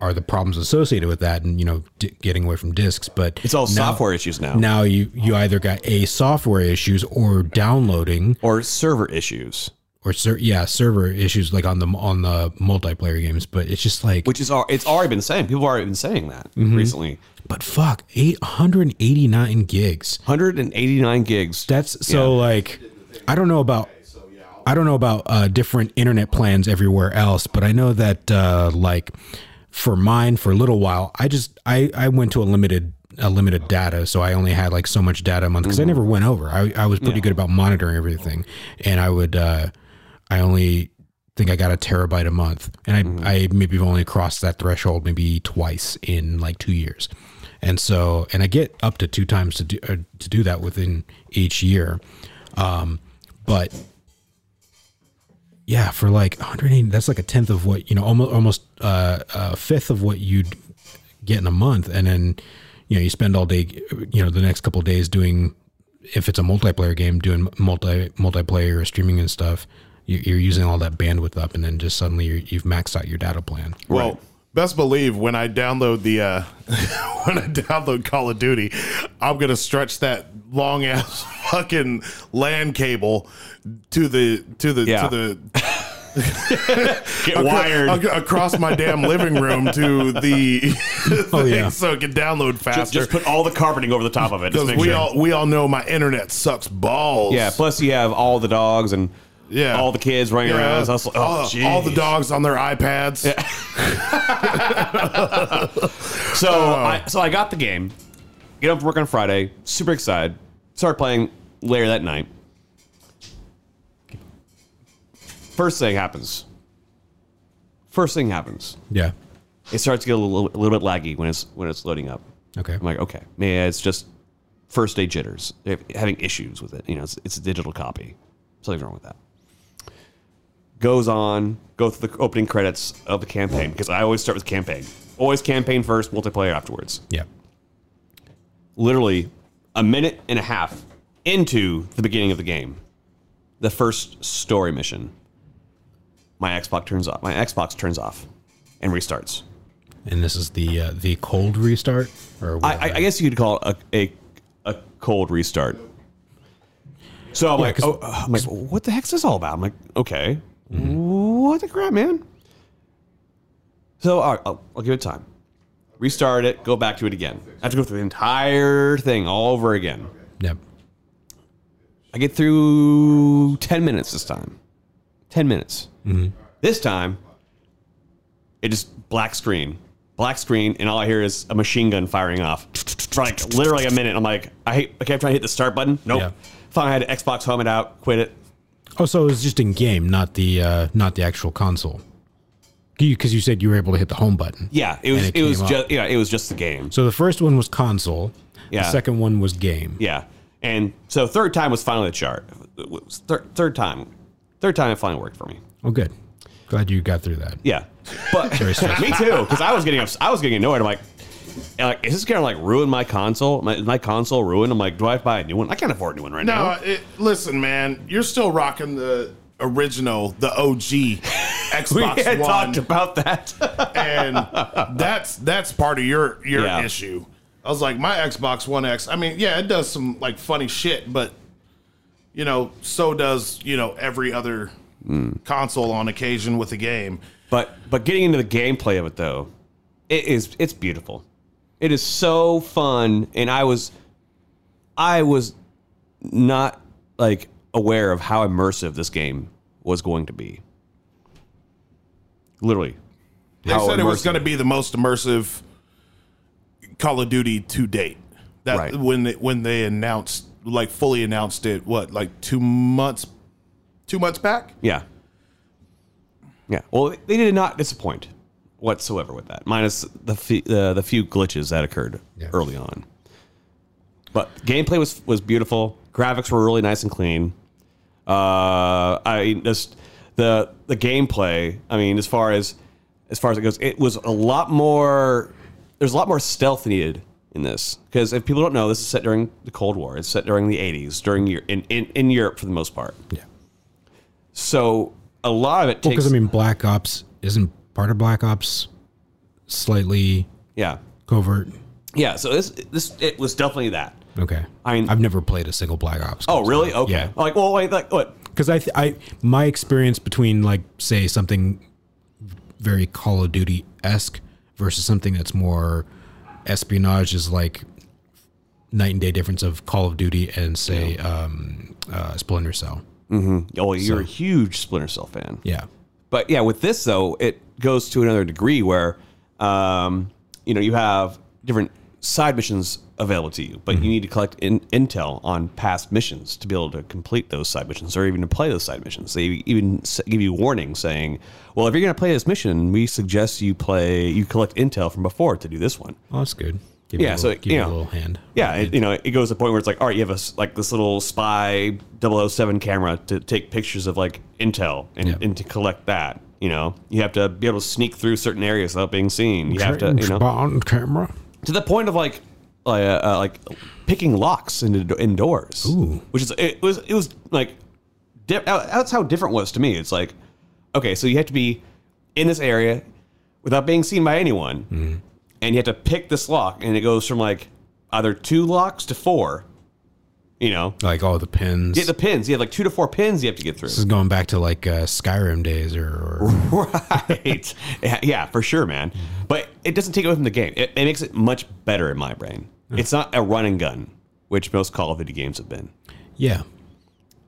Speaker 4: are the problems associated with that and you know d- getting away from discs but
Speaker 3: It's all
Speaker 4: now-
Speaker 3: software issues now,
Speaker 4: now you you either got a software issues or downloading
Speaker 3: or server issues,
Speaker 4: or ser- yeah server issues like on the on the multiplayer games but it's just like
Speaker 3: which is al- it's already been saying. People have already been saying that recently.
Speaker 4: but fuck 889 gigs
Speaker 3: 189 gigs.
Speaker 4: That's so like I don't know about I don't know about uh, different internet plans everywhere else, but I know that uh, like for mine for a little while, I just I I went to a limited a limited data, so I only had like so much data a month because I never went over. I I was pretty good about monitoring everything, and I would uh, I only think I got a terabyte a month, and I I maybe have only crossed that threshold maybe twice in like two years, and so and I get up to two times to do uh, to do that within each year, um, but yeah, for like 180, that's like a tenth of what you know, almost almost uh, a fifth of what you'd get in a month, and then you know you spend all day, you know, the next couple of days doing if it's a multiplayer game, doing multi multiplayer or streaming and stuff. you- You're using all that bandwidth up, and then just suddenly you're, you've maxed out your data plan.
Speaker 1: Well, best believe when I download the uh, when I download Call of Duty, I'm gonna stretch that long ass fucking land cable to the to the
Speaker 3: Yeah.
Speaker 1: to the
Speaker 3: Get wired.
Speaker 1: ac- across my damn living room to the
Speaker 4: Oh, yeah.
Speaker 1: so it can download
Speaker 3: just,
Speaker 1: faster.
Speaker 3: just put all the carpeting over the top of it. Just make
Speaker 1: because we
Speaker 3: sure.
Speaker 1: all we all know my internet sucks balls.
Speaker 3: Yeah. Plus, you have all the dogs and
Speaker 1: Yeah.
Speaker 3: all the kids running
Speaker 1: Yeah.
Speaker 3: around. So I was like, oh,
Speaker 1: all, the- all the
Speaker 3: jeez.
Speaker 1: dogs on their iPads.
Speaker 3: So I so I got the game. Get up from work on Friday. Super excited. Start playing later that night. First thing happens. First thing happens.
Speaker 4: Yeah.
Speaker 3: It starts to get a little, a little bit laggy when it's when it's loading up.
Speaker 4: Okay.
Speaker 3: I'm like, okay, maybe it's just first day jitters, They're having issues with it. You know, it's, it's a digital copy. Something's wrong with that. Goes on, go through the opening credits of the campaign because I always start with campaign. Always campaign first, multiplayer afterwards.
Speaker 4: Yeah.
Speaker 3: Literally a minute and a half into the beginning of the game, the first story mission, my Xbox turns off. My Xbox turns off and restarts.
Speaker 4: And this is the uh, the cold restart, or
Speaker 3: I, I, I guess you could call it a, a, a cold restart. So I'm like,
Speaker 4: 'cause-
Speaker 3: oh, uh, Mm-hmm. I'm like, what the heck's this all about? I'm like, okay, what the crap, man? So all right, I'll, I'll give it time. Restart it, go back to it again. I have to go through the entire thing all over again.
Speaker 4: Yep.
Speaker 3: I get through 10 minutes this time. 10 minutes.
Speaker 4: Mm-hmm.
Speaker 3: This time, it just black screen. Black screen, and all I hear is a machine gun firing off. For like literally a minute. I'm like, I, hate, I kept trying to hit the start button. Nope.
Speaker 4: Yeah.
Speaker 3: Finally, I had to Xbox home it out, quit it.
Speaker 4: Oh, so it was just in game, not the uh, not the actual console. Because you, said you were able to hit the home button.
Speaker 3: Yeah, it was
Speaker 4: And
Speaker 3: it,
Speaker 4: it
Speaker 3: was
Speaker 4: came up.
Speaker 3: just yeah, it was just the game.
Speaker 4: So the first one was console.
Speaker 3: Yeah.
Speaker 4: The second one was game.
Speaker 3: Yeah. And so third time was finally the chart. It was Third, third time. Third time it finally worked for me.
Speaker 4: Oh, good. Glad you got through that.
Speaker 3: Yeah, but me too. Because I was getting ups- I was getting annoyed. I'm like, and like, is this gonna like ruin my console? My, is my console ruined? I'm like, do I have to buy a new one? I can't afford a new one right
Speaker 1: No,
Speaker 3: now.
Speaker 1: Uh, it, listen, man, you're still rocking the original, the OG
Speaker 3: We
Speaker 1: Xbox
Speaker 3: had
Speaker 1: One,
Speaker 3: talked about that.
Speaker 1: and that's that's part of your your
Speaker 3: Yeah.
Speaker 1: issue. I was like, my Xbox One X. I mean, yeah, it does some like funny shit, but you know, so does you know every other console on occasion with a game.
Speaker 3: but but getting into the gameplay of it though, it is it's beautiful. It is so fun, and I was I was not like aware of how immersive this game was going to be. Literally,
Speaker 1: They
Speaker 3: How
Speaker 1: said it was
Speaker 3: immersive.
Speaker 1: going to be the most immersive Call of Duty to date. That
Speaker 3: Right.
Speaker 1: when they, when they announced, like fully announced it, what like two months, two months back.
Speaker 3: yeah. Yeah. Well, they- they did not disappoint whatsoever with that, minus the fe- uh, the few glitches that occurred early on. But gameplay was was beautiful. Graphics were really nice and clean. Uh, I just the the gameplay. I mean, as far as as far as it goes, it was a lot more. There's a lot more stealth needed in this because if people don't know, this is set during the Cold War. It's set during the 80s, during your in, in, in Europe for the most part.
Speaker 4: Yeah.
Speaker 3: So a lot of it takes.
Speaker 4: Because I mean, Black Ops isn't part of Black Ops slightly
Speaker 3: yeah.
Speaker 4: covert.
Speaker 3: Yeah, so this this it was definitely that.
Speaker 4: Okay,
Speaker 3: I mean-
Speaker 4: I've never played a single Black Ops.
Speaker 3: Oh, really? Okay.
Speaker 4: Yeah.
Speaker 3: Like, well, wait, like what?
Speaker 4: because I, th- I my experience between like say something very Call of Duty esque versus something that's more espionage is like night and day difference of Call of Duty and say um, uh, Splinter Cell.
Speaker 3: Oh, you're a huge Splinter Cell fan.
Speaker 4: Yeah,
Speaker 3: But yeah, with this though, it goes to another degree where, um, you know, you have different side missions available to you, but you need to collect in, intel on past missions to be able to complete those side missions or even to play those side missions. They even s- give you warning saying, "Well, if you're going to play this mission, we suggest you play you collect intel from before to do this one."
Speaker 4: oh that's good. Give
Speaker 3: Yeah,
Speaker 4: you a
Speaker 3: so,
Speaker 4: little, give
Speaker 3: you
Speaker 4: you
Speaker 3: know,
Speaker 4: a little hand.
Speaker 3: Yeah, it, you know, it goes to the point where it's like, all right, you have a s like this little spy 007 camera to take pictures of like intel and,
Speaker 4: Yeah.
Speaker 3: and to collect that. You know, you have to be able to sneak through certain areas without being seen. You have to, you know,
Speaker 4: Bond camera.
Speaker 3: to the point of like, uh, uh, like picking locks in, in doors,
Speaker 4: Ooh.
Speaker 3: which is it was it was like di- uh, that's how different it was to me. It's like, okay, so you have to be in this area without being seen by anyone, and you have to pick this lock, and it goes from like either two locks to four. You know,
Speaker 4: Like all the pins.
Speaker 3: you have the pins. You have like two to four pins you have to get through.
Speaker 4: this is going back to like uh, Skyrim days or, or
Speaker 3: right. Yeah, yeah, for sure, man. But it doesn't take away from the game. It, it makes it much better in my brain. It's not a run and gun, which most Call of Duty games have been.
Speaker 4: yeah.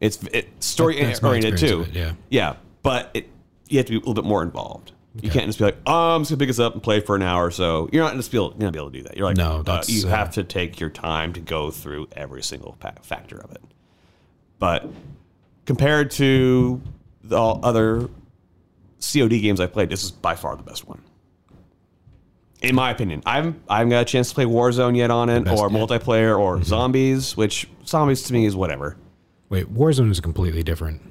Speaker 3: It's it, story
Speaker 4: That- that's my
Speaker 3: oriented too.
Speaker 4: experience of it, yeah.
Speaker 3: yeah. But it, you have to be a little bit more involved. You can't just be like, oh, I'm just gonna pick this up and play for an hour or so. You're not just be able, you're not be able to do that. You're like,
Speaker 4: No,
Speaker 3: uh,
Speaker 4: that's,
Speaker 3: you
Speaker 4: uh,
Speaker 3: have to take your time to go through every single pa- factor of it. But compared to the all other COD games I played, this is by far the best one. In my opinion, I haven't, I haven't got a chance to play Warzone yet on it,
Speaker 4: best, Mm-hmm.
Speaker 3: or
Speaker 4: yeah.
Speaker 3: multiplayer, or zombies, which zombies to me is whatever.
Speaker 4: Wait, Warzone is completely different.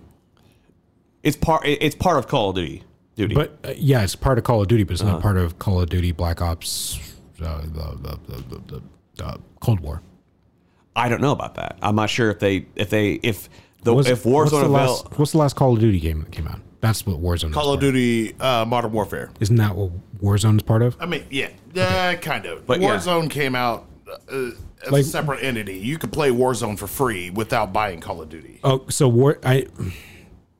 Speaker 3: It's part. it- It's part of Call of Duty. Duty.
Speaker 4: But uh, yeah, it's part of Call of Duty, but it's
Speaker 3: Uh-huh.
Speaker 4: not part of Call of Duty Black Ops, uh, the, the, the, the, the uh, Cold War.
Speaker 3: I don't know about that. I'm not sure if they if they if the
Speaker 4: What's-
Speaker 3: if
Speaker 4: what's the
Speaker 3: Warzone avail-
Speaker 4: last, what's the last Call of Duty game that came out? That's what Warzone is.
Speaker 1: Call
Speaker 4: part
Speaker 1: of Duty uh, Modern Warfare.
Speaker 4: Isn't that what Warzone is part of?
Speaker 1: I mean, yeah, yeah, kind of.
Speaker 3: But yeah.
Speaker 1: Warzone came out uh, as a
Speaker 4: Like-
Speaker 1: separate entity. You could play Warzone for free without buying Call of Duty.
Speaker 4: Oh, so War I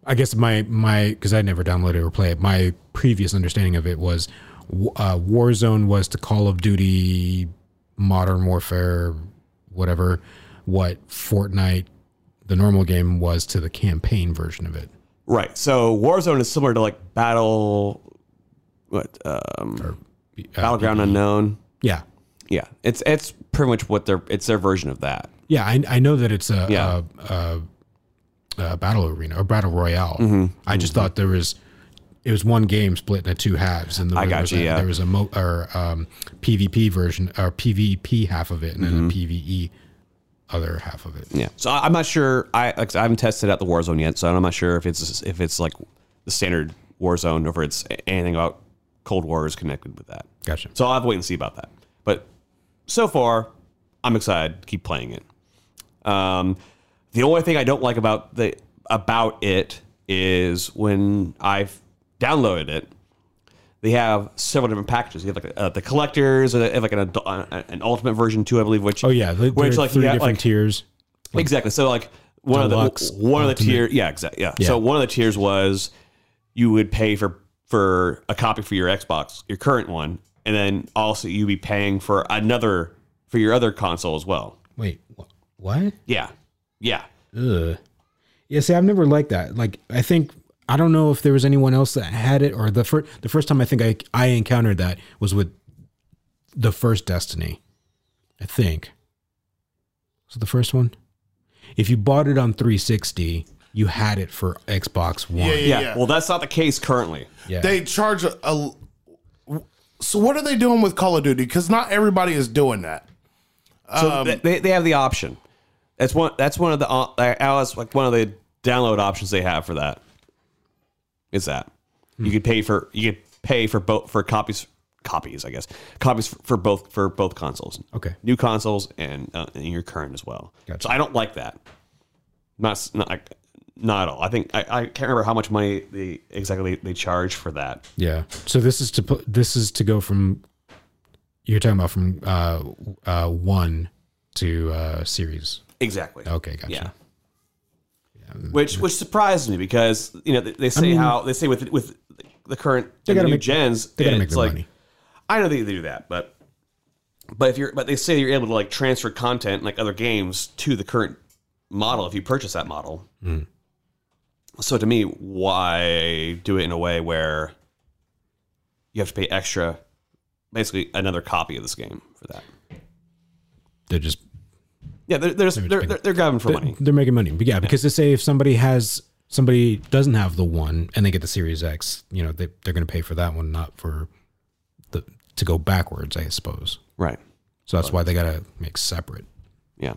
Speaker 4: I guess my my because I never downloaded or played it. My previous understanding of it was w- uh, Warzone was to Call of Duty, Modern Warfare, whatever, what Fortnite, the normal game was to the campaign version of it.
Speaker 3: right? So Warzone is similar to like Battle, what um,
Speaker 4: Uh,
Speaker 3: Battleground Unknown.
Speaker 4: Yeah,
Speaker 3: Yeah, it's it's pretty much what their it's their version of that.
Speaker 4: yeah. I, I know that it's a,
Speaker 3: Yeah.
Speaker 4: a, a, a battle arena or battle royale.
Speaker 3: Mm-hmm.
Speaker 4: I just thought there was it was one game split into two halves, and the,
Speaker 3: I got
Speaker 4: there was
Speaker 3: you,
Speaker 4: a,
Speaker 3: yeah.
Speaker 4: there was a mo, or um, PvP version or PvP half of it, and then a PVE other half of it.
Speaker 3: Mm-hmm. Yeah. So I- I'm not sure. I like I said, I haven't tested out the Warzone yet, so I'm not sure if it's if it's like the standard Warzone or if it's anything about Cold War is connected with that.
Speaker 4: Gotcha.
Speaker 3: So I'll have to wait and see about that. But so far, I'm excited to keep playing it. Um, the only thing I don't like about the about it is when I've downloaded it, they have several different packages. You have like uh, the collectors, or they have like an adult, uh, an ultimate version too, I believe. Which
Speaker 4: Oh yeah, there
Speaker 3: which
Speaker 4: are
Speaker 3: like you
Speaker 4: three
Speaker 3: got,
Speaker 4: different
Speaker 3: like,
Speaker 4: tiers.
Speaker 3: Exactly. So like one
Speaker 4: Deluxe,
Speaker 3: of the one of the
Speaker 4: Ultimate.
Speaker 3: tier, yeah, exactly. Yeah.
Speaker 4: Yeah.
Speaker 3: So one of the tiers was you would pay for for a copy for your Xbox, your current one, and then also you'd be paying for another for your other console as well.
Speaker 4: Wait, wh- what?
Speaker 3: Yeah. Yeah.
Speaker 4: Ugh. Yeah, see, I've never liked that. Like, I think I don't know if there was anyone else that had it, or the first the first time I think I I encountered that was with the first Destiny. I think was it the first one. If you bought it on 360, you had it for Xbox One.
Speaker 7: Yeah, yeah,
Speaker 3: Yeah.
Speaker 7: yeah.
Speaker 3: Well, that's not the case currently.
Speaker 4: Yeah.
Speaker 7: They charge a, a. So what are they doing with Call of Duty? Because not everybody is doing that.
Speaker 3: So
Speaker 4: Um,
Speaker 3: th- they, they have the option. That's one. That's one of the. Uh, that's like one of the download options they have for that. Is that
Speaker 4: Hmm.
Speaker 3: you could pay for you could pay for both for copies copies I guess copies for, for both for both consoles.
Speaker 4: Okay.
Speaker 3: New consoles and, uh, and your current as well.
Speaker 4: Gotcha.
Speaker 3: So I don't like that. Not s- not like- not at all. I think I, I can't remember how much money they exactly they charge for that.
Speaker 4: Yeah. So this is to put this is to go from you're talking about from uh uh one to uh series.
Speaker 3: Exactly.
Speaker 4: Okay, gotcha.
Speaker 3: Yeah. Which which surprised me because you know they, they say how they say with with the current and the
Speaker 4: gotta
Speaker 3: new
Speaker 4: make-
Speaker 3: gens
Speaker 4: They gotta
Speaker 3: it's
Speaker 4: make their
Speaker 3: like
Speaker 4: money.
Speaker 3: I know they do that but but if you're but they say you're able to like transfer content like other games to the current model if you purchase that model.
Speaker 4: Hmm.
Speaker 3: So to me, why do it in a way where you have to pay extra, basically another copy of this game for that?
Speaker 4: They're just
Speaker 3: Yeah, they're they're just, they're, they're, they're grabbing for money.
Speaker 4: they're making money. But yeah, because they say if somebody has somebody doesn't have the one and they get the Series X, you know, they they're gonna pay for that one, not for the to go backwards, I suppose.
Speaker 3: Right.
Speaker 4: So that's why they gotta make separate.
Speaker 3: Yeah.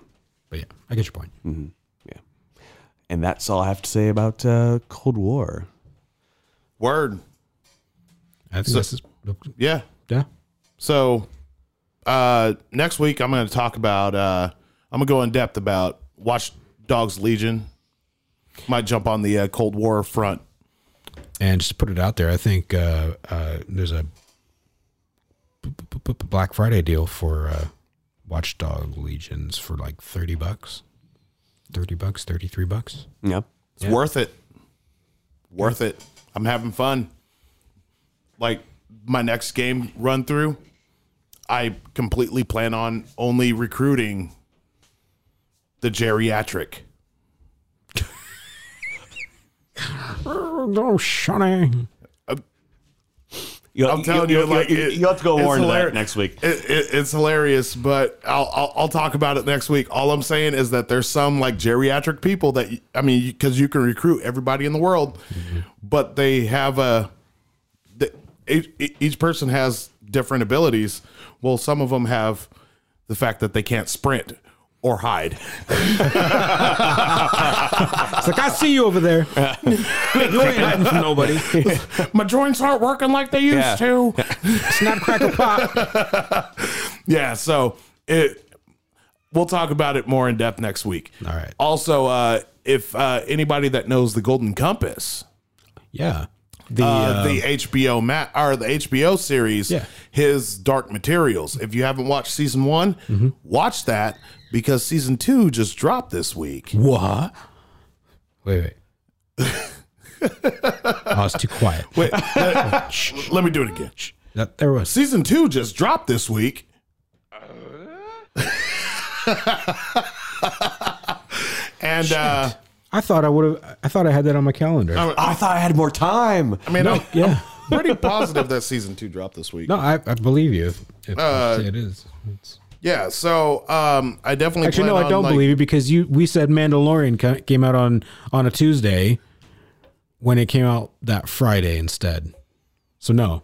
Speaker 4: But yeah, I get your point.
Speaker 3: Hmm. And that's all I have to say about uh, Cold War.
Speaker 7: Word.
Speaker 4: I think this is
Speaker 7: Yeah.
Speaker 4: yeah.
Speaker 7: So uh next week I'm gonna talk about uh I'm gonna go in depth about Watch Dogs Legion. Might jump on the uh, Cold War front.
Speaker 4: And just to put it out there, I think uh, uh, there's a b- b- b- Black Friday deal for uh, Watchdog Legions for like thirty bucks, thirty bucks, thirty three bucks.
Speaker 3: Yeah.
Speaker 7: It's worth it. Worth it. I'm having fun. Like my next game run through, I completely plan on only recruiting the geriatric.
Speaker 4: Oh, Shawnee.
Speaker 3: You,
Speaker 7: I'm telling you, like
Speaker 3: you,
Speaker 7: it-
Speaker 3: you have to go
Speaker 7: it's
Speaker 3: more into
Speaker 7: hilar-
Speaker 3: that next week.
Speaker 7: It, it, it's hilarious, but I'll, I'll I'll talk about it next week. All I'm saying is that there's some like geriatric people that y- I mean, because you can recruit everybody in the world,
Speaker 3: Mm-hmm.
Speaker 7: but they have a the, each, each person has different abilities. Well, some of them have the fact that they can't sprint or hide.
Speaker 4: It's like I see you over there. you ain't hiding from nobody.
Speaker 7: My joints aren't working like they used
Speaker 3: Yeah.
Speaker 7: to.
Speaker 4: Snap, crackle, pop.
Speaker 7: Yeah, so it we'll talk about it more in depth next week.
Speaker 4: All right.
Speaker 7: Also, uh, if uh, anybody that knows the Golden Compass,
Speaker 4: Yeah. The,
Speaker 7: uh,
Speaker 4: uh,
Speaker 7: the HBO Matt or the HBO series,
Speaker 4: Yeah.
Speaker 7: his Dark Materials. If you haven't watched season one,
Speaker 4: Mm-hmm.
Speaker 7: watch that because season two just dropped this week.
Speaker 4: what? Wait, wait. I was too quiet.
Speaker 7: Wait, let, let me do it again.
Speaker 4: That- there it was.
Speaker 7: Season two just dropped this week. and uh,
Speaker 4: I thought I would have. I thought I had that on my calendar.
Speaker 7: Oh,
Speaker 3: I thought I had more time.
Speaker 7: I mean, I'm,
Speaker 4: yeah.
Speaker 7: pretty positive that season two dropped this week.
Speaker 4: No, I, I believe you. If, if
Speaker 7: Uh,
Speaker 4: it is. It's-
Speaker 7: Yeah, so um, I definitely
Speaker 4: actually,
Speaker 7: plan
Speaker 4: no, I
Speaker 7: on,
Speaker 4: don't
Speaker 7: like-
Speaker 4: believe you because you we said Mandalorian ca- came out on on a Tuesday when it came out that Friday instead. So no,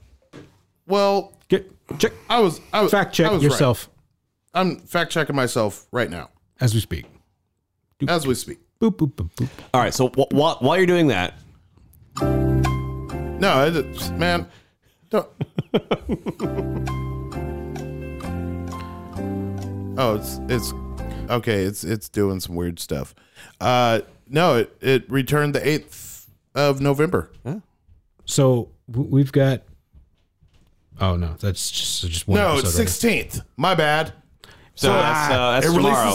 Speaker 7: Well,
Speaker 4: get check
Speaker 7: I was, I was
Speaker 4: fact check
Speaker 7: I was
Speaker 4: yourself
Speaker 7: right. I'm fact checking myself right now
Speaker 4: as we speak.
Speaker 7: as we speak.
Speaker 4: Boop boop boop boop.
Speaker 3: All right. So wh- wh- while you're doing that,
Speaker 7: No, I just, man, don't. oh, it's it's okay. It's it's doing some weird stuff. Uh, no, it it returned the eighth of November.
Speaker 4: So w- we've got. Oh no, that's just just one.
Speaker 7: No,
Speaker 4: episode
Speaker 7: it's sixteenth. My bad.
Speaker 3: so that's, uh, that's
Speaker 7: it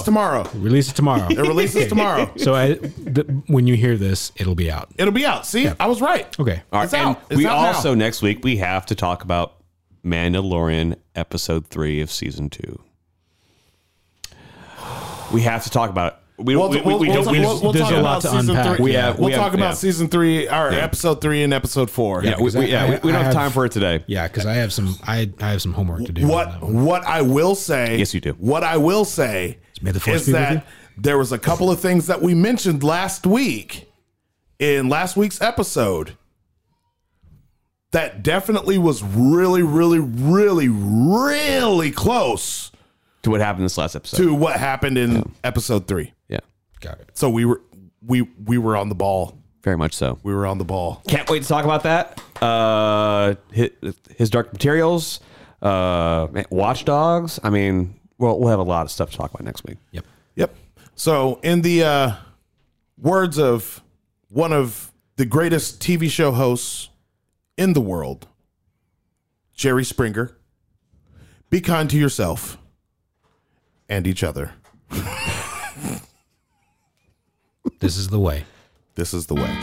Speaker 3: tomorrow.
Speaker 7: releases tomorrow.
Speaker 4: already. Release it tomorrow.
Speaker 7: It releases tomorrow.
Speaker 4: so I, the, when you hear this, it'll be out.
Speaker 7: It'll be out. See, I was right.
Speaker 4: Okay.
Speaker 3: All right,
Speaker 7: It's
Speaker 3: and
Speaker 7: out. It's
Speaker 3: we
Speaker 7: out now.
Speaker 3: also next week we have to talk about Mandalorian episode three of season two. We have to talk about it. We
Speaker 7: We'll,
Speaker 3: don't. we- we-
Speaker 7: we'll,
Speaker 3: we
Speaker 7: we'll,
Speaker 3: don't-
Speaker 7: talk-
Speaker 3: we-
Speaker 7: we'll, we'll
Speaker 4: there's
Speaker 7: talk
Speaker 4: a lot
Speaker 7: about
Speaker 4: to
Speaker 7: season
Speaker 4: unpack.
Speaker 7: three.
Speaker 3: We have-
Speaker 7: we'll
Speaker 3: we have-
Speaker 7: talk about
Speaker 3: yeah.
Speaker 7: season three, or episode three and episode four.
Speaker 3: yeah, we-
Speaker 4: because
Speaker 3: we- yeah, we-
Speaker 4: I-
Speaker 3: we
Speaker 4: I
Speaker 3: don't have
Speaker 4: have-
Speaker 3: time for it today.
Speaker 4: Yeah, because I have some. I I have some homework to do. on
Speaker 7: What
Speaker 4: that one.
Speaker 7: what I will say?
Speaker 3: Yes, you do.
Speaker 7: What I will say
Speaker 4: May the force
Speaker 7: is
Speaker 4: be with
Speaker 7: that
Speaker 4: you.
Speaker 7: there was a couple of things that we mentioned last week in last week's episode that definitely was really, really, really, really close
Speaker 3: to what happened this last episode.
Speaker 7: to what happened in episode three.
Speaker 3: Yeah,
Speaker 4: Got it.
Speaker 7: So we were we we were on the ball.
Speaker 3: very much so.
Speaker 7: We were on the ball.
Speaker 3: Can't wait to talk about that. Uh, his, his Dark Materials, uh, Watch Dogs. I mean, well, we'll have a lot of stuff to talk about next week.
Speaker 4: Yep.
Speaker 7: Yep. So, in the uh, words of one of the greatest TV show hosts in the world, Jerry Springer, be kind to yourself and each other.
Speaker 4: This is the way.
Speaker 7: This is the way.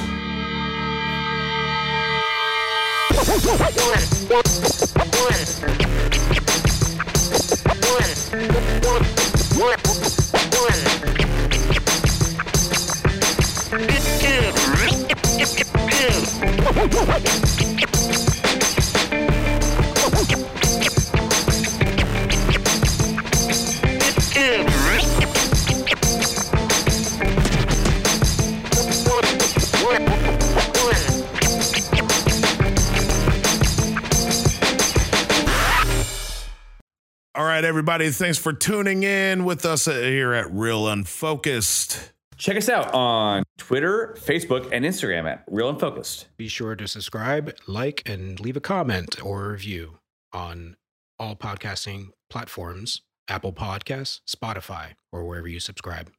Speaker 7: All right, everybody, thanks for tuning in with us here at Real Unfocused.
Speaker 9: Check us out on Twitter, Facebook, and Instagram at Real and Focused.
Speaker 4: Be sure to subscribe, like, and leave a comment or review on all podcasting platforms Apple Podcasts, Spotify, or wherever you subscribe.